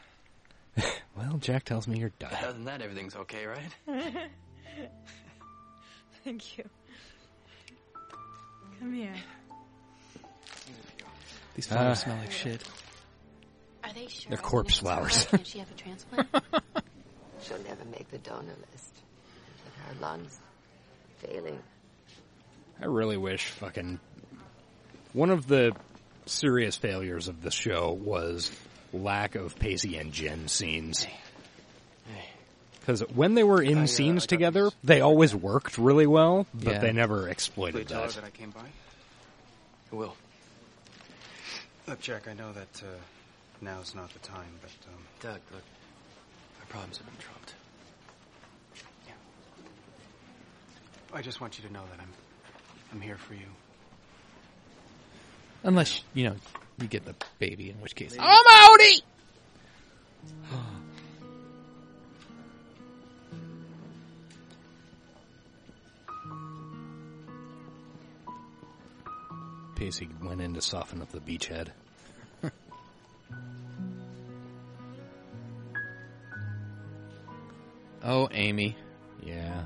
[SPEAKER 2] Well, Jack tells me you're
[SPEAKER 6] But
[SPEAKER 2] dying.
[SPEAKER 6] Other than that, everything's okay, right?
[SPEAKER 15] Thank you. Come here.
[SPEAKER 3] These
[SPEAKER 2] Ah.
[SPEAKER 3] flowers smell like shit.
[SPEAKER 5] Are they sure?
[SPEAKER 2] They're corpse flowers.
[SPEAKER 5] Can't she have a <laughs> transplant?
[SPEAKER 30] She'll never make the donor list. Her lungs failing.
[SPEAKER 2] I really wish fucking one of the serious failures of the show was lack of Pacey and Jen scenes. Because when they were
[SPEAKER 6] uh,
[SPEAKER 2] in scenes together, they always worked really well, but
[SPEAKER 6] Yeah.
[SPEAKER 2] they never
[SPEAKER 6] Will you
[SPEAKER 2] exploited
[SPEAKER 6] tell her
[SPEAKER 2] that.
[SPEAKER 6] that I came by? I will.
[SPEAKER 32] Look, Jack, I know that uh, now's not the time, but um,
[SPEAKER 6] Doug, look. Our problems have been trumped.
[SPEAKER 32] I just want you to know that I'm, I'm here for you.
[SPEAKER 3] Unless you know you get the baby, in which case.
[SPEAKER 33] Outie!
[SPEAKER 2] Pacey went in to soften up the beachhead.
[SPEAKER 3] Oh, Amy.
[SPEAKER 2] Yeah.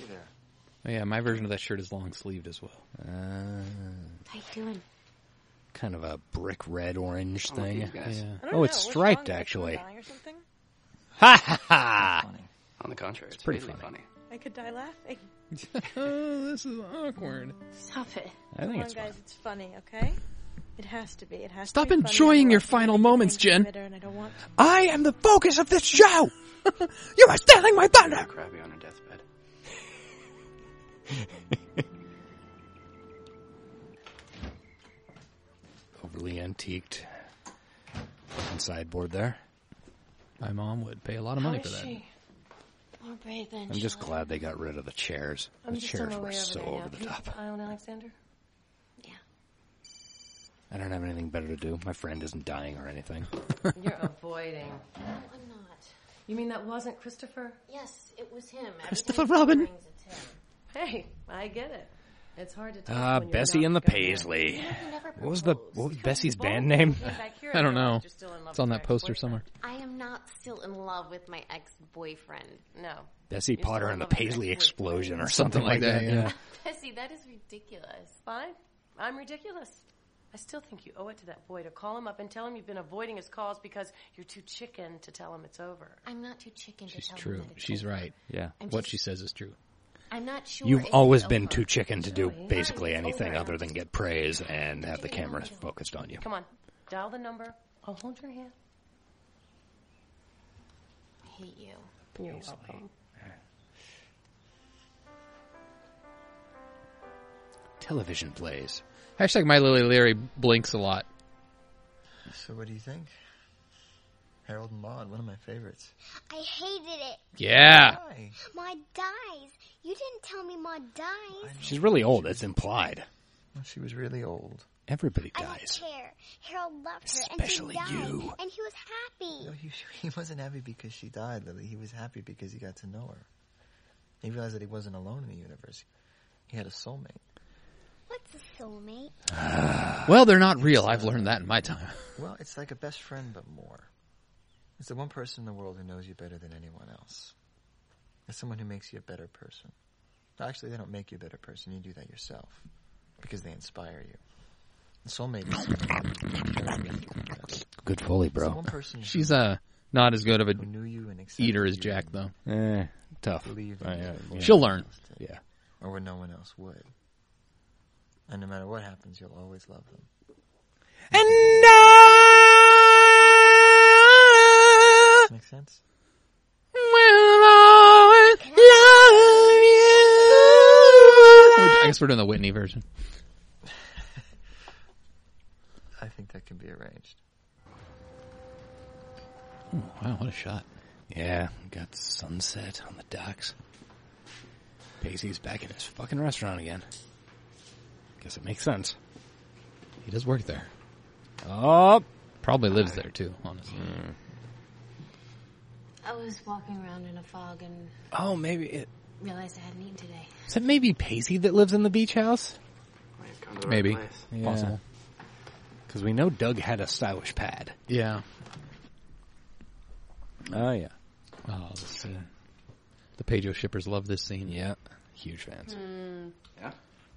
[SPEAKER 10] You there.
[SPEAKER 3] Oh, yeah, my version of that shirt is long sleeved as well.
[SPEAKER 5] How you doing?
[SPEAKER 2] uh, kind of a brick red orange
[SPEAKER 31] I'm with
[SPEAKER 2] thing.
[SPEAKER 31] you guys.
[SPEAKER 2] Yeah.
[SPEAKER 31] I
[SPEAKER 2] Oh,
[SPEAKER 3] <laughs>
[SPEAKER 31] don't know,
[SPEAKER 2] it's
[SPEAKER 31] what's wrong?
[SPEAKER 2] striped
[SPEAKER 31] Is it
[SPEAKER 2] actually.
[SPEAKER 31] dying or something?
[SPEAKER 2] Ha ha ha!
[SPEAKER 34] On the contrary, it's
[SPEAKER 2] pretty
[SPEAKER 34] really
[SPEAKER 2] funny.
[SPEAKER 15] I could die laughing.
[SPEAKER 3] Oh, this is awkward.
[SPEAKER 15] Stop it.
[SPEAKER 3] I think
[SPEAKER 15] Come
[SPEAKER 3] it's
[SPEAKER 15] on, guys, it's funny, okay? It has to be. It has
[SPEAKER 3] Stop
[SPEAKER 15] to be. funny,
[SPEAKER 3] enjoying your
[SPEAKER 15] otherwise
[SPEAKER 3] final
[SPEAKER 15] I'm gonna
[SPEAKER 3] moments,
[SPEAKER 15] be
[SPEAKER 3] Jen.
[SPEAKER 15] bitter And I don't want to.
[SPEAKER 31] I am the focus of this show. <laughs> you are stealing my thunder.
[SPEAKER 34] Crabby on her deathbed.
[SPEAKER 2] <laughs> Overly antiqued fucking sideboard there.
[SPEAKER 3] My mom would pay a lot of money for that.
[SPEAKER 5] More brave than
[SPEAKER 2] I'm just glad they got rid of the chairs.
[SPEAKER 5] I'm
[SPEAKER 2] the
[SPEAKER 5] just on
[SPEAKER 2] chairs
[SPEAKER 5] my
[SPEAKER 2] were
[SPEAKER 5] way over
[SPEAKER 2] so
[SPEAKER 5] there now.
[SPEAKER 2] over the
[SPEAKER 5] Can you uh,
[SPEAKER 2] top.
[SPEAKER 5] eye on Alexander?
[SPEAKER 2] I don't have anything better to do. My friend isn't dying or
[SPEAKER 5] <laughs>
[SPEAKER 2] anything.
[SPEAKER 11] You're avoiding.
[SPEAKER 5] No, I'm not.
[SPEAKER 11] You mean that wasn't Christopher?
[SPEAKER 5] Yes, it was him. Every
[SPEAKER 11] Christopher
[SPEAKER 5] time he
[SPEAKER 11] Robin.
[SPEAKER 5] rings, it's him.
[SPEAKER 11] Hey, I get it. It's hard to tell.
[SPEAKER 2] Ah,
[SPEAKER 11] when you're
[SPEAKER 2] Bessie
[SPEAKER 11] not
[SPEAKER 2] and the
[SPEAKER 11] going
[SPEAKER 2] Paisley.
[SPEAKER 11] there.
[SPEAKER 2] What was the what was Bessie's band name?
[SPEAKER 3] I don't know. It's on that poster somewhere.
[SPEAKER 5] I am not still in love with my ex-boyfriend. No.
[SPEAKER 2] <laughs> Bessie Potter and the Paisley Explosion or something, like that. yeah.
[SPEAKER 5] Bessie, that is ridiculous.
[SPEAKER 11] Fine. I'm ridiculous. I still think you owe it to that boy to call him up and tell him you've been avoiding his calls because you're too chicken to tell him it's over.
[SPEAKER 5] I'm not too chicken
[SPEAKER 3] She's
[SPEAKER 5] to tell
[SPEAKER 3] true.
[SPEAKER 5] him that it's
[SPEAKER 3] She's
[SPEAKER 5] over.
[SPEAKER 3] right.
[SPEAKER 2] Yeah.
[SPEAKER 5] I'm
[SPEAKER 3] What
[SPEAKER 5] just-
[SPEAKER 3] she says is true.
[SPEAKER 5] I'm not sure.
[SPEAKER 2] You've
[SPEAKER 5] if
[SPEAKER 2] always
[SPEAKER 5] it's
[SPEAKER 2] been
[SPEAKER 5] over.
[SPEAKER 2] too chicken to do
[SPEAKER 5] Joey,
[SPEAKER 2] basically
[SPEAKER 5] it's
[SPEAKER 2] anything
[SPEAKER 5] over.
[SPEAKER 2] other than get praise and have the camera focused on you.
[SPEAKER 11] Come on, dial the number. I'll hold your hand.
[SPEAKER 5] I hate you.
[SPEAKER 11] You're welcome.
[SPEAKER 2] Television plays.
[SPEAKER 3] Hashtag My Lily Larry blinks a lot.
[SPEAKER 10] So what do you think? Harold and Maude, one of my favorites.
[SPEAKER 35] I hated it.
[SPEAKER 3] Yeah.
[SPEAKER 10] Why?
[SPEAKER 35] Maud dies. You didn't tell me Maud dies.
[SPEAKER 2] She's really old. That's implied.
[SPEAKER 10] She was really old.
[SPEAKER 2] Everybody
[SPEAKER 35] I don't
[SPEAKER 2] dies.
[SPEAKER 35] care. Harold loved
[SPEAKER 2] Especially
[SPEAKER 35] her, and she died,
[SPEAKER 2] you.
[SPEAKER 35] and he was happy.
[SPEAKER 10] No, he, he wasn't happy because she died, Lily. He was happy because he got to know her. He realized that he wasn't alone in the universe. He had a soulmate.
[SPEAKER 35] What's a soulmate?
[SPEAKER 3] Well, they're not real. I've learned that in my time.
[SPEAKER 10] Well, it's like a best friend, but more. It's the one person in the world who knows you better than anyone else. It's someone who makes you a better person. Actually, they don't make you a better person. You do that yourself because they inspire you. The soulmate is
[SPEAKER 2] Good Foley,
[SPEAKER 10] It's the
[SPEAKER 2] bro.
[SPEAKER 10] one person
[SPEAKER 3] Oh. She's uh, not as good of a
[SPEAKER 10] you and accepted
[SPEAKER 3] eater as
[SPEAKER 10] you
[SPEAKER 3] Jack, though.
[SPEAKER 2] Eh, tough.
[SPEAKER 10] believed in
[SPEAKER 2] I,
[SPEAKER 10] you
[SPEAKER 2] uh,
[SPEAKER 10] when
[SPEAKER 3] She'll
[SPEAKER 10] no one
[SPEAKER 3] learn.
[SPEAKER 10] else did,
[SPEAKER 2] Yeah.
[SPEAKER 10] or when no one else would. And no matter what happens, you'll always love them.
[SPEAKER 31] And I
[SPEAKER 10] Make sense?
[SPEAKER 31] will always love you.
[SPEAKER 3] I guess we're doing the Whitney version.
[SPEAKER 10] I think that can be arranged.
[SPEAKER 3] Oh, wow, what a shot.
[SPEAKER 2] Yeah, got sunset on the docks. Paisley's back in his fucking restaurant again. Guess it makes sense.
[SPEAKER 3] He does work there.
[SPEAKER 2] Oh, Mm.
[SPEAKER 3] probably lives there too. Honestly,
[SPEAKER 5] I was walking around in a fog and
[SPEAKER 2] Oh, maybe it.
[SPEAKER 5] realized I hadn't eaten today.
[SPEAKER 2] Is it maybe Paisley that lives in the beach house?
[SPEAKER 3] maybe possible.
[SPEAKER 2] Because we know Doug had a stylish pad.
[SPEAKER 3] Yeah.
[SPEAKER 2] Oh yeah.
[SPEAKER 3] Oh, this, uh, the Pedro shippers love this scene.
[SPEAKER 2] Yeah, huge fans.
[SPEAKER 11] Mm.
[SPEAKER 34] Yeah.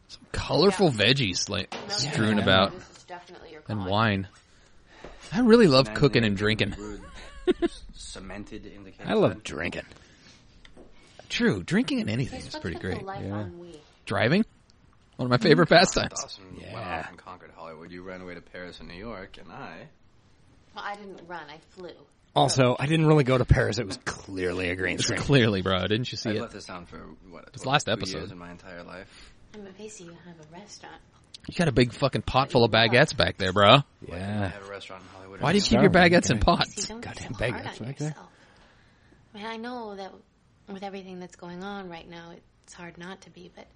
[SPEAKER 3] Some colorful
[SPEAKER 34] Yeah.
[SPEAKER 3] veggies like
[SPEAKER 34] No,
[SPEAKER 3] strewn
[SPEAKER 34] yeah.
[SPEAKER 3] about,
[SPEAKER 34] This is definitely your
[SPEAKER 3] and
[SPEAKER 34] calling.
[SPEAKER 3] wine. I really love
[SPEAKER 34] Imagine
[SPEAKER 3] cooking
[SPEAKER 34] it
[SPEAKER 3] and
[SPEAKER 34] being
[SPEAKER 3] drinking. <laughs>
[SPEAKER 34] brewed, cemented in the
[SPEAKER 3] I love
[SPEAKER 2] drinking.
[SPEAKER 3] True, drinking and anything
[SPEAKER 34] He's
[SPEAKER 3] is pretty
[SPEAKER 34] such a
[SPEAKER 3] great.
[SPEAKER 34] delight
[SPEAKER 3] Yeah.
[SPEAKER 34] on we.
[SPEAKER 3] Driving, one of my favorite pastimes.
[SPEAKER 34] Dawson yeah. went off and conquered Hollywood. You ran away to Paris and New York, and I.
[SPEAKER 5] Well, I didn't run. I flew.
[SPEAKER 2] Also, I didn't really go to Paris. It was clearly a green
[SPEAKER 3] It's
[SPEAKER 2] screen.
[SPEAKER 3] clearly, bro. Didn't you see
[SPEAKER 34] I've
[SPEAKER 3] it?
[SPEAKER 34] left this town for what?
[SPEAKER 3] It's
[SPEAKER 34] total
[SPEAKER 3] last
[SPEAKER 34] two
[SPEAKER 3] episode.
[SPEAKER 34] Years in my entire life.
[SPEAKER 5] I'm a Pacey. You have a restaurant.
[SPEAKER 3] You got a big fucking pot full of baguettes back there, bro.
[SPEAKER 34] I have a restaurant in Hollywood.
[SPEAKER 3] Why do you keep your baguettes in pots?
[SPEAKER 5] <laughs> Don't be so hard on yourself. I mean, I know that with everything that's going on right now, it's hard not to be, but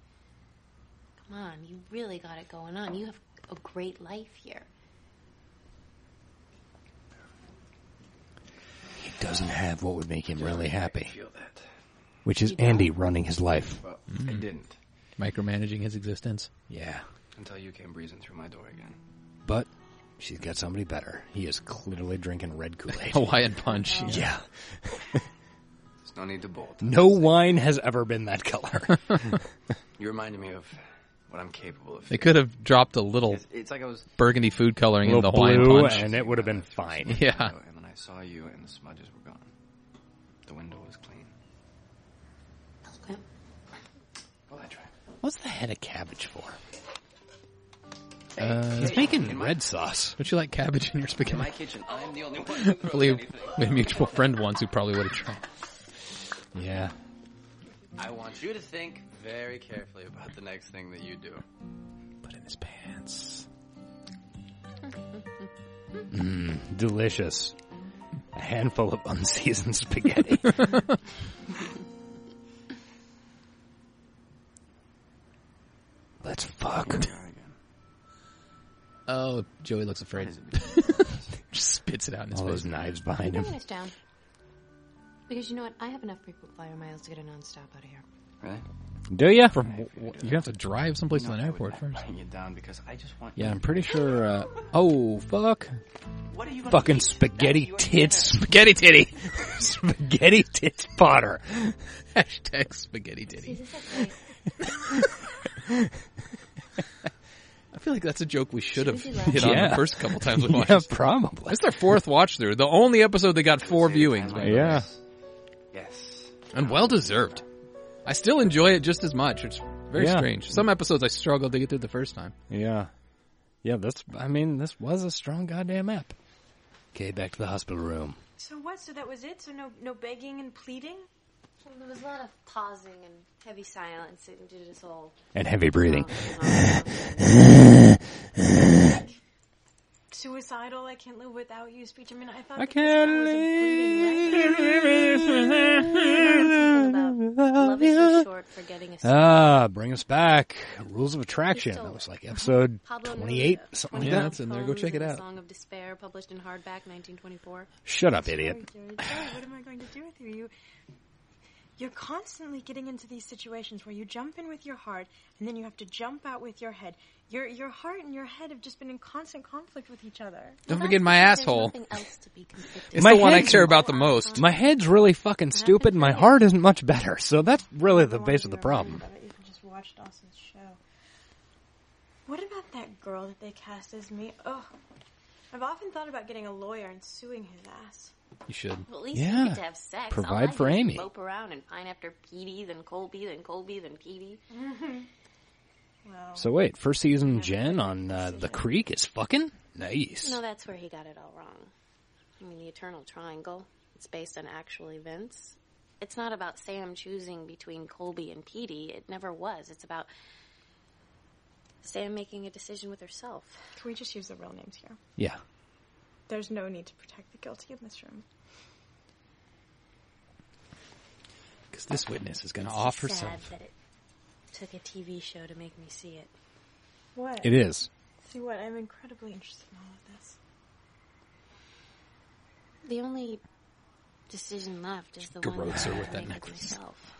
[SPEAKER 5] come on, you really got it going on. You have a great life here.
[SPEAKER 2] He doesn't have what would make him really happy,
[SPEAKER 34] feel that.
[SPEAKER 2] which is Andy running his life.
[SPEAKER 34] Well, I didn't
[SPEAKER 3] Micromanaging his existence.
[SPEAKER 2] Yeah.
[SPEAKER 34] until you came breezing through my door again.
[SPEAKER 2] But she's got somebody better. He is clearly drinking red Kool
[SPEAKER 3] <laughs>
[SPEAKER 2] Aid.
[SPEAKER 3] Hawaiian punch.
[SPEAKER 2] Yeah.
[SPEAKER 34] There's no need to bolt.
[SPEAKER 2] No wine has ever been that color.
[SPEAKER 34] You reminded me of
[SPEAKER 4] what I'm capable of.
[SPEAKER 3] They could have dropped a little
[SPEAKER 4] It's- it's like I was-
[SPEAKER 3] burgundy food coloring in
[SPEAKER 2] Little
[SPEAKER 3] <laughs> the Hawaiian
[SPEAKER 2] blue,
[SPEAKER 3] punch.
[SPEAKER 2] and it would have been fine.
[SPEAKER 3] <laughs> Yeah.
[SPEAKER 4] And then I saw you, and the smudges were gone. The window was clean. Well, I tried.
[SPEAKER 2] What's the head of cabbage for?
[SPEAKER 3] Uh,
[SPEAKER 2] He's making red sauce.
[SPEAKER 3] Don't you like cabbage in your spaghetti?
[SPEAKER 4] In my kitchen, I'm the only one who
[SPEAKER 3] I
[SPEAKER 11] <laughs>
[SPEAKER 4] throws
[SPEAKER 3] believe
[SPEAKER 4] anything.
[SPEAKER 3] we had a mutual friend once who probably would have tried.
[SPEAKER 2] Yeah.
[SPEAKER 4] I want you to think very carefully about the next thing that you do. Put in his
[SPEAKER 2] <laughs>
[SPEAKER 4] pants.
[SPEAKER 2] Mm, delicious. A handful of
[SPEAKER 34] <laughs>
[SPEAKER 2] unseasoned spaghetti. Let's fuck.
[SPEAKER 3] Oh, Joey looks afraid. <laughs> Just spits it out in his
[SPEAKER 2] All
[SPEAKER 3] face.
[SPEAKER 2] those knives behind
[SPEAKER 5] I'm
[SPEAKER 2] him.
[SPEAKER 5] going down. Because you know what? I have enough frequent flyer miles to get a nonstop out of here.
[SPEAKER 4] Really?
[SPEAKER 2] Do you?
[SPEAKER 3] From you have to drive someplace to an airport first.
[SPEAKER 4] Bring it down because I just want.
[SPEAKER 2] Yeah, I'm pretty sure. Uh, oh fuck!
[SPEAKER 4] What are you gonna
[SPEAKER 2] Fucking
[SPEAKER 4] eat?
[SPEAKER 2] spaghetti tits, spaghetti titty, <laughs> spaghetti tits Potter.
[SPEAKER 3] Hashtag spaghetti titty. I feel like that's a joke we should have
[SPEAKER 2] Should we do that?
[SPEAKER 3] hit on
[SPEAKER 2] Yeah.
[SPEAKER 3] the first couple
[SPEAKER 2] <laughs>
[SPEAKER 3] times we
[SPEAKER 2] Yeah,
[SPEAKER 3] watched.
[SPEAKER 2] probably.
[SPEAKER 3] It's their fourth watch through. The only episode that got four viewings. by the way.
[SPEAKER 2] <laughs> Yeah.
[SPEAKER 4] Yes.
[SPEAKER 3] And well deserved. I still enjoy it just as much. It's very
[SPEAKER 2] Yeah.
[SPEAKER 3] strange. Some episodes I struggled to get through the first time.
[SPEAKER 2] Yeah, yeah. That's. I mean, this was a strong goddamn app. Okay, back to the hospital room.
[SPEAKER 15] So what? So that was it? So no, no begging and pleading?
[SPEAKER 5] Well, <laughs> there was a lot of pausing and heavy silence and did us all.
[SPEAKER 2] And heavy breathing.
[SPEAKER 5] <laughs>
[SPEAKER 15] Suicidal, I can't live without you speech. I mean, I thought
[SPEAKER 1] I
[SPEAKER 15] that this guy
[SPEAKER 1] can't
[SPEAKER 15] was a
[SPEAKER 5] Love is so short, forgetting is so
[SPEAKER 2] <laughs> <laughs> Ah, bring us back. Rules of Attraction. That was like episode
[SPEAKER 5] Pablo
[SPEAKER 2] twenty-eight,
[SPEAKER 5] Neruda,
[SPEAKER 2] something like
[SPEAKER 5] 25
[SPEAKER 2] that.
[SPEAKER 5] poems in the Song of Despair, published in hardback, 1924.
[SPEAKER 2] Shut up, idiot.
[SPEAKER 15] Sorry, Jerry, what am I going to do with you? You, you're constantly getting into these situations where you jump in with your heart and then you have to jump out with your head. Your your heart and your head have just been in constant conflict with each other.
[SPEAKER 3] Don't forget my asshole. It's
[SPEAKER 2] My
[SPEAKER 3] the one I
[SPEAKER 2] head's-
[SPEAKER 3] care about the most.
[SPEAKER 2] My head's really fucking stupid. and My heart isn't much better. So that's really the base of the problem.
[SPEAKER 15] You can just watch Dawson's show. What about that girl that they cast as me? Oh, I've often thought about getting a lawyer and suing his ass.
[SPEAKER 3] You should.
[SPEAKER 5] Well, at least
[SPEAKER 2] yeah.
[SPEAKER 5] you get to have sex. All I
[SPEAKER 2] Provide
[SPEAKER 5] do
[SPEAKER 2] for
[SPEAKER 5] is
[SPEAKER 2] Amy.
[SPEAKER 5] Mope around and pine after Petey, then Colby, then Colby, then Petey.
[SPEAKER 2] So wait, first season Jen on uh, the Creek is fucking nice.
[SPEAKER 5] No, that's where he got it all wrong. I mean, the Eternal Triangle. It's based on actual events. It's not about Sam choosing between Colby and Petey. It never was. It's about Sam making a decision with herself.
[SPEAKER 15] Can we just use the real names here?
[SPEAKER 2] Yeah.
[SPEAKER 15] There's no need to protect the guilty in this room.
[SPEAKER 3] Because this witness is going to
[SPEAKER 5] It's
[SPEAKER 3] off
[SPEAKER 5] just sad
[SPEAKER 3] herself.
[SPEAKER 5] that it took a TV show to make me see it.
[SPEAKER 15] What?
[SPEAKER 2] It is.
[SPEAKER 15] See what? I'm incredibly interested in all of this.
[SPEAKER 5] The only decision left is the one
[SPEAKER 3] garrotes
[SPEAKER 5] that
[SPEAKER 3] her
[SPEAKER 5] I
[SPEAKER 3] with
[SPEAKER 5] have
[SPEAKER 3] that
[SPEAKER 5] to make with
[SPEAKER 3] necklace.
[SPEAKER 5] myself.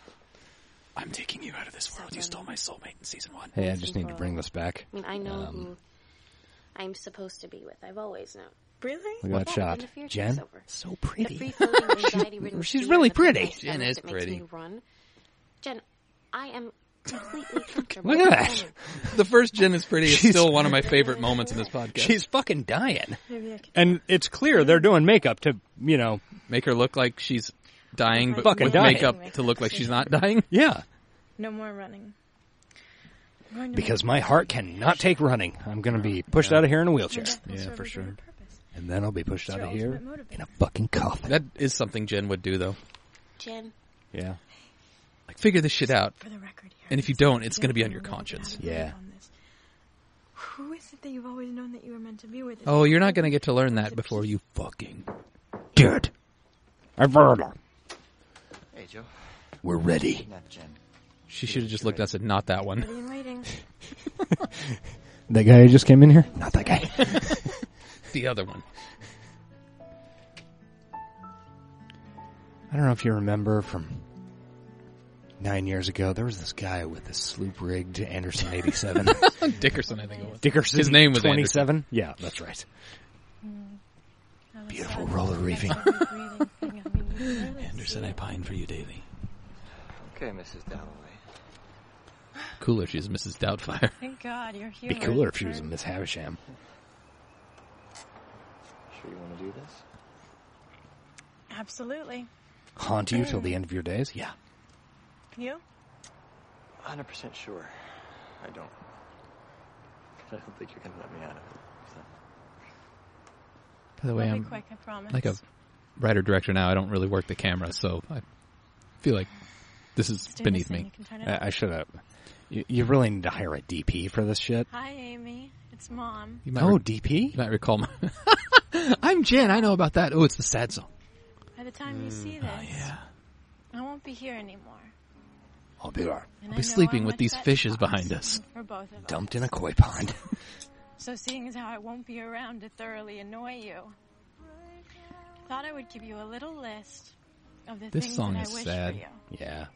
[SPEAKER 3] I'm taking you out of this world. You stole my soulmate in season one.
[SPEAKER 2] Hey, I <laughs> just need to bring this back.
[SPEAKER 5] I mean, I know
[SPEAKER 2] Um,
[SPEAKER 5] who I'm supposed to be with. I've always known.
[SPEAKER 15] Really?
[SPEAKER 2] Look at that shot. Jen, so pretty. <laughs> she's really pretty. Jen is pretty.
[SPEAKER 5] Run, Jen. I am
[SPEAKER 2] <laughs>
[SPEAKER 5] completely comfortable.
[SPEAKER 3] Look at
[SPEAKER 5] with
[SPEAKER 3] that.
[SPEAKER 5] running.
[SPEAKER 3] The first Jen is pretty is
[SPEAKER 2] She's-
[SPEAKER 3] still one of my favorite moments in this podcast.
[SPEAKER 2] She's fucking dying.
[SPEAKER 15] Maybe I could.
[SPEAKER 2] And it's clear they're doing makeup to, you know,
[SPEAKER 3] Make her look like she's dying, but
[SPEAKER 2] Fucking
[SPEAKER 3] with
[SPEAKER 2] dying.
[SPEAKER 3] makeup to look like she's not dying.
[SPEAKER 2] yeah.
[SPEAKER 15] No more running. I'm going to
[SPEAKER 2] Because my heart cannot take running. I'm going to be pushed out of here in a wheelchair.
[SPEAKER 3] Yeah, for sure.
[SPEAKER 2] And then I'll be pushed out
[SPEAKER 15] your
[SPEAKER 2] of here
[SPEAKER 15] ultimate motivator.
[SPEAKER 2] in a fucking coffin.
[SPEAKER 3] That is something Jen would do, though.
[SPEAKER 5] Jen,
[SPEAKER 2] Yeah.
[SPEAKER 3] Like, figure this shit out.
[SPEAKER 15] For the record here.
[SPEAKER 3] And if you don't, it's going to be on your conscience.
[SPEAKER 2] Yeah.
[SPEAKER 15] on this. Who is it that you've always known that you were meant to be with?
[SPEAKER 3] Oh, you're not going to get to learn that before you fucking.
[SPEAKER 2] Dude. I've heard her.
[SPEAKER 7] Hey, Joe.
[SPEAKER 2] We're ready.
[SPEAKER 7] Not Jen.
[SPEAKER 3] She should have just looked at us and not that one.
[SPEAKER 15] Ready and waiting.
[SPEAKER 2] <laughs> That guy who just came in here? Not that guy.
[SPEAKER 3] <laughs> the other one.
[SPEAKER 2] I don't know if you remember from nine years ago, there was this guy with this sloop rigged Anderson <laughs> 87.
[SPEAKER 3] Dickerson, I think it was.
[SPEAKER 2] Dickerson.
[SPEAKER 3] His name was
[SPEAKER 2] 27. Yeah, that's right. Beautiful roller reefing. <laughs>
[SPEAKER 3] Anderson. Anderson, I pine for you daily.
[SPEAKER 7] Okay, Mrs. Dalloway.
[SPEAKER 3] Cooler if she was Mrs. Doubtfire.
[SPEAKER 15] Thank God you're here.
[SPEAKER 2] Be cooler if she was a Miss Havisham.
[SPEAKER 10] Sure you want to do this?
[SPEAKER 15] Absolutely.
[SPEAKER 2] Haunt you till the end of your days? Yeah.
[SPEAKER 15] You?
[SPEAKER 10] 100% sure. I don't. I don't think you're going to let me out of it. So.
[SPEAKER 3] By the way,
[SPEAKER 15] We'll be
[SPEAKER 3] I'm
[SPEAKER 15] quick, I promise.
[SPEAKER 3] Oh, like a writer director now. I don't really work the camera, so I feel like this is
[SPEAKER 15] Just doing
[SPEAKER 3] beneath
[SPEAKER 15] this thing,
[SPEAKER 3] me.
[SPEAKER 15] you can turn it
[SPEAKER 2] I, I should have. You, you really need to hire a DP for this shit.
[SPEAKER 15] Hi, Amy. It's Mom.
[SPEAKER 3] You might
[SPEAKER 2] oh,
[SPEAKER 3] re-
[SPEAKER 2] DP?
[SPEAKER 3] You might recall. My <laughs> I'm Jen. I know about that. Oh, it's the sad song.
[SPEAKER 15] By the time you see
[SPEAKER 3] Mm, oh,
[SPEAKER 15] this, I won't be here anymore.
[SPEAKER 2] I'll be there.
[SPEAKER 3] I'll
[SPEAKER 15] And I
[SPEAKER 3] be
[SPEAKER 15] know
[SPEAKER 3] sleeping
[SPEAKER 15] how
[SPEAKER 3] with
[SPEAKER 15] much
[SPEAKER 3] these
[SPEAKER 15] that
[SPEAKER 3] fishes
[SPEAKER 15] costs
[SPEAKER 3] behind us.
[SPEAKER 15] For both of us.
[SPEAKER 2] Dumped in a koi pond. <laughs>
[SPEAKER 15] So seeing as how I won't be around to thoroughly annoy you, I thought I would give you a little list of the
[SPEAKER 3] This
[SPEAKER 15] things
[SPEAKER 3] song
[SPEAKER 15] that
[SPEAKER 3] is
[SPEAKER 15] I wish
[SPEAKER 3] sad.
[SPEAKER 15] for you.
[SPEAKER 2] Yeah.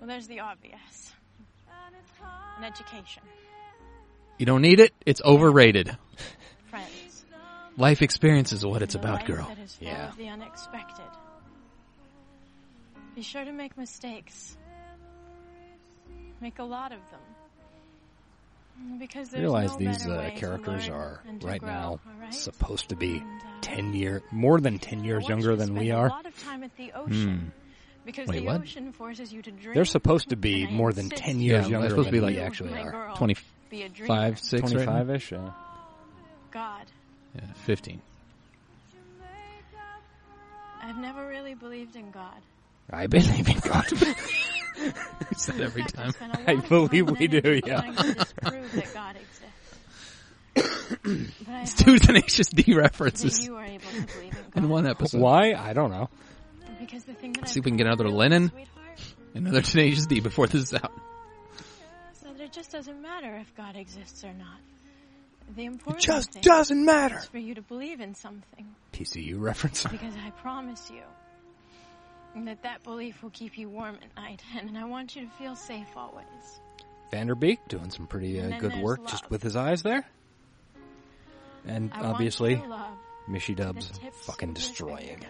[SPEAKER 15] Well, there's the obvious. An education,
[SPEAKER 3] You don't need it. It's overrated.
[SPEAKER 15] friends.
[SPEAKER 3] Life experience is what it's
[SPEAKER 15] and a
[SPEAKER 3] about,
[SPEAKER 15] life
[SPEAKER 3] girl.
[SPEAKER 15] That is full of the unexpected. Be sure to make mistakes. Make a lot of them. Because there's
[SPEAKER 2] Realize
[SPEAKER 15] no
[SPEAKER 2] these
[SPEAKER 15] better
[SPEAKER 2] uh,
[SPEAKER 15] way to
[SPEAKER 2] characters
[SPEAKER 15] learn
[SPEAKER 2] are
[SPEAKER 15] and to
[SPEAKER 2] right
[SPEAKER 15] grow,
[SPEAKER 2] now
[SPEAKER 15] all right? uh,
[SPEAKER 2] supposed to be ten year, more than ten years younger than we
[SPEAKER 15] spend
[SPEAKER 2] are. Hmm.
[SPEAKER 15] A lot of time at the ocean because
[SPEAKER 2] Wait,
[SPEAKER 15] the
[SPEAKER 2] what?
[SPEAKER 15] ocean forces you to dream.
[SPEAKER 2] They're supposed to be
[SPEAKER 15] and I
[SPEAKER 2] more than
[SPEAKER 15] insist
[SPEAKER 2] ten years
[SPEAKER 3] Yeah,
[SPEAKER 2] younger
[SPEAKER 3] they're supposed
[SPEAKER 2] than
[SPEAKER 3] to be like-
[SPEAKER 2] we actually
[SPEAKER 15] my
[SPEAKER 2] are.
[SPEAKER 15] girl, be a dreamer.
[SPEAKER 3] 25, 6 right now?
[SPEAKER 2] twenty-five <laughs> ish. Yeah.
[SPEAKER 15] God,
[SPEAKER 3] Yeah, <laughs> 15.
[SPEAKER 15] I've never really believed in God.
[SPEAKER 2] I believe in God.
[SPEAKER 3] We say that every
[SPEAKER 15] In fact,
[SPEAKER 3] time.
[SPEAKER 15] spent a
[SPEAKER 2] <laughs>
[SPEAKER 15] lot
[SPEAKER 2] I
[SPEAKER 15] of time
[SPEAKER 2] believe
[SPEAKER 15] and
[SPEAKER 2] we do,
[SPEAKER 15] energy
[SPEAKER 2] yeah.
[SPEAKER 15] trying to disprove that God exists. <coughs> But I
[SPEAKER 3] It's
[SPEAKER 15] hope
[SPEAKER 3] two Tenacious D
[SPEAKER 15] that
[SPEAKER 3] references
[SPEAKER 15] you are able to believe in God.
[SPEAKER 3] in one episode.
[SPEAKER 2] Why? I don't know.
[SPEAKER 15] Because the thing that
[SPEAKER 3] See
[SPEAKER 15] I've
[SPEAKER 3] if we can get
[SPEAKER 15] come to
[SPEAKER 3] another
[SPEAKER 15] realize,
[SPEAKER 3] Lennon,
[SPEAKER 15] sweetheart,
[SPEAKER 3] another Tenacious D before this is out.
[SPEAKER 15] is that it just doesn't matter if God exists or not. The important
[SPEAKER 2] just
[SPEAKER 15] thing
[SPEAKER 2] doesn't matter.
[SPEAKER 15] is for you to believe in something.
[SPEAKER 2] PCU reference.
[SPEAKER 15] Because I promise you that that belief will keep you warm at night, <laughs> and I want you to feel safe always.
[SPEAKER 2] Vanderbeek doing some pretty
[SPEAKER 15] And
[SPEAKER 2] uh,
[SPEAKER 15] then
[SPEAKER 2] good
[SPEAKER 15] there's
[SPEAKER 2] work
[SPEAKER 15] love.
[SPEAKER 2] just with his eyes there. And
[SPEAKER 15] I want
[SPEAKER 2] obviously,
[SPEAKER 15] your love
[SPEAKER 2] Mishy Dubs
[SPEAKER 15] that tips
[SPEAKER 2] fucking
[SPEAKER 15] your
[SPEAKER 2] destroying.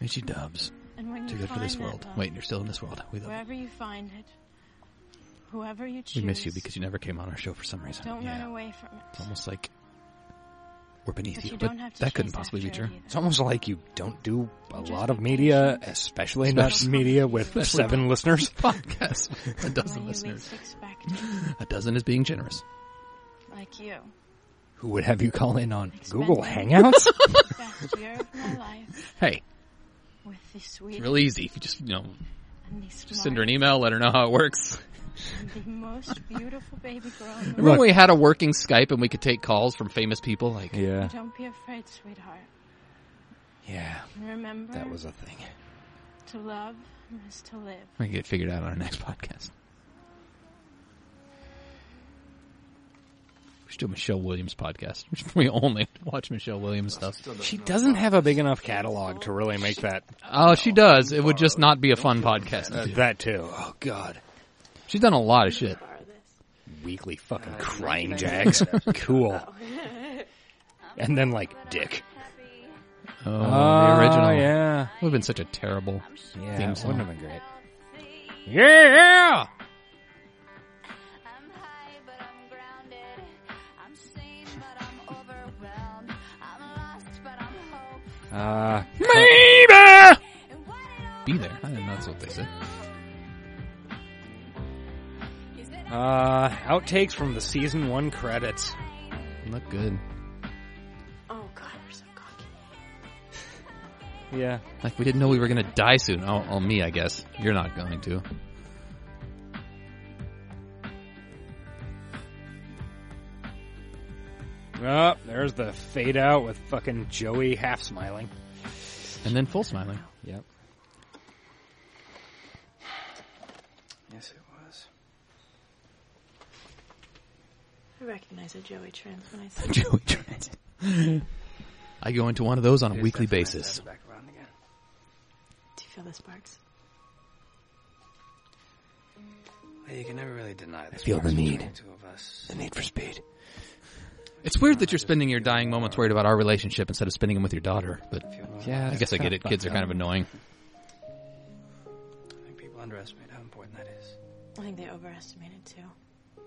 [SPEAKER 3] And she dubs.
[SPEAKER 15] And when
[SPEAKER 3] Too
[SPEAKER 15] you
[SPEAKER 3] good for
[SPEAKER 15] find
[SPEAKER 3] this
[SPEAKER 15] that uh,
[SPEAKER 3] world.
[SPEAKER 15] love,
[SPEAKER 3] Wait, you're still in this world. We love you.
[SPEAKER 15] Wherever you find it, whoever you choose,
[SPEAKER 3] We miss you because you never came on our show for some reason.
[SPEAKER 15] don't
[SPEAKER 3] yeah.
[SPEAKER 15] run away from it.
[SPEAKER 3] It's almost like we're beneath
[SPEAKER 15] But
[SPEAKER 3] you,
[SPEAKER 15] you
[SPEAKER 3] but
[SPEAKER 15] don't have to
[SPEAKER 3] that couldn't
[SPEAKER 15] chase
[SPEAKER 3] possibly be
[SPEAKER 15] after
[SPEAKER 3] true.
[SPEAKER 15] it either.
[SPEAKER 2] It's almost like you don't do a lot of media, especially not
[SPEAKER 3] Especially-
[SPEAKER 2] media with
[SPEAKER 3] especially- <laughs>
[SPEAKER 2] seven listeners.
[SPEAKER 3] Podcast. A dozen
[SPEAKER 15] when you
[SPEAKER 3] listeners. <laughs>
[SPEAKER 15] least expect it,
[SPEAKER 3] A dozen is being generous.
[SPEAKER 15] like you.
[SPEAKER 2] Who would have you call in on Google
[SPEAKER 15] Spending
[SPEAKER 2] Hangouts?
[SPEAKER 15] the best year of my life
[SPEAKER 3] <laughs> Hey,
[SPEAKER 15] with the
[SPEAKER 3] it's
[SPEAKER 15] sweetest
[SPEAKER 3] real easy if you just you know
[SPEAKER 15] and the
[SPEAKER 3] just send her an email, let her know how it works.
[SPEAKER 15] smartest and
[SPEAKER 3] <laughs>
[SPEAKER 15] the most beautiful baby girl. in the
[SPEAKER 3] Remember when
[SPEAKER 15] world.
[SPEAKER 3] we had a working Skype and we could take calls from famous people?
[SPEAKER 2] <laughs>
[SPEAKER 3] Like
[SPEAKER 2] yeah,
[SPEAKER 15] Don't be afraid, sweetheart.
[SPEAKER 2] yeah,
[SPEAKER 15] Remember
[SPEAKER 2] that was a thing.
[SPEAKER 15] to love is to live.
[SPEAKER 3] <laughs> we can get it figured out on our next podcast. We should do a Michelle Williams podcast. <laughs> We only watch Michelle Williams stuff.
[SPEAKER 2] She doesn't have a big enough catalog to really make that.
[SPEAKER 3] Oh, she does. It would just not be a fun podcast.
[SPEAKER 2] Uh,
[SPEAKER 3] to do.
[SPEAKER 2] that too. Oh God.
[SPEAKER 3] She's done a lot of shit.
[SPEAKER 2] Weekly fucking
[SPEAKER 10] Uh,
[SPEAKER 2] crying
[SPEAKER 10] <laughs>
[SPEAKER 2] jags. cool.
[SPEAKER 10] Oh.
[SPEAKER 2] <laughs> And then like dick.
[SPEAKER 3] Oh,
[SPEAKER 2] Ah,
[SPEAKER 3] the original.
[SPEAKER 2] yeah.
[SPEAKER 3] Would have been such a terrible
[SPEAKER 2] Yeah,
[SPEAKER 3] theme
[SPEAKER 2] it
[SPEAKER 3] song.
[SPEAKER 2] wouldn't have been great. Yeah. Uh, maybe.
[SPEAKER 3] Be there. I didn't know that's what they said.
[SPEAKER 2] Uh, outtakes from the season one credits.
[SPEAKER 3] Not good.
[SPEAKER 15] Oh God, we're so cocky.
[SPEAKER 2] Yeah.
[SPEAKER 3] Like we didn't know we were gonna die soon. Oh, oh me, I guess. You're not going to.
[SPEAKER 2] Oh, there's the fade out with fucking Joey half smiling.
[SPEAKER 3] And then full smiling. <laughs>
[SPEAKER 2] Yep.
[SPEAKER 10] Yes, it was.
[SPEAKER 15] I recognize a Joey Trans when I see
[SPEAKER 3] Joey Transit. I go into one of those on a
[SPEAKER 10] It is
[SPEAKER 3] weekly
[SPEAKER 10] definitely nice to
[SPEAKER 3] basis.
[SPEAKER 10] have it back around again.
[SPEAKER 15] Do you feel the sparks?
[SPEAKER 10] Well, you can never really deny this.
[SPEAKER 3] feel the
[SPEAKER 10] first
[SPEAKER 3] need.
[SPEAKER 10] between Two of us.
[SPEAKER 3] need for speed. It's weird that you're spending your dying moments worried about our relationship instead of spending them with your daughter. But
[SPEAKER 2] Yeah,
[SPEAKER 3] I guess I get it. Kids are kind of annoying.
[SPEAKER 10] underestimate how important that is.
[SPEAKER 15] I think they overestimate it too.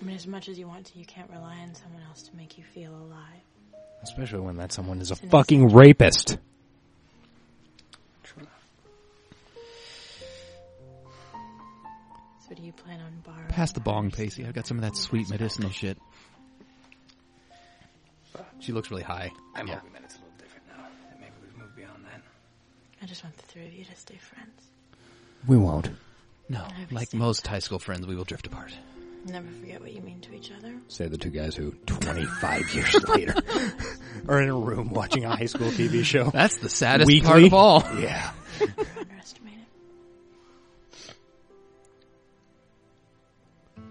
[SPEAKER 15] I mean, as much as you want to, you can't rely on someone else to make you feel alive.
[SPEAKER 2] Especially when that someone is a fucking rapist.
[SPEAKER 15] So do you plan on borrowing?
[SPEAKER 3] Pass the bong, Pacey. I've got some of that sweet medicinal shit. She looks really high.
[SPEAKER 10] I'm
[SPEAKER 3] yeah.
[SPEAKER 10] hoping that it's a little different now. That maybe we've moved beyond that.
[SPEAKER 15] I just want the three of you to stay friends.
[SPEAKER 2] We won't.
[SPEAKER 3] No, like most high school friends, we will drift apart.
[SPEAKER 15] Never forget what you mean to each other.
[SPEAKER 2] Say the two guys who,
[SPEAKER 10] <laughs>
[SPEAKER 2] 25 years later, are in a room watching a high school TV <laughs> show.
[SPEAKER 3] That's the saddest part of all.
[SPEAKER 2] Yeah.
[SPEAKER 15] Underestimate it.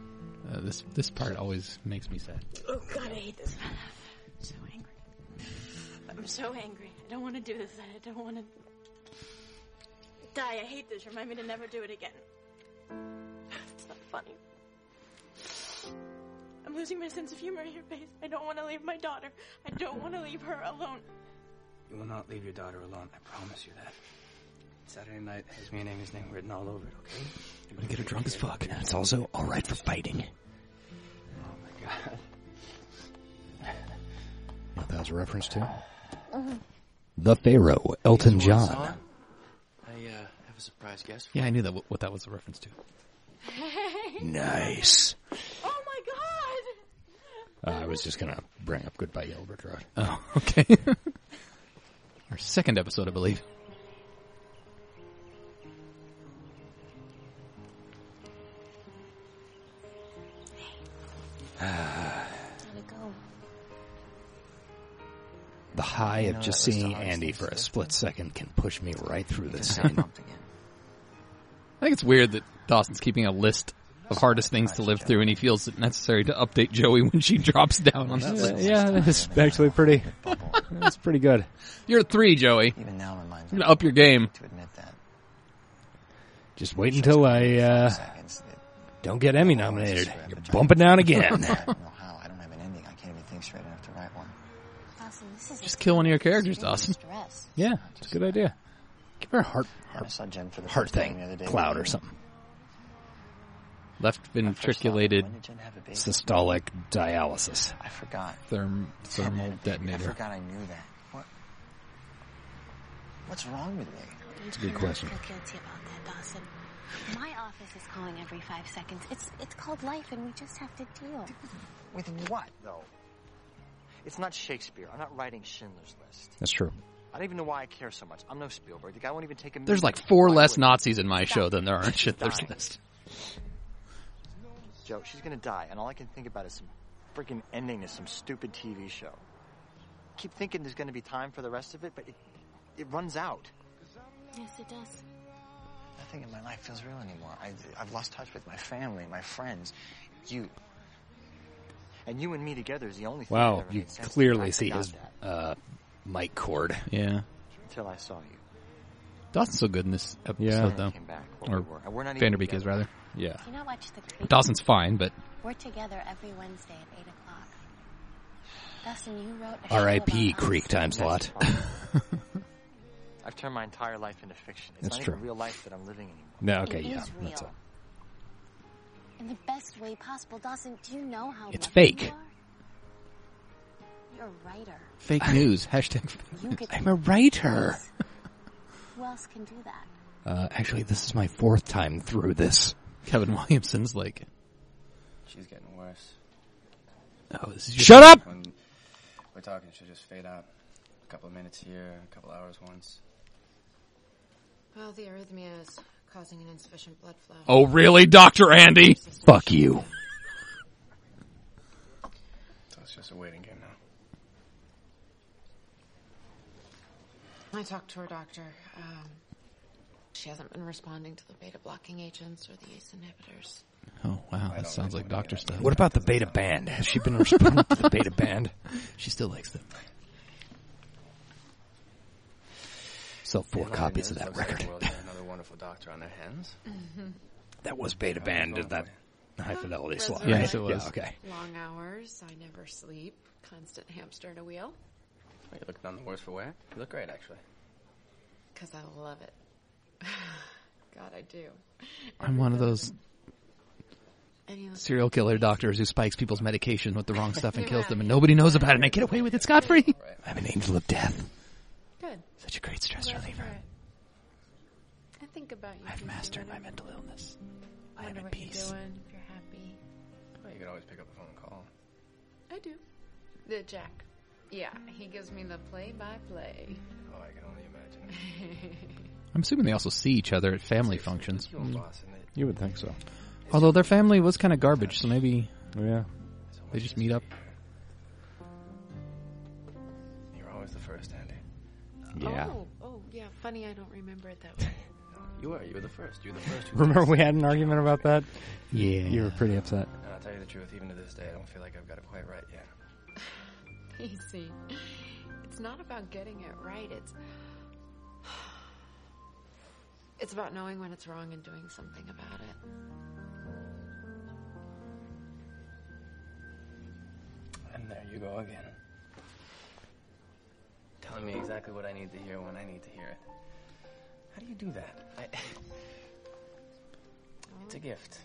[SPEAKER 3] Uh, this this part always makes me sad.
[SPEAKER 15] Oh god, I hate this. I'm so angry. I'm so angry. I don't want to do this. I don't want to die. I hate this. Remind me to never do it again. It's not funny. I'm losing my sense of humor here, Pace. I don't want to leave my daughter. I don't want to leave her alone.
[SPEAKER 10] You will not leave your daughter alone. I promise you that. Saturday night has me and Amy's name written all over it, okay? I'm
[SPEAKER 2] gonna get her drunk as fuck. And it's also alright for fighting.
[SPEAKER 10] Oh my god.
[SPEAKER 2] What that was a reference to? Uh-huh. The Pharaoh, Elton
[SPEAKER 11] You want a
[SPEAKER 2] John.
[SPEAKER 11] song? I uh, have a surprise guest for
[SPEAKER 3] Yeah, I knew that what that was a reference to.
[SPEAKER 2] Nice.
[SPEAKER 15] Oh my god!
[SPEAKER 2] Uh, I was just gonna bring up Goodbye Yellow Brick Road.
[SPEAKER 3] <laughs> Oh, okay. Our second episode, I believe.
[SPEAKER 5] How'd it go?
[SPEAKER 2] The high
[SPEAKER 10] You
[SPEAKER 2] of
[SPEAKER 10] know,
[SPEAKER 2] just
[SPEAKER 10] that was
[SPEAKER 2] seeing
[SPEAKER 10] the hardest
[SPEAKER 2] Andy
[SPEAKER 10] thing
[SPEAKER 2] for a
[SPEAKER 10] to
[SPEAKER 2] split second can push me right through this <laughs>
[SPEAKER 10] <laughs> Can I
[SPEAKER 2] scene.
[SPEAKER 3] I think it's weird that Dawson's keeping a list of hardest things to live through, and he feels it necessary to update Joey <laughs> when she drops down on that
[SPEAKER 2] <laughs>
[SPEAKER 3] list.
[SPEAKER 2] yeah, that's actually pretty. That's pretty good.
[SPEAKER 3] You're at three, Joey.
[SPEAKER 10] Even now, my mind's
[SPEAKER 3] You're gonna up your game.
[SPEAKER 10] to admit that.
[SPEAKER 2] Just wait until I uh, don't get Emmy nominated. You're bumping down again. <laughs>
[SPEAKER 10] <laughs> I don't know how. I don't have an ending. I can't even think straight enough to write one.
[SPEAKER 5] Dawson, this is
[SPEAKER 3] Just kill one of your characters, Dawson.
[SPEAKER 5] stress.
[SPEAKER 2] Yeah, it's a good idea. Give her a heart,
[SPEAKER 10] I saw Jen for the
[SPEAKER 2] heart
[SPEAKER 10] first time
[SPEAKER 2] thing,
[SPEAKER 10] the other day.
[SPEAKER 2] cloud or something.
[SPEAKER 3] Left ventriculated
[SPEAKER 10] When did Jen have a baby?
[SPEAKER 2] Systolic dialysis.
[SPEAKER 10] I forgot.
[SPEAKER 3] therm- thermal
[SPEAKER 10] I
[SPEAKER 3] detonator.
[SPEAKER 10] forgot I knew that. What? What's wrong with me?
[SPEAKER 2] It's a good question.
[SPEAKER 5] I feel guilty about that, Dawson. My office is calling every five seconds. It's it's called life, and we just have to deal.
[SPEAKER 10] With what, though? It's not Shakespeare. I'm not writing Schindler's List.
[SPEAKER 2] That's true.
[SPEAKER 10] I don't even know why I care so much. I'm no Spielberg. The guy won't even take a.
[SPEAKER 3] There's
[SPEAKER 10] minute.
[SPEAKER 3] like four
[SPEAKER 10] Why
[SPEAKER 3] less
[SPEAKER 10] would-
[SPEAKER 3] Nazis in my show than there are in Schindler's
[SPEAKER 10] Dying.
[SPEAKER 3] List.
[SPEAKER 10] Joe, she's gonna die, and all I can think about is some freaking ending to some stupid TV show. Keep thinking there's gonna be time for the rest of it, but it, it runs out.
[SPEAKER 5] Yes, it does.
[SPEAKER 10] Nothing in my life feels real anymore. I, I've lost touch with my family, my friends, you. And you and me together is the only thing. that
[SPEAKER 2] Wow,
[SPEAKER 10] ever
[SPEAKER 2] you
[SPEAKER 10] made sense. I
[SPEAKER 2] clearly see
[SPEAKER 10] forgot
[SPEAKER 2] his
[SPEAKER 10] that
[SPEAKER 2] uh, mic cord.
[SPEAKER 3] Yeah.
[SPEAKER 10] until I saw you.
[SPEAKER 3] Dawson's so good in this episode,
[SPEAKER 2] Yeah.
[SPEAKER 3] though.
[SPEAKER 10] Came back, what we
[SPEAKER 3] Or
[SPEAKER 10] were. And we're not even
[SPEAKER 3] Vanderbeek is,
[SPEAKER 10] together.
[SPEAKER 3] rather. Yeah.
[SPEAKER 5] Do you not watch the creep?
[SPEAKER 3] Dawson's fine, but
[SPEAKER 5] We're together every Wednesday at eight o'clock. Dawson, you wrote. A show
[SPEAKER 2] R.I.P.
[SPEAKER 5] about us.
[SPEAKER 2] Creek time slot.
[SPEAKER 10] I've turned my entire life into fiction. It's
[SPEAKER 2] That's
[SPEAKER 10] not even
[SPEAKER 2] true.
[SPEAKER 10] real life that I'm living anymore.
[SPEAKER 2] No, okay,
[SPEAKER 5] It
[SPEAKER 2] yeah,
[SPEAKER 5] is
[SPEAKER 2] that's it.
[SPEAKER 5] real. In the best way possible, Dawson. Do you know how
[SPEAKER 2] It's
[SPEAKER 5] lucky
[SPEAKER 2] fake.
[SPEAKER 5] You are? You're a writer.
[SPEAKER 3] fake news. Hashtag fake
[SPEAKER 5] You
[SPEAKER 3] news.
[SPEAKER 5] get
[SPEAKER 2] I'm a writer.
[SPEAKER 5] Who else can do that?
[SPEAKER 2] Uh, actually, this is my fourth time through this.
[SPEAKER 3] Kevin Williamson's like,
[SPEAKER 10] She's getting worse.
[SPEAKER 3] oh, this is your
[SPEAKER 2] Shut up!
[SPEAKER 10] When we're talking, she'll just fade out. A couple of minutes here, a couple hours once.
[SPEAKER 36] Well, the arrhythmia is causing an insufficient blood flow.
[SPEAKER 3] Oh, really, Dr. Andy?
[SPEAKER 2] Fuck you.
[SPEAKER 10] So it's just a waiting game now.
[SPEAKER 36] I talked to her doctor. Um, she hasn't been responding to the beta blocking agents or the ACE inhibitors.
[SPEAKER 3] Oh, wow. That sounds like doctor stuff.
[SPEAKER 2] What about the beta band? Has she been responding to the beta band?
[SPEAKER 3] <laughs> She still likes them.
[SPEAKER 2] Sell four
[SPEAKER 10] Yeah,
[SPEAKER 2] copies of
[SPEAKER 10] it
[SPEAKER 2] that
[SPEAKER 10] looks like
[SPEAKER 2] record. Mm-hmm.
[SPEAKER 10] the world's got another wonderful doctor on their hands.
[SPEAKER 2] That was beta band. Did that high fidelity slot?
[SPEAKER 3] Resurrect. Yes,
[SPEAKER 2] right?
[SPEAKER 3] it was.
[SPEAKER 2] Yeah, okay.
[SPEAKER 36] Long hours. I never sleep. Constant hamster in a wheel.
[SPEAKER 10] Well, you look none the worse for wear. You look great, actually.
[SPEAKER 36] Because I love it. <sighs> God, I do.
[SPEAKER 3] I'm one of those
[SPEAKER 36] Any of
[SPEAKER 3] serial killer doctors who spikes people's medication with the wrong stuff
[SPEAKER 36] <laughs>
[SPEAKER 3] and kills them, and nobody knows about it, and I get away with it scot free. I'm an angel of death.
[SPEAKER 36] Good.
[SPEAKER 3] Such a great stress
[SPEAKER 36] Glad to
[SPEAKER 3] reliever.
[SPEAKER 36] hear it. I think about you.
[SPEAKER 3] I've
[SPEAKER 36] too,
[SPEAKER 3] mastered
[SPEAKER 36] Julie.
[SPEAKER 3] my mental illness. I
[SPEAKER 36] Wonder
[SPEAKER 3] am at
[SPEAKER 36] what
[SPEAKER 3] peace.
[SPEAKER 36] You're doing, if you're happy.
[SPEAKER 4] Well, you could always pick up the phone and call.
[SPEAKER 36] I do. The Jack. Yeah, he gives me the play-by-play.
[SPEAKER 4] Oh, I can only imagine.
[SPEAKER 3] I'm assuming they also see each other at family functions.
[SPEAKER 4] your
[SPEAKER 2] Mm,
[SPEAKER 4] boss, isn't it?
[SPEAKER 3] You would think so. Although their family was kind of garbage, so maybe
[SPEAKER 2] Oh, yeah,
[SPEAKER 3] they just meet up.
[SPEAKER 4] You're always the first, Andy.
[SPEAKER 36] Oh, oh, yeah. Funny, I don't remember it that way.
[SPEAKER 4] You are. You were the first. You're the <laughs> first. who
[SPEAKER 2] Remember
[SPEAKER 4] texted
[SPEAKER 2] we
[SPEAKER 4] me.
[SPEAKER 2] had an argument about that?
[SPEAKER 3] Yeah.
[SPEAKER 2] You were pretty upset.
[SPEAKER 4] And I'll tell you the truth. Even to this day, I don't feel like I've got it quite right yet.
[SPEAKER 36] Easy. It's not about getting it right. It's <sighs> it's about knowing when it's wrong and doing something about it.
[SPEAKER 4] And there you go again. Telling me exactly what I need to hear when I need to hear it. How do you do that? I, <laughs> it's a gift.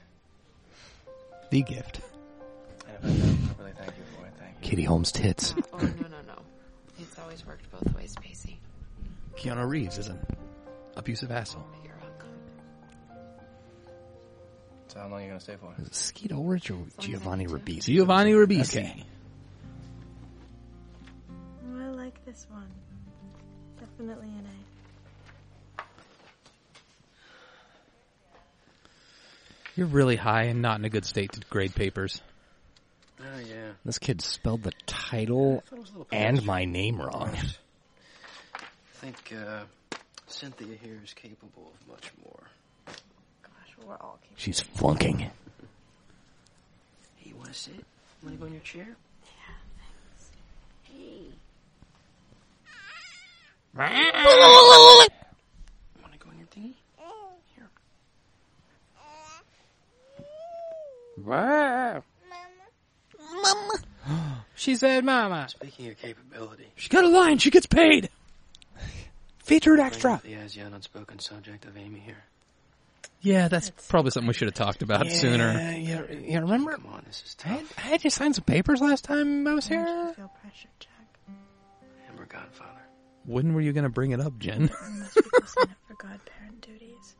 [SPEAKER 3] The gift.
[SPEAKER 4] And if I don't properly thank you for it, thank you.
[SPEAKER 3] Katie Holmes tits.
[SPEAKER 36] Oh no no no! It's always worked both ways, Pacey.
[SPEAKER 3] Keanu Reeves is an abusive asshole.
[SPEAKER 36] You're welcome.
[SPEAKER 4] So how long are you going to stay for?
[SPEAKER 3] Skeet Ulrich or Giovanni Ribisi?
[SPEAKER 2] Giovanni
[SPEAKER 3] Ribisi.
[SPEAKER 15] Oh, I like this one. Definitely an A.
[SPEAKER 3] You're really high and not in a good state to grade papers.
[SPEAKER 4] Oh, yeah.
[SPEAKER 2] This kid spelled the title
[SPEAKER 4] Thought it was a little
[SPEAKER 2] and
[SPEAKER 4] close.
[SPEAKER 2] my name wrong.
[SPEAKER 11] I think uh, Cynthia here is capable of much more.
[SPEAKER 15] Gosh, we're all
[SPEAKER 2] She's flunking.
[SPEAKER 11] Hey, you want to sit? Want to go in your chair? Hey.
[SPEAKER 1] Want
[SPEAKER 11] to go in your thingy? Here.
[SPEAKER 1] Mama. Mama.
[SPEAKER 3] She said mama.
[SPEAKER 11] Speaking of capability,
[SPEAKER 3] She got a line. She gets paid. Featured
[SPEAKER 11] bring
[SPEAKER 3] extra.
[SPEAKER 11] up The as yet unspoken subject of Amy here.
[SPEAKER 3] Yeah, that's probably something we should have talked about
[SPEAKER 2] Yeah,
[SPEAKER 3] sooner.
[SPEAKER 2] You, you remember?
[SPEAKER 11] Come on, this is
[SPEAKER 2] I had, I had you sign some papers last time I was here.
[SPEAKER 15] feel pressure, Jack.
[SPEAKER 11] And we're godfather.
[SPEAKER 3] When were you going to bring it
[SPEAKER 2] <laughs>
[SPEAKER 3] up, Jen?
[SPEAKER 15] Unless people sign up for godparent duties.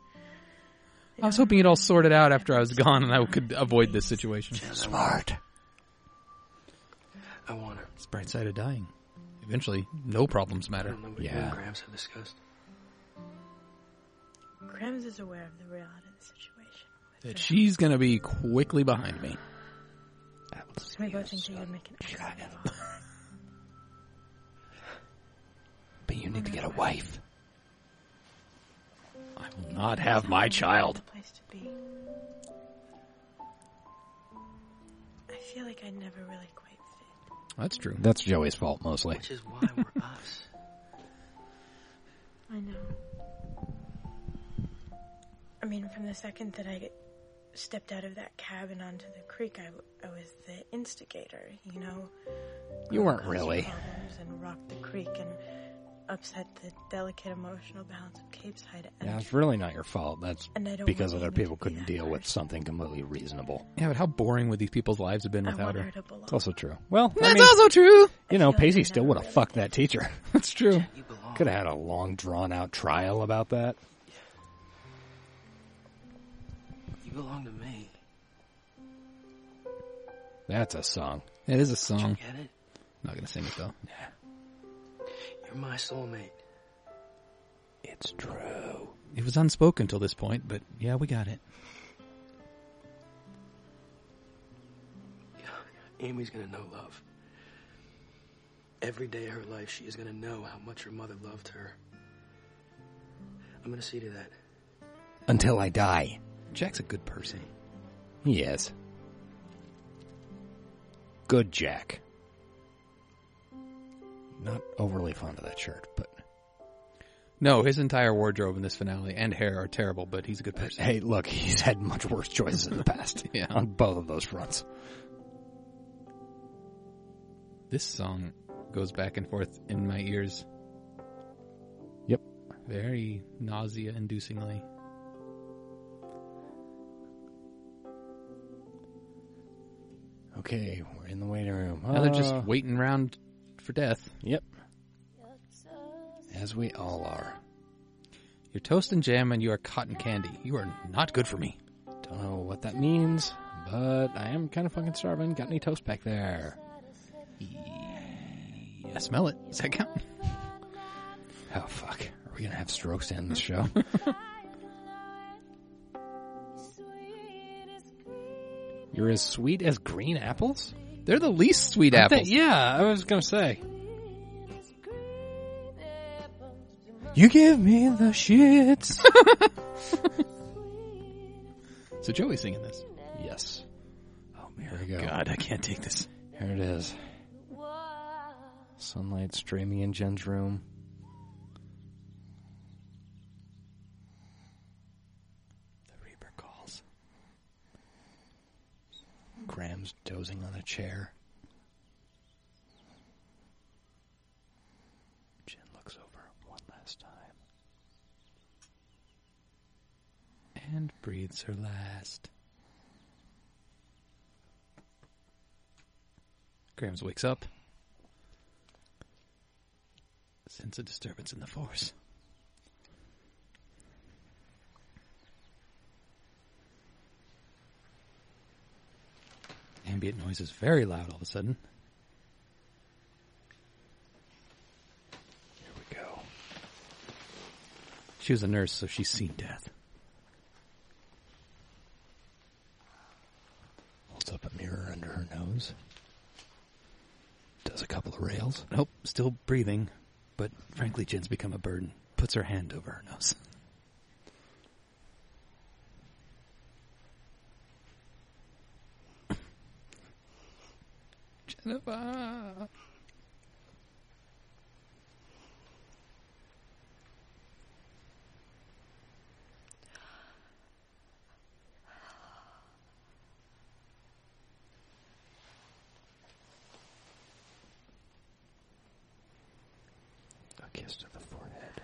[SPEAKER 3] I was hoping it all sorted out after I was gone and I could avoid this situation.
[SPEAKER 11] Smart. I want her.
[SPEAKER 3] It's bright side of dying. Eventually, no problems
[SPEAKER 11] I
[SPEAKER 3] matter.
[SPEAKER 11] don't know what you and Gramps have discussed.
[SPEAKER 15] Krems is aware of the reality of the situation.
[SPEAKER 3] That she's going to be quickly behind me.
[SPEAKER 15] We both think that you would make an excellent father.
[SPEAKER 3] But you need to get a wife. I will not have my child.
[SPEAKER 15] place to be. I feel like I never really quite
[SPEAKER 3] That's true.
[SPEAKER 2] That's Joey's fault mostly.
[SPEAKER 11] Which is why <laughs> we're us.
[SPEAKER 15] I know. I mean, from the second that I stepped out of that cab and onto the creek, I, w- I was the instigator, you know?
[SPEAKER 2] You weren't
[SPEAKER 15] Caused
[SPEAKER 2] really.
[SPEAKER 15] problems And rocked the creek and upset the delicate emotional balance of Cape Side. And
[SPEAKER 2] Yeah, it's really not your fault. That's
[SPEAKER 15] And I don't
[SPEAKER 2] because
[SPEAKER 15] want
[SPEAKER 2] other
[SPEAKER 15] Amy to
[SPEAKER 2] people
[SPEAKER 15] be
[SPEAKER 2] couldn't
[SPEAKER 15] that
[SPEAKER 2] deal with something completely reasonable.
[SPEAKER 3] Yeah, but how boring would these people's lives have been
[SPEAKER 15] I
[SPEAKER 3] without
[SPEAKER 15] want
[SPEAKER 3] her?
[SPEAKER 15] her to belong.
[SPEAKER 2] It's also true. Well, I
[SPEAKER 3] That's
[SPEAKER 2] mean,
[SPEAKER 3] also true.
[SPEAKER 2] You know, Pacey still would have fucked that teacher. <laughs>
[SPEAKER 3] That's true.
[SPEAKER 2] Could have had a long, drawn out trial about that.
[SPEAKER 11] You belong to me.
[SPEAKER 2] That's a song.
[SPEAKER 3] That is a song.
[SPEAKER 11] Get it?
[SPEAKER 3] Not gonna sing it though.
[SPEAKER 11] You're my soulmate.
[SPEAKER 2] It's true.
[SPEAKER 3] It was unspoken till this point, but yeah, we got it.
[SPEAKER 11] Amy's gonna know love. Every day of her life, she is gonna know how much her mother loved her. I'm gonna see to that.
[SPEAKER 2] Until I die.
[SPEAKER 3] Jack's a good person.
[SPEAKER 2] He is. Good Jack. Not overly fond of that shirt, but
[SPEAKER 3] No, his entire wardrobe in this finale and hair are terrible, but he's a good person.
[SPEAKER 2] hey, look, he's had much worse choices in the past.
[SPEAKER 3] <laughs> Yeah.
[SPEAKER 2] On both of those fronts.
[SPEAKER 3] This song goes back and forth in my ears
[SPEAKER 2] Yep.
[SPEAKER 3] very nausea inducingly.
[SPEAKER 2] Okay, we're in the waiting room.
[SPEAKER 3] Now they're just
[SPEAKER 2] Ah.
[SPEAKER 3] waiting around for death.
[SPEAKER 2] Yep. As we all are.
[SPEAKER 3] You're toast and jam and you are cotton candy. You are not good for me.
[SPEAKER 2] Don't know what that means, but I am kind of fucking starving. Got any toast back there?
[SPEAKER 3] I smell it. Does that count?
[SPEAKER 2] <laughs> Oh fuck. Are we gonna have strokes to end this show? <laughs> You're as sweet as green apples?
[SPEAKER 3] They're the least sweet apples.
[SPEAKER 2] yeah, I was gonna say. You give me the shits.
[SPEAKER 3] So Joey's singing this.
[SPEAKER 2] Yes. Oh man. Here we go.
[SPEAKER 3] God, I can't take this.
[SPEAKER 2] Here it is. Sunlight streaming in Jen's room. The Reaper calls. Graham's dozing on a chair. Jen looks over one last time.
[SPEAKER 3] And breathes her last. Grams wakes up. Sense a disturbance in the force. Ambient noise is very loud all of a sudden. Here we go. She was a nurse, so she's seen death.
[SPEAKER 2] Holds up a mirror under her nose. Does a couple of rails.
[SPEAKER 3] Nope, still breathing, but frankly, Jen's become a burden. Puts her hand over her nose. Jennifer!
[SPEAKER 2] A kiss to the forehead.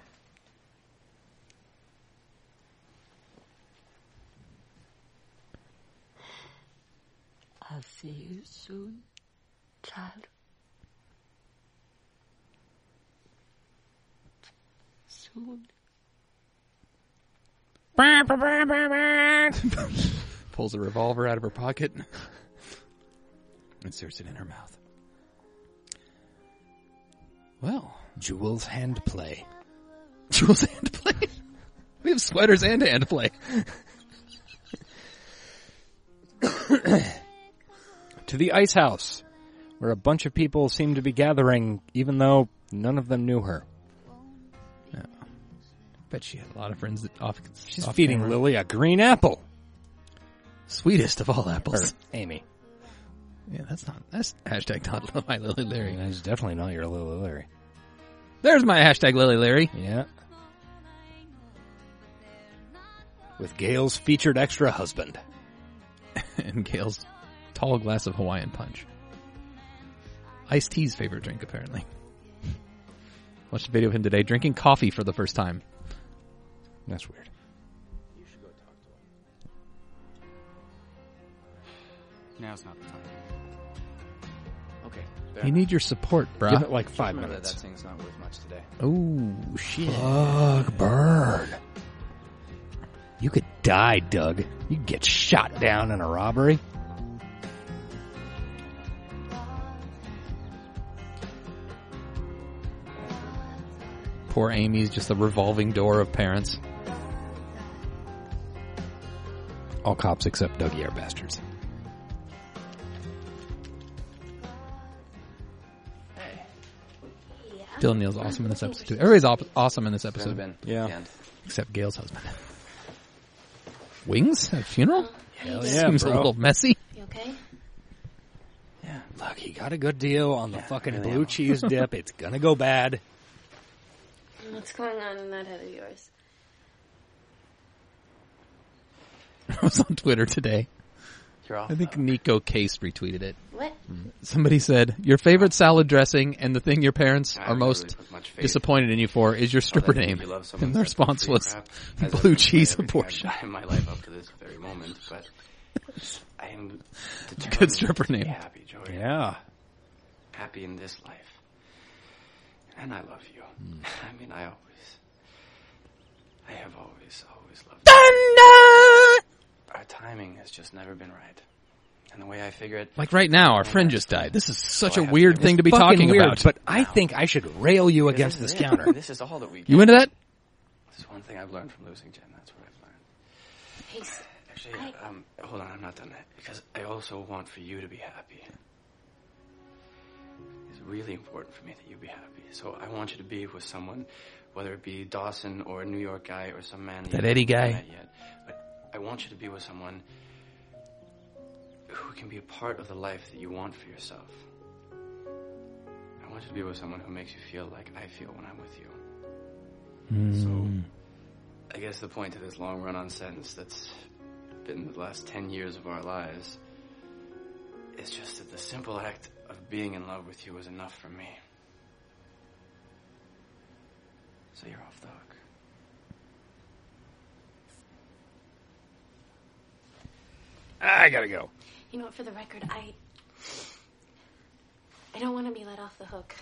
[SPEAKER 12] I'll see you soon, child. Soon.
[SPEAKER 3] Pulls a revolver out of her pocket, <laughs> inserts it in her mouth. Well,
[SPEAKER 2] Jewel's hand play.
[SPEAKER 3] <laughs> Jewel's hand play. we have sweaters and hand play.
[SPEAKER 2] to the ice house, where a bunch of people seem to be gathering, even though none of them knew her.
[SPEAKER 3] Bet she had a lot of friends that off.
[SPEAKER 2] She's feeding Lily a green apple.
[SPEAKER 3] Sweetest of all apples.
[SPEAKER 2] Or Amy.
[SPEAKER 3] Yeah, that's not. That's hashtag not my Lily Larry.
[SPEAKER 2] That's definitely not your Lily Larry.
[SPEAKER 3] There's my hashtag Lily Larry.
[SPEAKER 2] Yeah. With Gail's featured extra husband.
[SPEAKER 3] <laughs> and Gail's tall glass of Hawaiian punch. Iced tea's favorite drink, apparently. <laughs> Watched a video of him today drinking coffee for the first time.
[SPEAKER 2] That's weird.
[SPEAKER 9] Now's not the time. Okay.
[SPEAKER 3] You need your support, bruh.
[SPEAKER 2] Give it like five
[SPEAKER 9] Remember
[SPEAKER 2] minutes.
[SPEAKER 9] That thing's not worth much today.
[SPEAKER 3] Oh shit!
[SPEAKER 2] Fuck, burn. You could die, Doug. You could get shot down in a robbery.
[SPEAKER 3] Poor Amy's just a revolving door of parents.
[SPEAKER 2] All cops except Dougie are bastards.
[SPEAKER 3] Dylan Neal's awesome in this episode. too. Everybody's op- awesome in this episode.
[SPEAKER 9] Ben.
[SPEAKER 2] Yeah.
[SPEAKER 3] Except Gail's husband. Wings at a funeral?
[SPEAKER 5] Hell
[SPEAKER 2] yeah,
[SPEAKER 3] Seems a
[SPEAKER 2] bro.
[SPEAKER 3] little messy.
[SPEAKER 5] You okay?
[SPEAKER 2] Look, he got a good deal on the fucking blue cheese dip. It's gonna go bad.
[SPEAKER 5] What's going on in that head of yours?
[SPEAKER 3] I was on Twitter today.
[SPEAKER 9] You're off.
[SPEAKER 3] I think Nico Case retweeted it. Mm.
[SPEAKER 5] What?
[SPEAKER 3] Somebody said, Your favorite salad dressing and the thing your parents
[SPEAKER 9] I
[SPEAKER 3] are
[SPEAKER 9] really
[SPEAKER 3] most
[SPEAKER 9] put much faith-
[SPEAKER 3] disappointed in you for is
[SPEAKER 2] Oh,
[SPEAKER 3] your stripper
[SPEAKER 9] think
[SPEAKER 3] name.
[SPEAKER 9] you love someone
[SPEAKER 3] And the
[SPEAKER 9] that's been
[SPEAKER 3] response
[SPEAKER 9] free
[SPEAKER 3] was <laughs>
[SPEAKER 9] crap, as I've
[SPEAKER 3] blue
[SPEAKER 9] been for
[SPEAKER 3] cheese
[SPEAKER 4] <laughs>
[SPEAKER 9] everything I've
[SPEAKER 3] abortion.
[SPEAKER 9] done in my life up to this very moment, but I
[SPEAKER 4] I
[SPEAKER 2] <laughs>
[SPEAKER 4] am
[SPEAKER 3] It's a
[SPEAKER 4] determined
[SPEAKER 3] good stripper
[SPEAKER 4] to be
[SPEAKER 3] name.
[SPEAKER 4] Happy, Joey.
[SPEAKER 2] Yeah.
[SPEAKER 4] Happy in this life. And I love you.
[SPEAKER 2] Hmm.
[SPEAKER 4] <laughs> I mean, I always, I have always, always loved you. Our timing has just never been right. And the way I figure it,
[SPEAKER 3] Like right now, our friend just died. This is such a weird thing to be talking about.
[SPEAKER 2] But I think I should rail you against this
[SPEAKER 4] is it.
[SPEAKER 2] counter.
[SPEAKER 4] This is all that we
[SPEAKER 3] You into that?
[SPEAKER 4] This is one thing I've learned from losing Jen. That's what I've learned.
[SPEAKER 5] Hey, s-
[SPEAKER 4] Actually, um, hold on, I'm not done yet. Because I also want for you to be happy. It's really important for me that you be happy. So I want you to be with someone, whether it be Dawson or a New York guy or some man.
[SPEAKER 3] That
[SPEAKER 4] you
[SPEAKER 3] Eddie
[SPEAKER 4] haven't
[SPEAKER 3] guy.
[SPEAKER 4] met Yet. But I want you to be with someone who can be a part of the life that you want for yourself. I want you to be with someone who makes you feel like I feel when I'm with you.
[SPEAKER 3] Hmm.
[SPEAKER 4] I guess the point of this long run on sentence that's been the last 10 years of our lives is just that the simple act of being in love with you was enough for me. So you're off the hook.
[SPEAKER 2] I gotta go.
[SPEAKER 5] You know what? For the record, I I don't want to be let off the hook.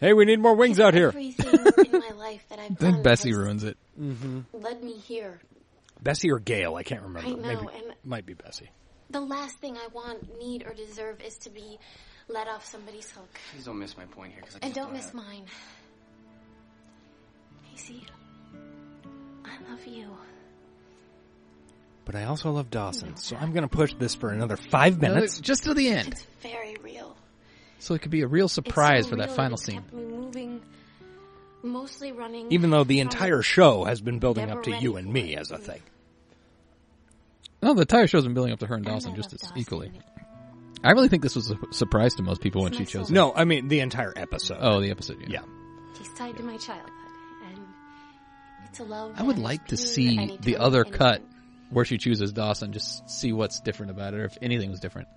[SPEAKER 2] Hey, we need more wings out here.
[SPEAKER 5] Everything in my life that
[SPEAKER 2] <laughs>
[SPEAKER 3] I
[SPEAKER 5] I've
[SPEAKER 3] think
[SPEAKER 5] done
[SPEAKER 3] Bessie
[SPEAKER 5] has
[SPEAKER 3] ruins it.
[SPEAKER 2] Mm-hmm.
[SPEAKER 5] led me here.
[SPEAKER 2] Bessie or Gail? I can't remember.
[SPEAKER 5] I know,
[SPEAKER 2] Maybe,
[SPEAKER 5] and-
[SPEAKER 2] might be Bessie.
[SPEAKER 5] The last thing I want, need, or deserve is to be let off somebody's hook.
[SPEAKER 4] Please don't miss my point here. 'cause I
[SPEAKER 5] And
[SPEAKER 4] just
[SPEAKER 5] don't miss
[SPEAKER 4] have-
[SPEAKER 5] mine. Casey, I love you.
[SPEAKER 2] But I also love Dawson, so I'm gonna push this for another five
[SPEAKER 3] No,
[SPEAKER 2] minutes.
[SPEAKER 3] just to the end.
[SPEAKER 5] It's very real.
[SPEAKER 3] So it could be a real surprise
[SPEAKER 5] It's so
[SPEAKER 3] for that
[SPEAKER 5] real
[SPEAKER 3] final
[SPEAKER 5] it's
[SPEAKER 3] scene.
[SPEAKER 5] kept me moving, mostly running.
[SPEAKER 2] Even though the
[SPEAKER 5] from
[SPEAKER 2] entire
[SPEAKER 5] it.
[SPEAKER 2] show has been building
[SPEAKER 5] Never
[SPEAKER 2] up to
[SPEAKER 5] ready
[SPEAKER 2] you and me as a thing.
[SPEAKER 3] No, the entire show's been building up to her and Dawson just as equally. I really think this was a surprise to most people when she chose.
[SPEAKER 2] No, I mean the entire episode.
[SPEAKER 3] Oh, the episode. Yeah.
[SPEAKER 5] He's tied to my childhood, and it's a love.
[SPEAKER 3] I would
[SPEAKER 5] that
[SPEAKER 3] like to
[SPEAKER 5] is pure and
[SPEAKER 3] see the
[SPEAKER 5] eternal
[SPEAKER 3] other
[SPEAKER 5] and
[SPEAKER 3] cut where she chooses Dawson. Just see what's different about it, or if anything was different.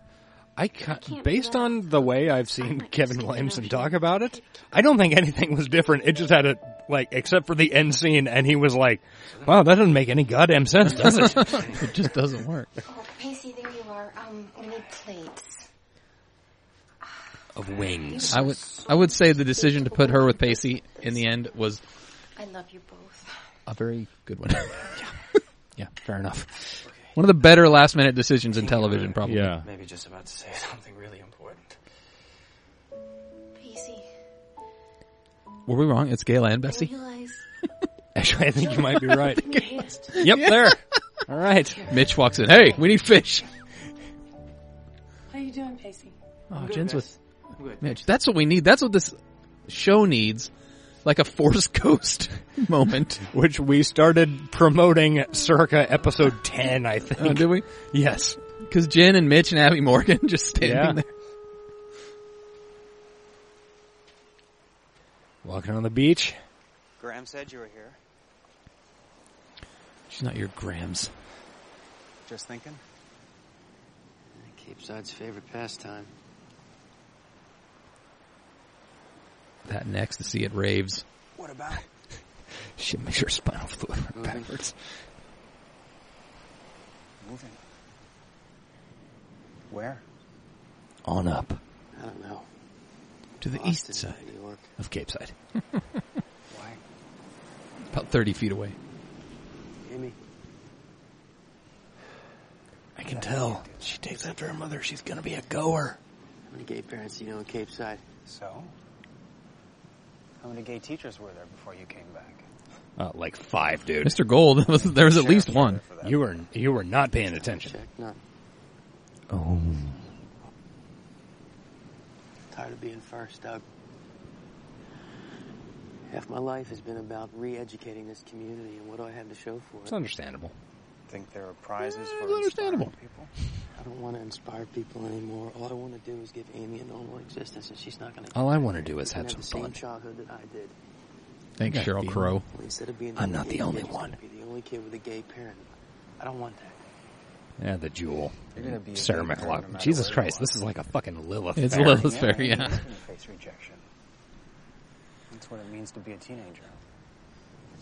[SPEAKER 2] I
[SPEAKER 5] can't
[SPEAKER 2] can't, based on the way I've seen Kevin Williamson talk about it, I don't think anything was different. It just had a like, except for the end scene, and he was like, "Wow, that doesn't make any goddamn sense, does it?"
[SPEAKER 3] it just doesn't work.
[SPEAKER 5] Oh, Pacey, there you are. Um, we need plates.
[SPEAKER 2] Of wings.
[SPEAKER 3] I would I would say the decision to put her with Pacey in the end was
[SPEAKER 5] I love you both.
[SPEAKER 3] a very good one.
[SPEAKER 2] yeah, fair enough.
[SPEAKER 3] One of the better last minute decisions in television, probably.
[SPEAKER 4] Maybe just about to say something really important.
[SPEAKER 5] Pacey,
[SPEAKER 3] Were we wrong? It's Gayla and Bessie.
[SPEAKER 5] realize
[SPEAKER 2] Actually, I think you might be
[SPEAKER 11] <laughs>
[SPEAKER 2] right.
[SPEAKER 5] Yes.
[SPEAKER 2] yep, there. All right.
[SPEAKER 3] Mitch walks in. Hey, we need fish.
[SPEAKER 14] How you doing, Pacey?
[SPEAKER 3] Oh, Jen's with
[SPEAKER 4] I'm good.
[SPEAKER 3] Mitch. That's what we need. That's what this show needs. Like a <laughs> Forest Coast moment.
[SPEAKER 11] <laughs>
[SPEAKER 2] Which we started promoting circa episode ten, I think.
[SPEAKER 11] Uh.
[SPEAKER 3] Oh, did we?
[SPEAKER 2] Yes.
[SPEAKER 3] Because Jen and Mitch and Abby Morgan <laughs> just standing
[SPEAKER 2] Yeah.
[SPEAKER 3] there.
[SPEAKER 2] Walking on the beach.
[SPEAKER 11] Graham said you were here.
[SPEAKER 3] She's not your grams.
[SPEAKER 11] Just thinking.
[SPEAKER 4] Cape Side's favorite pastime.
[SPEAKER 3] That and ecstasy at raves.
[SPEAKER 11] What
[SPEAKER 3] <laughs>
[SPEAKER 11] about?
[SPEAKER 2] She makes her spinal fluid run
[SPEAKER 11] Moving.
[SPEAKER 2] backwards.
[SPEAKER 11] Moving. Where?
[SPEAKER 2] On up
[SPEAKER 11] I don't know.
[SPEAKER 3] To the east side
[SPEAKER 11] New York.
[SPEAKER 2] of Cape Side.
[SPEAKER 11] Why?
[SPEAKER 3] About 30 feet away.
[SPEAKER 11] You hear me?
[SPEAKER 2] I can tell. She takes after her mother. She's gonna be a goer.
[SPEAKER 11] How many gay parents do you know in Cape Side? So? How many gay teachers were there before you came back?
[SPEAKER 2] Uh, like five, dude.
[SPEAKER 3] Mr. Gold, <laughs> there was at least one.
[SPEAKER 2] You were you were not paying attention.
[SPEAKER 11] None.
[SPEAKER 2] Oh,
[SPEAKER 11] Tired of being first, Doug. Half my life has been about re-educating this community, and what do I have to show for it?
[SPEAKER 2] it's understandable.
[SPEAKER 11] Think there are prizes for
[SPEAKER 2] it's understandable.
[SPEAKER 11] I don't want to inspire people anymore. All I want to do is give Amy a normal existence, and she's not going to.
[SPEAKER 2] All I want to do is
[SPEAKER 11] She
[SPEAKER 2] have some
[SPEAKER 11] can the same
[SPEAKER 2] fun.
[SPEAKER 11] childhood that I did.
[SPEAKER 3] Thanks,
[SPEAKER 2] I
[SPEAKER 3] Cheryl
[SPEAKER 2] feel-
[SPEAKER 3] Crow.
[SPEAKER 11] Instead of being
[SPEAKER 2] I'm not
[SPEAKER 11] gay
[SPEAKER 2] the only
[SPEAKER 11] kid, she's
[SPEAKER 2] one.
[SPEAKER 11] gonna Be the only kid with a gay parent. I don't want that.
[SPEAKER 2] Yeah, the jewel.
[SPEAKER 11] You're gonna be a
[SPEAKER 2] Sarah
[SPEAKER 11] good parent no
[SPEAKER 2] McLaughlin.
[SPEAKER 11] matter
[SPEAKER 2] Jesus
[SPEAKER 11] where
[SPEAKER 2] Christ, this is like a fucking Lilith.
[SPEAKER 3] It's
[SPEAKER 2] fair.
[SPEAKER 3] Lilith fair, yeah.
[SPEAKER 11] <laughs> He's gonna face rejection. That's what it means to be a teenager.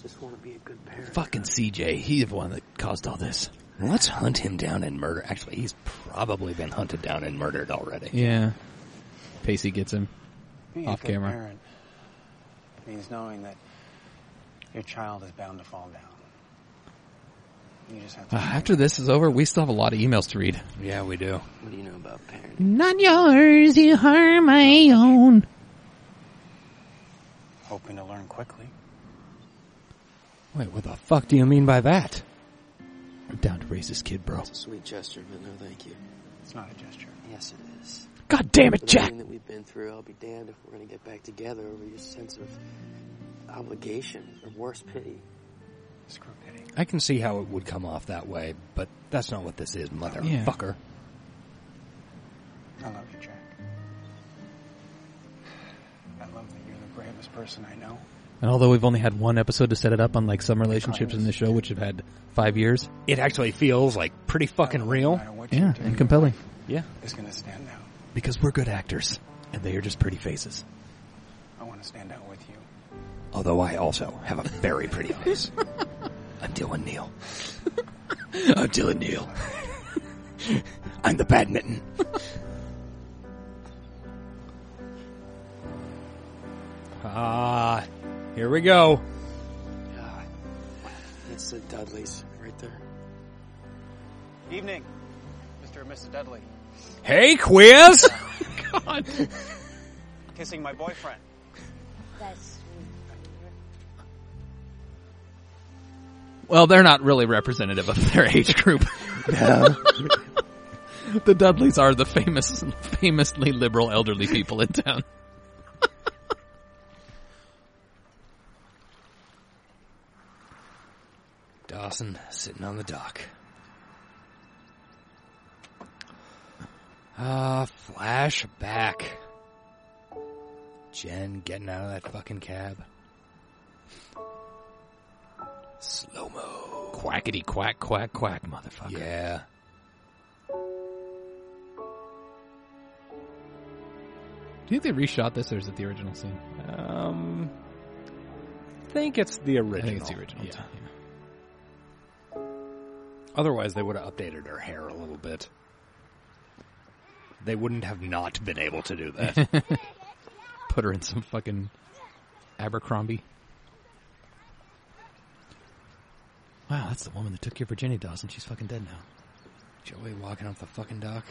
[SPEAKER 11] Just want to be a good parent.
[SPEAKER 3] Fucking CJ, he's the one that caused all this.
[SPEAKER 2] Let's hunt him down and murder. Actually, he's probably been hunted down and murdered already.
[SPEAKER 3] Yeah. Pacey gets him
[SPEAKER 4] Being
[SPEAKER 3] off
[SPEAKER 4] a good
[SPEAKER 3] camera.
[SPEAKER 4] parent means knowing that your child is bound to fall down. You just have to.
[SPEAKER 3] Uh, after this is over, we still have a lot of emails to read.
[SPEAKER 2] <sighs> Yeah, we do.
[SPEAKER 11] What do you know about parents?
[SPEAKER 3] Mm-hmm.
[SPEAKER 1] Not yours, you are my own.
[SPEAKER 4] Hoping to learn quickly.
[SPEAKER 2] Wait, what the fuck do you mean by that?
[SPEAKER 3] I'm down to raise this kid, bro.
[SPEAKER 11] It's a sweet gesture, but no thank you.
[SPEAKER 4] It's not a gesture.
[SPEAKER 11] Yes, it is.
[SPEAKER 3] God damn it,
[SPEAKER 11] With
[SPEAKER 3] Jack!
[SPEAKER 11] everything that we've been through, I'll be damned if we're going to get back together over your sense of obligation or worse, pity.
[SPEAKER 4] Screw pity.
[SPEAKER 2] I can see how it would come off that way, but that's not what this is, motherfucker.
[SPEAKER 4] I love you, Jack. I love that you're the bravest person I know.
[SPEAKER 3] And although we've only had one episode to set it up, unlike some relationships in the show, which have had five years,
[SPEAKER 2] It actually feels like pretty fucking real.
[SPEAKER 3] yeah, and compelling. Yeah,
[SPEAKER 4] Is going to stand out.
[SPEAKER 3] because we're good actors, and they are just pretty faces.
[SPEAKER 4] I want to stand out with you.
[SPEAKER 2] Although I also have a
[SPEAKER 4] <laughs>
[SPEAKER 2] very pretty face. I'm Dylan Neal.
[SPEAKER 3] I'm Dylan Neal.
[SPEAKER 2] I'm the badminton. Ah, here we go.
[SPEAKER 11] God. That's the Dudleys right there.
[SPEAKER 4] Evening, Mr. and Mrs. Dudley. <laughs>
[SPEAKER 2] Hey, Quiz!
[SPEAKER 4] God. Kissing my boyfriend.
[SPEAKER 12] That's
[SPEAKER 3] Well, they're not really representative of their age group.
[SPEAKER 2] No.
[SPEAKER 3] <laughs> the Dudleys are the famous, famously liberal elderly people in town.
[SPEAKER 2] Dawson sitting on the dock. Ah, flashback. Jen getting out of that fucking cab. Slow mo.
[SPEAKER 3] Quackity quack quack quack, motherfucker.
[SPEAKER 2] Yeah.
[SPEAKER 3] Do you think they reshot this, or is it the original scene?
[SPEAKER 2] Um, I think it's the original.
[SPEAKER 3] I think it's the original.
[SPEAKER 2] Yeah. Otherwise, they would have updated her hair a little bit. They wouldn't have not been able to do that.
[SPEAKER 3] Put her in some fucking Abercrombie. Wow, that's the woman that took your virginity, Dawson. She's fucking dead now.
[SPEAKER 2] Joey walking off the fucking dock.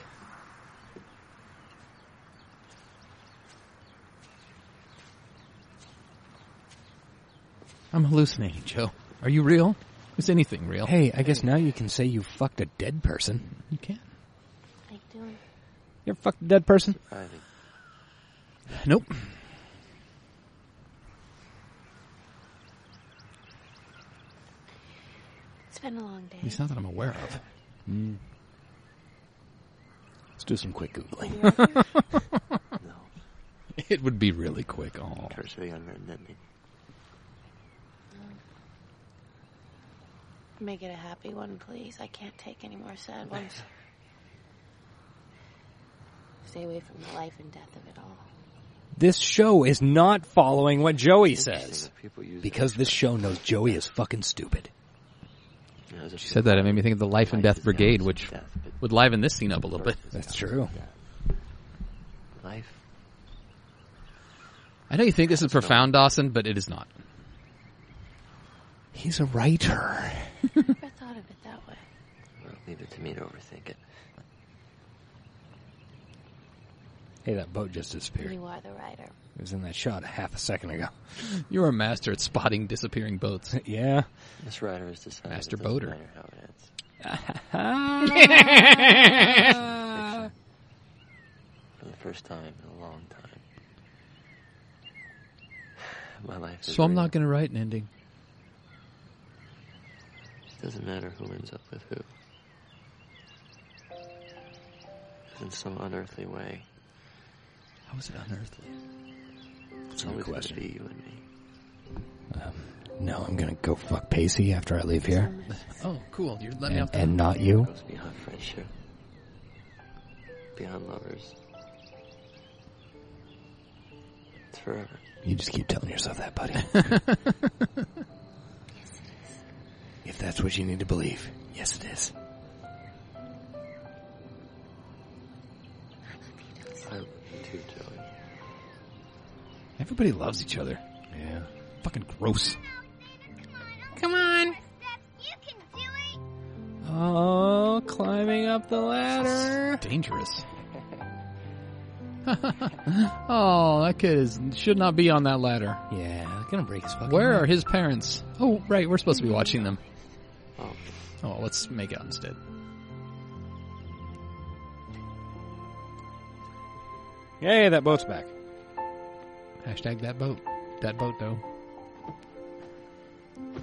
[SPEAKER 3] I'm hallucinating, Joe. Are you real? Is anything real?
[SPEAKER 2] Hey, I guess now you can say you fucked a dead person.
[SPEAKER 3] You can.
[SPEAKER 5] I do.
[SPEAKER 2] You ever fucked a dead person?
[SPEAKER 11] Surviving.
[SPEAKER 3] Nope.
[SPEAKER 5] It's been a long day.
[SPEAKER 3] It's not that I'm aware of.
[SPEAKER 2] Let's do some quick googling. <laughs>
[SPEAKER 11] No.
[SPEAKER 3] It would be really quick. Oh,
[SPEAKER 11] Cursory unwritten ending.
[SPEAKER 5] Make it a happy one, please. I can't take any more sad ones. Stay away from the life and death of it all.
[SPEAKER 2] This show is not following what Joey
[SPEAKER 11] Interesting
[SPEAKER 2] says.
[SPEAKER 11] that people
[SPEAKER 2] <laughs>
[SPEAKER 11] use
[SPEAKER 2] Because this show knows Joey is fucking stupid.
[SPEAKER 11] You know, as a
[SPEAKER 3] She said that. It made me think of the Life and Death Brigade, which would liven this scene up a little bit.
[SPEAKER 2] That's true.
[SPEAKER 11] Life.
[SPEAKER 3] I know you think this is profound, Dawson, but it is not.
[SPEAKER 2] He's a writer.
[SPEAKER 5] Never thought of it that way.
[SPEAKER 11] Well, leave it to me to overthink it.
[SPEAKER 2] Hey, that boat just disappeared.
[SPEAKER 5] You are the writer.
[SPEAKER 2] It was in that shot a half a second ago.
[SPEAKER 3] You're a master at spotting disappearing boats.
[SPEAKER 2] Yeah.
[SPEAKER 11] This writer has decided.
[SPEAKER 3] Master
[SPEAKER 11] it doesn't
[SPEAKER 3] boater.
[SPEAKER 11] matter how it ends.
[SPEAKER 2] Ah.
[SPEAKER 11] For the first time in a long time. My life is
[SPEAKER 3] So I'm
[SPEAKER 11] real.
[SPEAKER 3] not going to write an ending.
[SPEAKER 11] It doesn't matter who ends up with who. In some unearthly way,
[SPEAKER 3] How is it unearthly?
[SPEAKER 11] it's always going to be you and me.
[SPEAKER 2] No, I'm gonna go fuck Pacey after I leave here.
[SPEAKER 3] Oh, cool. You're letting me
[SPEAKER 2] And,
[SPEAKER 3] off the
[SPEAKER 2] and not you.
[SPEAKER 11] goes beyond friendship, beyond lovers. It's forever.
[SPEAKER 2] <laughs> You just keep telling yourself that, buddy.
[SPEAKER 11] If that's what you need to believe. Yes, it is.
[SPEAKER 4] I too, Joey.
[SPEAKER 2] Everybody loves each other. Yeah. Fucking gross.
[SPEAKER 1] Come on.
[SPEAKER 2] Oh, climbing up the ladder. Dangerous.
[SPEAKER 3] <laughs> oh, that kid is, should not be on that ladder.
[SPEAKER 2] Yeah, I'm gonna break his fucking.
[SPEAKER 3] Where
[SPEAKER 2] leg.
[SPEAKER 3] are his parents? Oh, right, we're supposed to be watching them. Oh, let's make out instead.
[SPEAKER 2] Yay, that boat's back.
[SPEAKER 3] Hashtag that boat. That boat, though.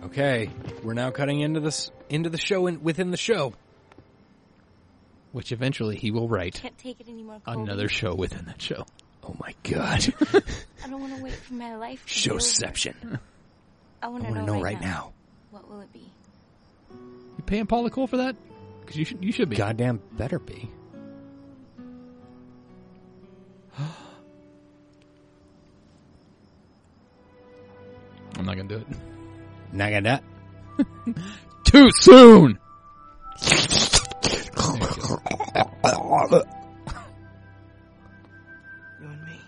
[SPEAKER 2] Okay, we're now cutting into this into the show and within the show.
[SPEAKER 3] Which eventually he will write
[SPEAKER 26] Can't take it anymore. Colby.
[SPEAKER 3] another show within that show.
[SPEAKER 2] Oh my
[SPEAKER 3] <laughs>
[SPEAKER 2] god.
[SPEAKER 26] I don't want to wait for my life. to be over.
[SPEAKER 2] Showception.
[SPEAKER 26] I want
[SPEAKER 2] I
[SPEAKER 26] to
[SPEAKER 2] wanna
[SPEAKER 26] know,
[SPEAKER 2] know
[SPEAKER 26] right
[SPEAKER 2] right
[SPEAKER 26] now. What will it be?
[SPEAKER 3] You paying Paula Cole for that? Because you should, you should be.
[SPEAKER 2] Goddamn better be.
[SPEAKER 3] I'm not gonna do it.
[SPEAKER 2] Not gonna that.
[SPEAKER 3] Too soon!
[SPEAKER 11] You and me.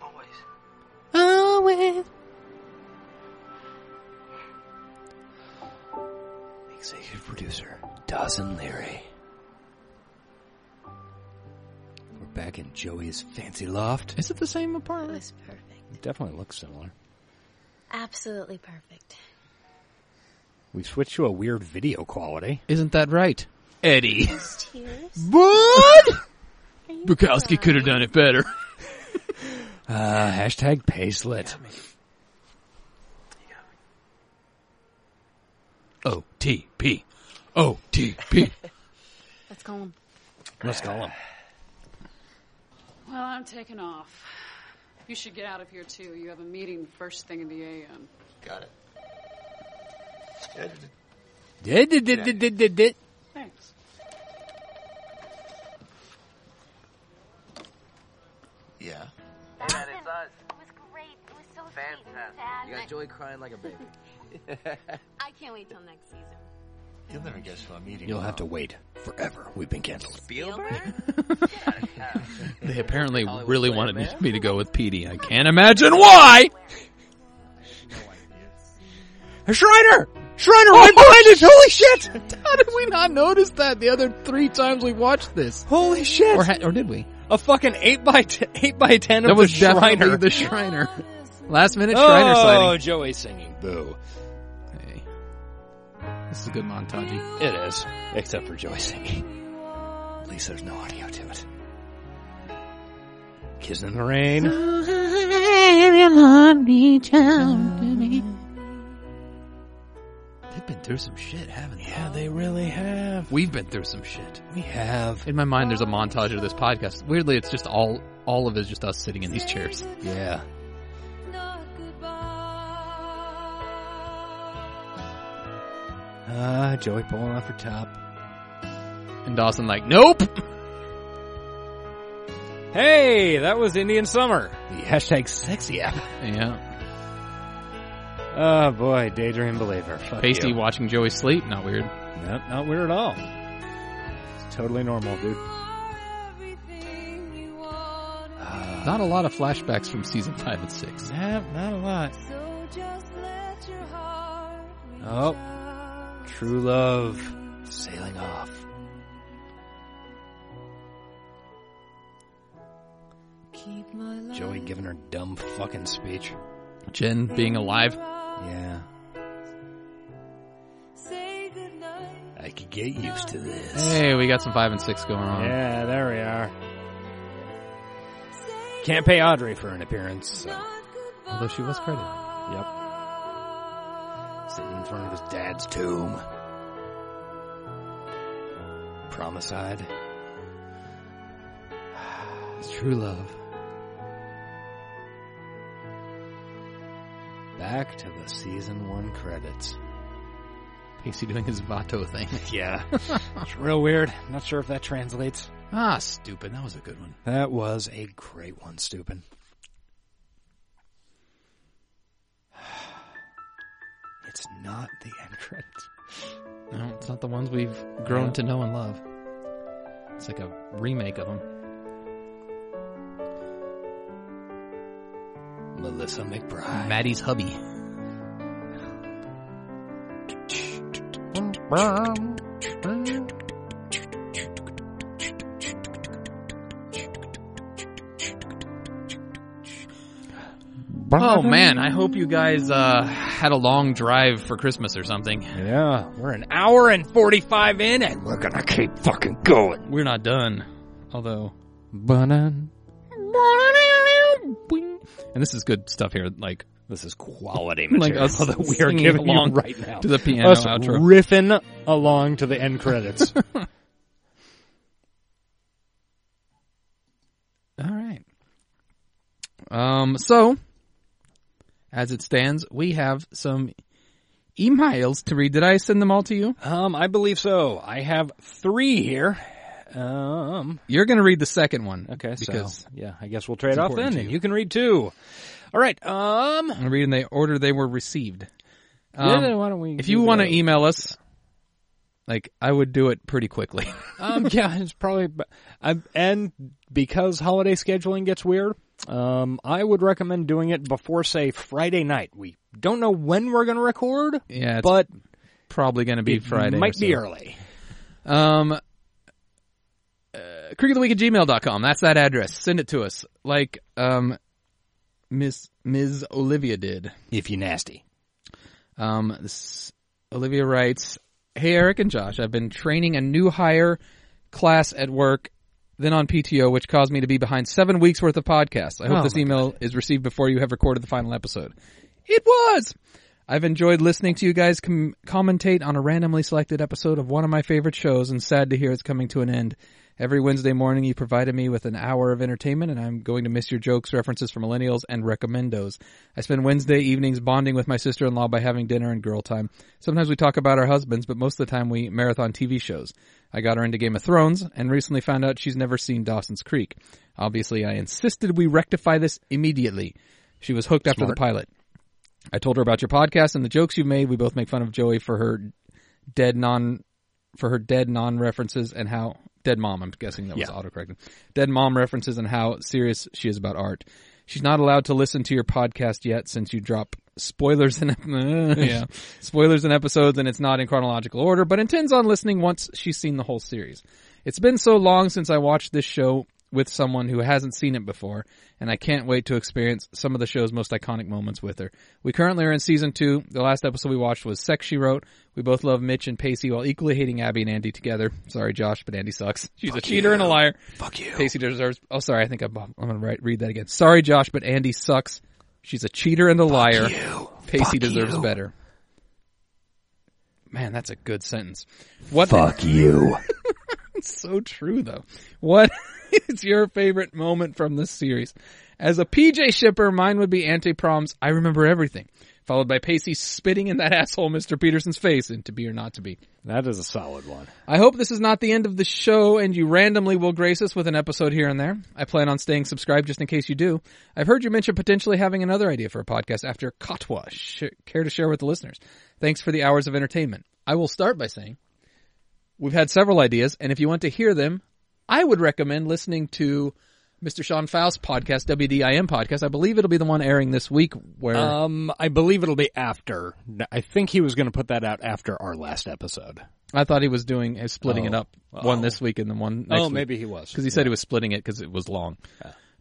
[SPEAKER 11] Always.
[SPEAKER 1] Always.
[SPEAKER 11] Executive producer, Dawson Leary.
[SPEAKER 2] We're back in Joey's fancy loft.
[SPEAKER 3] Is it the same apartment?
[SPEAKER 5] It was perfect.
[SPEAKER 2] It definitely looks similar.
[SPEAKER 5] Absolutely perfect.
[SPEAKER 2] We switched to a weird video quality.
[SPEAKER 3] Isn't that right? Eddie.
[SPEAKER 5] Tears.
[SPEAKER 3] Mm. What? Bukowski could have done it better.
[SPEAKER 2] Uh, hashtag Paislet.
[SPEAKER 3] OTP. OTP.
[SPEAKER 5] Let's go. home.
[SPEAKER 2] Let's call him.
[SPEAKER 22] Well, I'm taking off. You should get out of here too. You have a meeting first thing in the AM.
[SPEAKER 7] Got it.
[SPEAKER 2] Did, did, did, did, did, did, did.
[SPEAKER 22] Thanks.
[SPEAKER 7] Yeah.
[SPEAKER 11] Dad, it's us. It was great. It was so Fantastic. You got Joey crying like a baby.
[SPEAKER 5] <laughs> I can't wait till next season.
[SPEAKER 7] You'll never guess who I'm meeting.
[SPEAKER 2] You'll have to wait forever. We've been canceled.
[SPEAKER 11] Spielberg?
[SPEAKER 3] they apparently really wanted me- me to go with Petey. I can't imagine <laughs> why!
[SPEAKER 2] Shriner! Shriner right behind us! Holy shit!
[SPEAKER 3] Oh <laughs> How did we not notice that the other three times we watched this?
[SPEAKER 2] Holy shit!
[SPEAKER 3] Or, ha- or did we?
[SPEAKER 2] A fucking 8 by 10, 8 by 10
[SPEAKER 3] That
[SPEAKER 2] of
[SPEAKER 3] was
[SPEAKER 2] the Shriner.
[SPEAKER 3] definitely the Shriner. Last minute Shriner
[SPEAKER 2] oh,
[SPEAKER 3] sighting.
[SPEAKER 2] Joey singing. Boo.
[SPEAKER 3] Hey. This is a good montage.
[SPEAKER 2] It is. Except for Joey singing. At least there's no audio to it. Kissing in the rain.
[SPEAKER 1] reach out to me.
[SPEAKER 3] They've been through some shit, haven't they?
[SPEAKER 2] Yeah, they really have.
[SPEAKER 3] We've been through some shit.
[SPEAKER 2] We have.
[SPEAKER 3] In my mind, there's a montage of this podcast. Weirdly, it's just all, all of it is just us sitting in these chairs.
[SPEAKER 2] Yeah. Ah, Joey pulling off her top.
[SPEAKER 3] And Dawson like, nope!
[SPEAKER 2] Hey, that was Indian Summer. The hashtag sexy app.
[SPEAKER 3] Yeah.
[SPEAKER 2] Oh boy, daydream believer. Fuck
[SPEAKER 3] Pasty
[SPEAKER 2] you.
[SPEAKER 3] watching Joey sleep, not weird.
[SPEAKER 2] Nope, not weird at all. It's totally normal, dude. Uh,
[SPEAKER 3] Not a lot of flashbacks from season five and six.
[SPEAKER 2] not, not a lot.
[SPEAKER 6] So just let your heart reach
[SPEAKER 2] Oh,
[SPEAKER 6] out.
[SPEAKER 2] true love sailing off.
[SPEAKER 6] Keep my love
[SPEAKER 2] Joey giving her dumb fucking speech.
[SPEAKER 3] Jen being alive.
[SPEAKER 2] Yeah,
[SPEAKER 6] Say goodnight.
[SPEAKER 2] I could get used to this.
[SPEAKER 3] Hey, we got some five and six going on.
[SPEAKER 2] Yeah, there we are. Can't pay Audrey for an appearance. So.
[SPEAKER 3] Although she was credited.
[SPEAKER 2] Yep. Sitting in front of his dad's tomb. Promicide.
[SPEAKER 3] It's true love.
[SPEAKER 2] Back to the season one credits.
[SPEAKER 3] Pasty doing his Vato thing. <laughs>
[SPEAKER 2] Yeah. <laughs> it's real weird. Not sure if that translates.
[SPEAKER 3] ah, stupid. That was a good one.
[SPEAKER 2] That was a great one, stupid. <sighs> It's not the entrance.
[SPEAKER 3] No, it's not the ones we've grown to know and love. It's like a remake of them.
[SPEAKER 2] Melissa McBride.
[SPEAKER 3] Maddie's hubby. Oh man, I hope you guys uh, had a long drive for Christmas or something.
[SPEAKER 2] Yeah, we're an hour and 45 in and we're gonna keep fucking going.
[SPEAKER 3] We're not done. Although, and this is good stuff here. Like
[SPEAKER 2] this is <laughs> quality
[SPEAKER 3] like
[SPEAKER 2] material
[SPEAKER 3] us
[SPEAKER 2] that we are
[SPEAKER 3] singing
[SPEAKER 2] giving you
[SPEAKER 3] along
[SPEAKER 2] right now.
[SPEAKER 3] to the piano
[SPEAKER 2] Us
[SPEAKER 3] outro.
[SPEAKER 2] riffing along to the end credits.
[SPEAKER 3] All right. Um. So, as it stands, we have some emails to read. Did I send them all to you?
[SPEAKER 2] <laughs> Um, I believe so. I have three here. Um,
[SPEAKER 3] You're going to read the second one.
[SPEAKER 2] Okay, so,
[SPEAKER 3] because
[SPEAKER 2] yeah, I guess we'll trade off
[SPEAKER 3] important
[SPEAKER 2] then,
[SPEAKER 3] to
[SPEAKER 2] and
[SPEAKER 3] you.
[SPEAKER 2] you can read two. All right. Um,
[SPEAKER 3] I'm going to read in the order they were received.
[SPEAKER 2] Yeah, then why don't we
[SPEAKER 3] If
[SPEAKER 2] do
[SPEAKER 3] you want to
[SPEAKER 2] those?
[SPEAKER 3] email us, like I would do it pretty quickly.
[SPEAKER 2] um, yeah, it's probably. b- I'm, and because holiday scheduling gets weird, um, I would recommend doing it before, say, Friday night. We don't know when we're going to record.
[SPEAKER 3] Yeah, it's
[SPEAKER 2] but
[SPEAKER 3] probably going to be
[SPEAKER 2] it
[SPEAKER 3] Friday. or
[SPEAKER 2] Might be
[SPEAKER 3] so.
[SPEAKER 2] early.
[SPEAKER 3] Um, uh, cricket of the week at gmail.com. That's that address. Send it to us. Like, um, Miss, Ms. Olivia did.
[SPEAKER 2] If you nasty.
[SPEAKER 3] Um, this, Olivia writes, Hey, Eric and Josh, I've been training a new hire class at work, then on PTO, which caused me to be behind seven weeks worth of podcasts. I hope
[SPEAKER 2] Oh
[SPEAKER 3] this
[SPEAKER 2] my
[SPEAKER 3] email is received before you have recorded the final episode. It was! I've enjoyed listening to you guys com- commentate on a randomly selected episode of one of my favorite shows and sad to hear it's coming to an end. Every Wednesday morning you provided me with an hour of entertainment and I'm going to miss your jokes, references for millennials, and recommendos. I spend Wednesday evenings bonding with my sister-in-law by having dinner and girl time. Sometimes we talk about our husbands, but most of the time we marathon TV shows. I got her into Game of Thrones and recently found out she's never seen Dawson's Creek. Obviously I insisted we rectify this immediately. She was hooked after the
[SPEAKER 2] Smart.
[SPEAKER 3] pilot. I told her about your podcast and the jokes you made. We both make fun of Joey for her dead non for her dead non references and how dead mom. I'm guessing that was
[SPEAKER 2] Yeah.
[SPEAKER 3] autocorrected. Dead mom references and how serious she is about art. She's not allowed to listen to your podcast yet since you drop spoilers in <laughs> yeah spoilers in episodes and it's not in chronological order, but intends on listening once she's seen the whole series. It's been so long since I watched this show with someone who hasn't seen it before, and I can't wait to experience some of the show's most iconic moments with her. We currently are in season two. The last episode we watched was Sex She Wrote. We both love Mitch and Pacey while equally hating Abby and Andy together. Sorry, Josh, but Andy sucks. She's a
[SPEAKER 2] Fuck
[SPEAKER 3] cheater and a
[SPEAKER 2] you.
[SPEAKER 3] liar.
[SPEAKER 2] Fuck you.
[SPEAKER 3] Pacey deserves. Oh, sorry. I think I'm, I'm going to read that again. Sorry, Josh, but Andy sucks. She's a cheater and a liar.
[SPEAKER 2] you.
[SPEAKER 3] Pacey
[SPEAKER 2] Fuck
[SPEAKER 3] deserves
[SPEAKER 2] you.
[SPEAKER 3] better. Man, that's a good sentence. What?
[SPEAKER 2] Fuck you.
[SPEAKER 3] it's so true though. What <laughs> is your favorite moment from this series? As a PJ shipper, mine would be anti-proms. I remember everything. Followed by Pacey spitting in that <laughs> asshole Mr. Peterson's face in To Be or Not To Be.
[SPEAKER 2] That is a solid one.
[SPEAKER 3] I hope this is not the end of the show and you randomly will grace us with an episode here and there. I plan on staying subscribed just in case you do. I've heard you mention potentially having another idea for a podcast after Katwa. Sh- care to share with the listeners? Thanks for the hours of entertainment. I will start by saying we've had several ideas and if you want to hear them, I would recommend listening to Mr. Sean Faust podcast, WDIM podcast. I believe it'll be the one airing this week where
[SPEAKER 2] Um, I believe it'll be after. I think he was going to put that out after our last episode.
[SPEAKER 3] I thought he was doing uh, splitting it
[SPEAKER 2] Oh.
[SPEAKER 3] up, one this week and then one.
[SPEAKER 2] Oh,
[SPEAKER 3] Next
[SPEAKER 2] maybe he was.
[SPEAKER 3] because he said he was splitting it because it was long.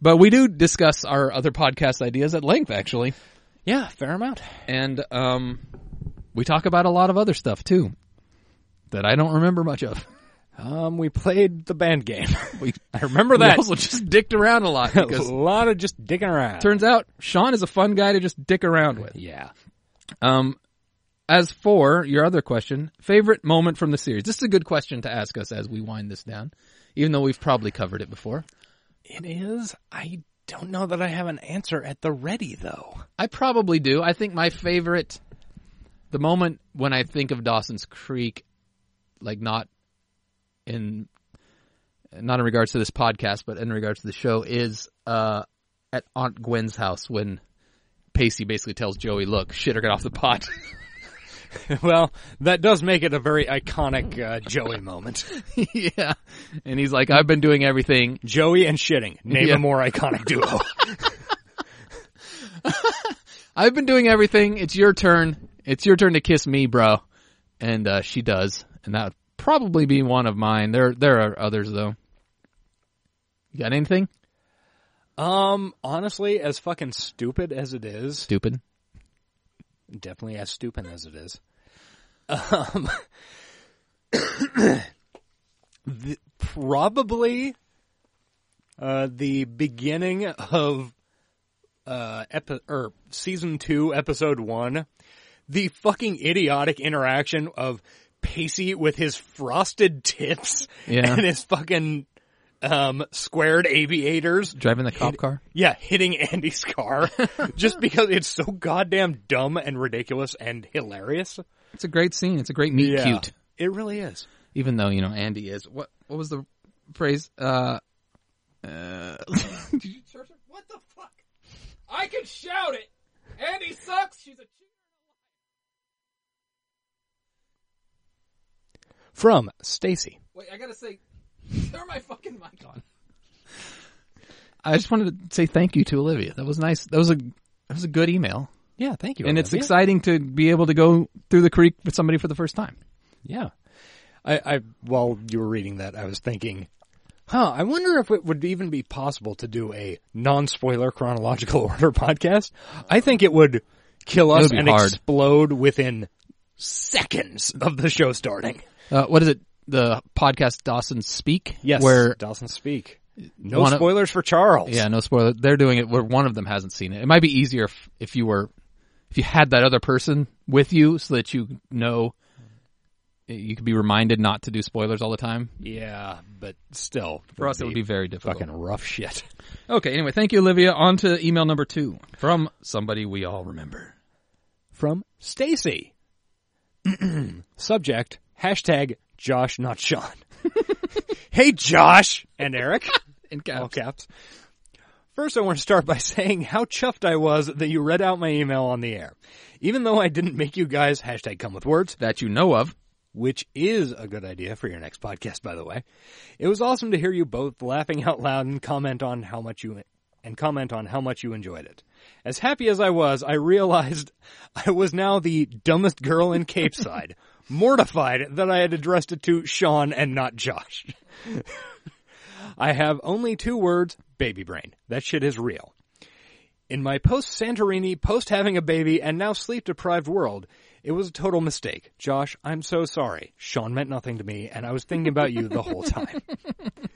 [SPEAKER 3] But we do discuss our other podcast ideas at length, actually,
[SPEAKER 2] Yeah, fair amount.
[SPEAKER 3] and um, we talk about a lot of other stuff too that I don't remember
[SPEAKER 2] <laughs>
[SPEAKER 3] much of.
[SPEAKER 2] Um, we played the band game. <laughs>
[SPEAKER 3] We
[SPEAKER 2] I remember that.
[SPEAKER 3] We also just dicked around
[SPEAKER 2] <laughs>
[SPEAKER 3] a lot because
[SPEAKER 2] a lot of just dicking around.
[SPEAKER 3] turns out Sean is a fun guy to just dick around with.
[SPEAKER 2] yeah.
[SPEAKER 3] Um, as for your other question, favorite moment from the series. This is a good question to ask us as we wind this down, even though we've probably covered it before.
[SPEAKER 2] It is. I don't know that I have an answer at the ready though.
[SPEAKER 3] I probably do. I think my favorite, the moment when I think of Dawson's Creek, like not in, not in regards to this podcast, but in regards to the show, is uh, at Aunt Gwen's house when Pacey basically tells Joey, "Look, shit or get off the pot."
[SPEAKER 2] <laughs>
[SPEAKER 3] <laughs>
[SPEAKER 2] well, that does make it a very iconic uh, Joey moment.
[SPEAKER 3] yeah. And he's like, I've been doing everything.
[SPEAKER 2] <laughs> Joey and shitting. Name
[SPEAKER 3] Yeah.
[SPEAKER 2] a more iconic duo.
[SPEAKER 3] I've been doing everything. It's your turn. It's your turn to kiss me, bro. And uh, she does. And that would probably be one of mine. There there are others though. You got anything?
[SPEAKER 2] <laughs> um, honestly, as fucking stupid as it is,
[SPEAKER 3] Stupid.
[SPEAKER 2] definitely as stupid as it is. Um, <coughs> the, probably uh, the beginning of uh, epi- or season two, episode one, the fucking idiotic interaction of Pacey with his frosted tips
[SPEAKER 3] Yeah.
[SPEAKER 2] and his fucking um, squared aviators
[SPEAKER 3] Driving the cop car?
[SPEAKER 2] yeah, hitting Andy's <laughs> car just because it's so goddamn dumb and ridiculous and hilarious.
[SPEAKER 3] It's a great scene. It's a great meet
[SPEAKER 2] Yeah.
[SPEAKER 3] cute.
[SPEAKER 2] It really is.
[SPEAKER 3] Even though, you know, Andy is what what was the phrase? Uh uh <laughs>
[SPEAKER 1] What the fuck? I can shout it. Andy sucks. She's a.
[SPEAKER 2] From Stacy.
[SPEAKER 1] Wait, I gotta say, turn my fucking mic on.
[SPEAKER 3] I just wanted to say thank you to Olivia. That was nice. That was a that was a good email.
[SPEAKER 2] Yeah, thank you,
[SPEAKER 3] And it's
[SPEAKER 2] Olivia.
[SPEAKER 3] exciting to be able to go through the creek with somebody for the first time.
[SPEAKER 2] Yeah. I, I while you were reading that, I was thinking, huh, I wonder if it would even be possible to do a non-spoiler chronological <laughs> order podcast. I think it would kill
[SPEAKER 3] It
[SPEAKER 2] us
[SPEAKER 3] would be
[SPEAKER 2] and
[SPEAKER 3] hard.
[SPEAKER 2] explode within seconds of the show starting.
[SPEAKER 3] Uh, what is it? The podcast Dawson Speak?
[SPEAKER 2] Yes,
[SPEAKER 3] Where
[SPEAKER 2] Dawson speak. No
[SPEAKER 3] one of-
[SPEAKER 2] spoilers for Charles.
[SPEAKER 3] Yeah, no spoiler. They're doing it where one of them hasn't seen it. It might be easier if, if you were if you had that other person with you so that you know you could be reminded not to do spoilers all the time.
[SPEAKER 2] Yeah, but still,
[SPEAKER 3] For us, it would be very difficult.
[SPEAKER 2] Fucking rough shit.
[SPEAKER 3] Okay, anyway, thank you, Olivia. On to email number two from somebody we all remember.
[SPEAKER 2] From Stacy. <clears throat> Subject hashtag Josh, not Sean. <laughs> hey, Josh and Eric.
[SPEAKER 3] <laughs> In caps.
[SPEAKER 2] All caps. First, I want to start by saying how chuffed I was that you read out my email on the air. Even though I didn't make you guys hashtag come with words.
[SPEAKER 3] That you know of.
[SPEAKER 2] Which is a good idea for your next podcast, by the way. It was awesome to hear you both laughing out loud and comment on how much you and comment on how much you enjoyed it. As happy as I was, I realized <laughs> I was now the dumbest girl in Cape Side, <laughs> mortified that I had addressed it to Sean and not Josh. <gasps> I have only two words, baby brain. That shit is real. In my post Santorini, post having a baby, and now sleep deprived world, it was a total mistake. Josh, I'm so sorry. Sean meant nothing to me, and I was thinking about you the whole time. <laughs>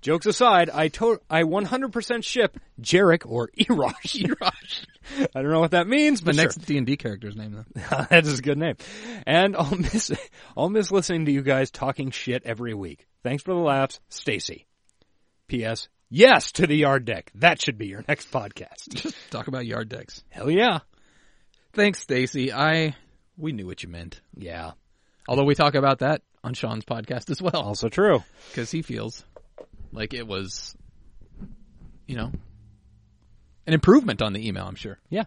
[SPEAKER 2] Jokes aside, I to- I 100% ship Jarek or Erosh. <laughs> Erosh. I don't know what that means,
[SPEAKER 3] The
[SPEAKER 2] but
[SPEAKER 3] next
[SPEAKER 2] sure.
[SPEAKER 3] D and D character's name though. <laughs>
[SPEAKER 2] <laughs> that is a good name. And I'll <laughs> miss I'll miss listening to you guys talking shit every week. Thanks for the laughs, Stacy. P.S. Yes to the yard deck. That should be your next podcast.
[SPEAKER 3] Talk about yard decks.
[SPEAKER 2] Hell yeah.
[SPEAKER 3] Thanks, Stacy. I we knew what you meant.
[SPEAKER 2] Yeah.
[SPEAKER 3] Although we talk about that on Sean's podcast as well.
[SPEAKER 2] Also true.
[SPEAKER 3] Because he feels like it was you know an improvement on the email, I'm sure.
[SPEAKER 2] Yeah.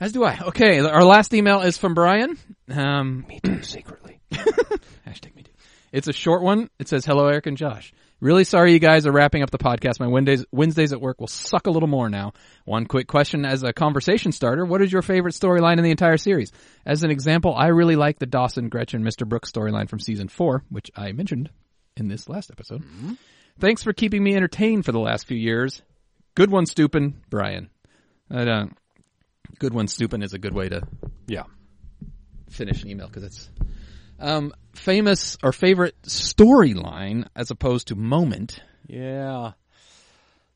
[SPEAKER 3] As do I. Okay, our last email is from Brian. Um,
[SPEAKER 2] me too, secretly.
[SPEAKER 3] <laughs> Hashtag me too. It's a short one. It says, "Hello, Eric and Josh. Really sorry you guys are wrapping up the podcast. My Wednesdays Wednesdays at work will suck a little more now. One quick question as a conversation starter: What is your favorite storyline in the entire series? As an example, I really like the Dawson, Gretchen, Mr. Brooks storyline from season four, which I mentioned in this last episode. Thanks for keeping me entertained for the last few years. Good one, Stupin, Brian. I don't. Good one, Stupin is a good way to
[SPEAKER 2] yeah
[SPEAKER 3] finish an email because it's um, famous or favorite storyline as opposed to moment.
[SPEAKER 2] Yeah.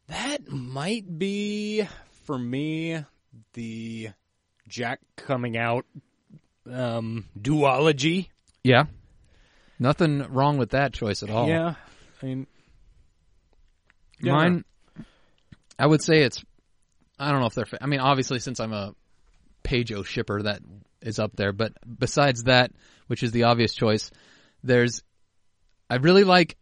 [SPEAKER 2] That might be for me the Jack coming out um duology.
[SPEAKER 3] Yeah, nothing wrong with that choice at all.
[SPEAKER 2] Yeah. I mean yeah.
[SPEAKER 3] Mine, I would say it's. I don't know if they're. Fa- I mean, obviously, since I'm a Pageo shipper, that is up there. But besides that, which is the obvious choice, there's. I really like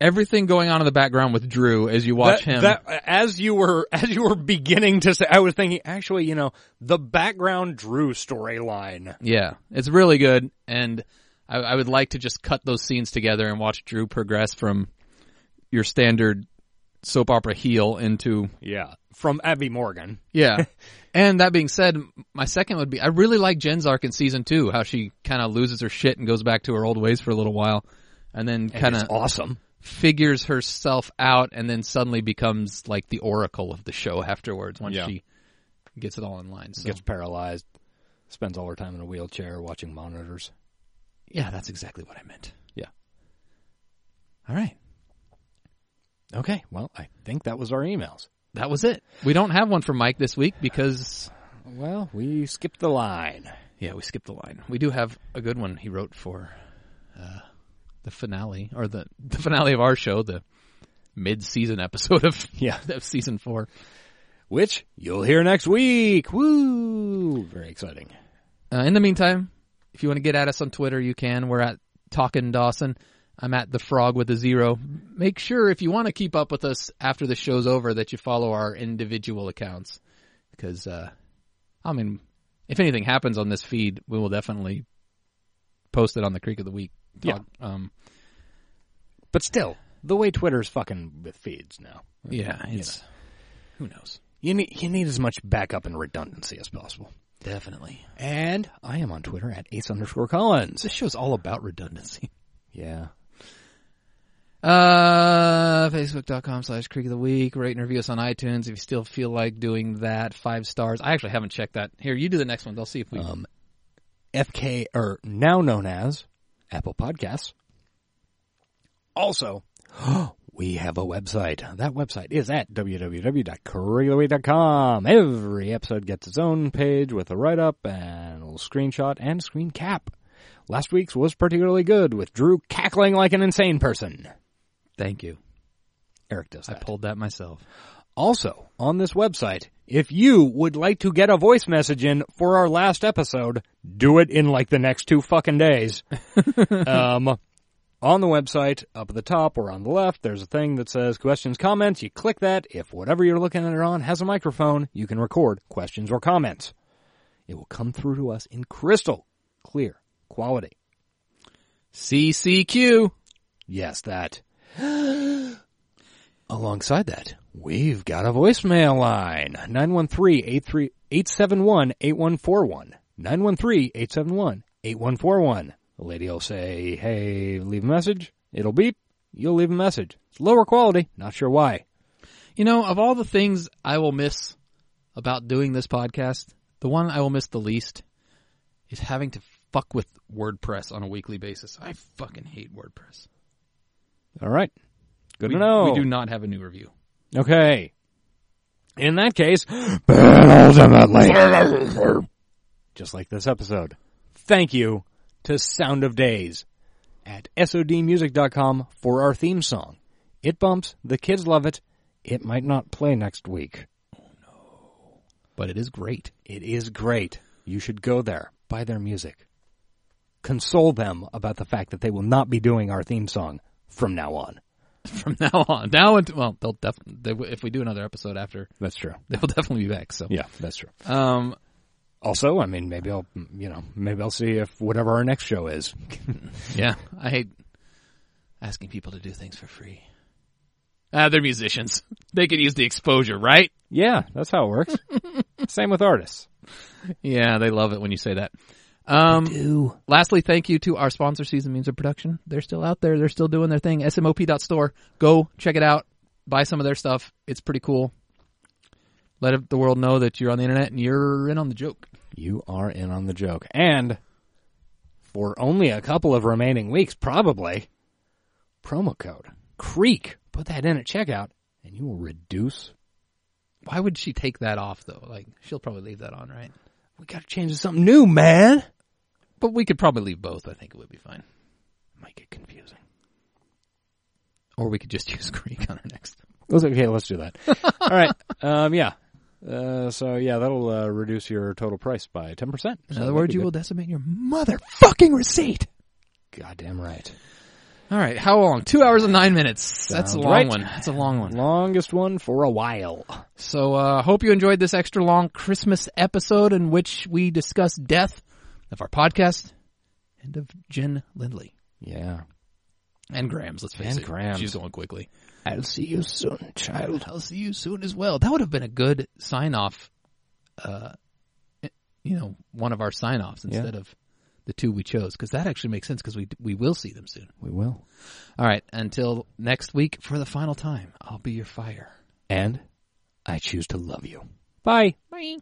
[SPEAKER 3] everything going on in the background with Drew as you watch
[SPEAKER 2] That-
[SPEAKER 3] him.
[SPEAKER 2] that- as you were <laughs> as you were beginning to say, I was thinking actually, you know, the background Drew storyline.
[SPEAKER 3] Yeah, it's really good, and I, I would like to just cut those scenes together and watch Drew progress from your standard soap opera heel into
[SPEAKER 2] yeah from Abby Morgan.
[SPEAKER 3] yeah. <laughs> and that being said, my second would be I really like Jen's arc in season two, how she kind of loses her shit and goes back to her old ways for a little while, and then
[SPEAKER 2] And
[SPEAKER 3] kind of
[SPEAKER 2] it's awesome.
[SPEAKER 3] figures herself out, and then suddenly becomes like the oracle of the show afterwards once
[SPEAKER 2] Yeah.
[SPEAKER 3] she gets it all in line. So
[SPEAKER 2] Gets paralyzed, spends all her time in a wheelchair watching monitors.
[SPEAKER 3] yeah, that's exactly what I meant.
[SPEAKER 2] Yeah.
[SPEAKER 3] All right.
[SPEAKER 2] Okay, well, I think that was our emails.
[SPEAKER 3] That was it. We don't have one for Mike this week because
[SPEAKER 2] well, we skipped the line.
[SPEAKER 3] Yeah, we skipped the line. We do have a good one he wrote for uh, the finale or the the finale of our show, the mid-season episode of
[SPEAKER 2] <laughs> yeah,
[SPEAKER 3] of season 4,
[SPEAKER 2] which you'll hear next week. Woo! Very exciting.
[SPEAKER 3] Uh, in the meantime, if you want to get at us on Twitter, you can. We're at Talkin' Dawson. I'm at the Frog with a zero. Make sure if you want to keep up with us after the show's over that you follow our individual accounts because uh, I mean, if anything happens on this feed, we will definitely post it on the Creek of the Week.
[SPEAKER 2] Yeah.
[SPEAKER 3] Um,
[SPEAKER 2] but still, the way Twitter's fucking with feeds now.
[SPEAKER 3] Yeah,
[SPEAKER 2] You
[SPEAKER 3] it's- who knows.
[SPEAKER 2] You need you need as much backup and redundancy as possible.
[SPEAKER 3] Definitely.
[SPEAKER 2] And I am on Twitter at ace underscore Collins. This
[SPEAKER 3] show's all about redundancy.
[SPEAKER 2] Yeah.
[SPEAKER 3] Uh, Facebook.com slash Creek of the Week. Rate and review us on iTunes if you still feel like doing that. Five stars. I actually haven't checked that. Here, you do the next one. They'll see if we.
[SPEAKER 2] Um, FK or now known as Apple Podcasts. Also, <gasps> we have a website. That website is at www.curryway.com. Every episode gets its own page with a write up and a little screenshot and screen cap. Last week's was particularly good with Drew cackling like an insane person.
[SPEAKER 3] Thank you.
[SPEAKER 2] Eric does that. I
[SPEAKER 3] pulled that myself.
[SPEAKER 2] Also, on this website, if you would like to get a voice message in for our last episode, do it in like the next two fucking days. um, on the website, up at the top or on the left, there's a thing that says questions, comments. You click that. If whatever you're looking at it on has a microphone, you can record questions or comments. It will come through to us in crystal clear quality.
[SPEAKER 3] CCQ.
[SPEAKER 2] Yes, that. <gasps> Alongside that, we've got a voicemail line 913 871 8141. 913 871 8141. The lady will say, hey, leave a message. It'll beep. You'll leave a message. It's lower quality. Not sure why.
[SPEAKER 3] You know, of all the things I will miss about doing this podcast, the one I will miss the least is having to fuck with WordPress on a weekly basis. I fucking hate WordPress.
[SPEAKER 2] All right. Good
[SPEAKER 3] we,
[SPEAKER 2] to know.
[SPEAKER 3] We do not have a new review.
[SPEAKER 2] Okay. In that case, <gasps> ultimately, just like this episode, thank you to Sound of Days at SODmusic.com for our theme song. It bumps, the kids love it, it might not play next week.
[SPEAKER 3] But it is great.
[SPEAKER 2] It is great. You should go there, buy their music, console them about the fact that they will not be doing our theme song from now on.
[SPEAKER 3] From <laughs> now on, now until well, they'll definitely they, will- if we do another episode after. <laughs>
[SPEAKER 2] That's true.
[SPEAKER 3] They'll definitely be back. So
[SPEAKER 2] Yeah, that's true.
[SPEAKER 3] Um,
[SPEAKER 2] also, I mean, maybe I'll, you know, maybe I'll see if whatever our next show is.
[SPEAKER 3] Yeah, I hate asking people to do things for free. Ah, they're musicians. <laughs> They could use the exposure, right?
[SPEAKER 2] Yeah, that's how it
[SPEAKER 3] <laughs>
[SPEAKER 2] works. Same with artists.
[SPEAKER 3] Yeah, they love it when you say that. Um, Lastly, thank you to our sponsor, Season Means of Production. They're still out there. They're still doing their thing. SMOP.store. Go check it out. Buy some of their stuff. It's pretty cool. Let it- the world know that you're on the internet and you're in on the joke.
[SPEAKER 2] You are in on the joke. And for only a couple of remaining weeks,
[SPEAKER 3] <laughs>
[SPEAKER 2] probably, promo code CREEK. Put that in at checkout and you will reduce.
[SPEAKER 3] Why would she take that off though? Like she'll probably leave that on, right?
[SPEAKER 2] We got to change to something new, man.
[SPEAKER 3] But we could probably leave both. I think it would be fine.
[SPEAKER 2] Might get confusing.
[SPEAKER 3] Or we could just <laughs> use Greek on our next.
[SPEAKER 2] Let's- Okay, let's do that. All right. Um, yeah. Uh, so yeah, that'll uh, reduce your total price by 10%. So
[SPEAKER 3] In other
[SPEAKER 2] that'd
[SPEAKER 3] words,
[SPEAKER 2] be
[SPEAKER 3] you
[SPEAKER 2] good.
[SPEAKER 3] will decimate your motherfucking receipt.
[SPEAKER 2] Goddamn right.
[SPEAKER 3] All right, how long? Two hours and nine minutes. That's a
[SPEAKER 2] Sounds
[SPEAKER 3] long
[SPEAKER 2] right.
[SPEAKER 3] one. That's a long one.
[SPEAKER 2] Longest one for a while.
[SPEAKER 3] So, uh, hope you enjoyed this extra long Christmas episode in which we discuss death of our podcast and of Jen Lindley.
[SPEAKER 2] Yeah.
[SPEAKER 3] And Grams, let's face
[SPEAKER 2] And
[SPEAKER 3] it.
[SPEAKER 2] Grams.
[SPEAKER 3] She's going quickly.
[SPEAKER 2] I'll see you soon, child.
[SPEAKER 3] I'll see you soon as well. That would have been a good sign off, uh, you know, one of our sign offs instead of the two we chose because that actually makes sense because we, we will see them soon.
[SPEAKER 2] We will.
[SPEAKER 3] All right. Until next week for the final time, I'll be your fire.
[SPEAKER 2] And I choose to love you. Bye.
[SPEAKER 3] Bye.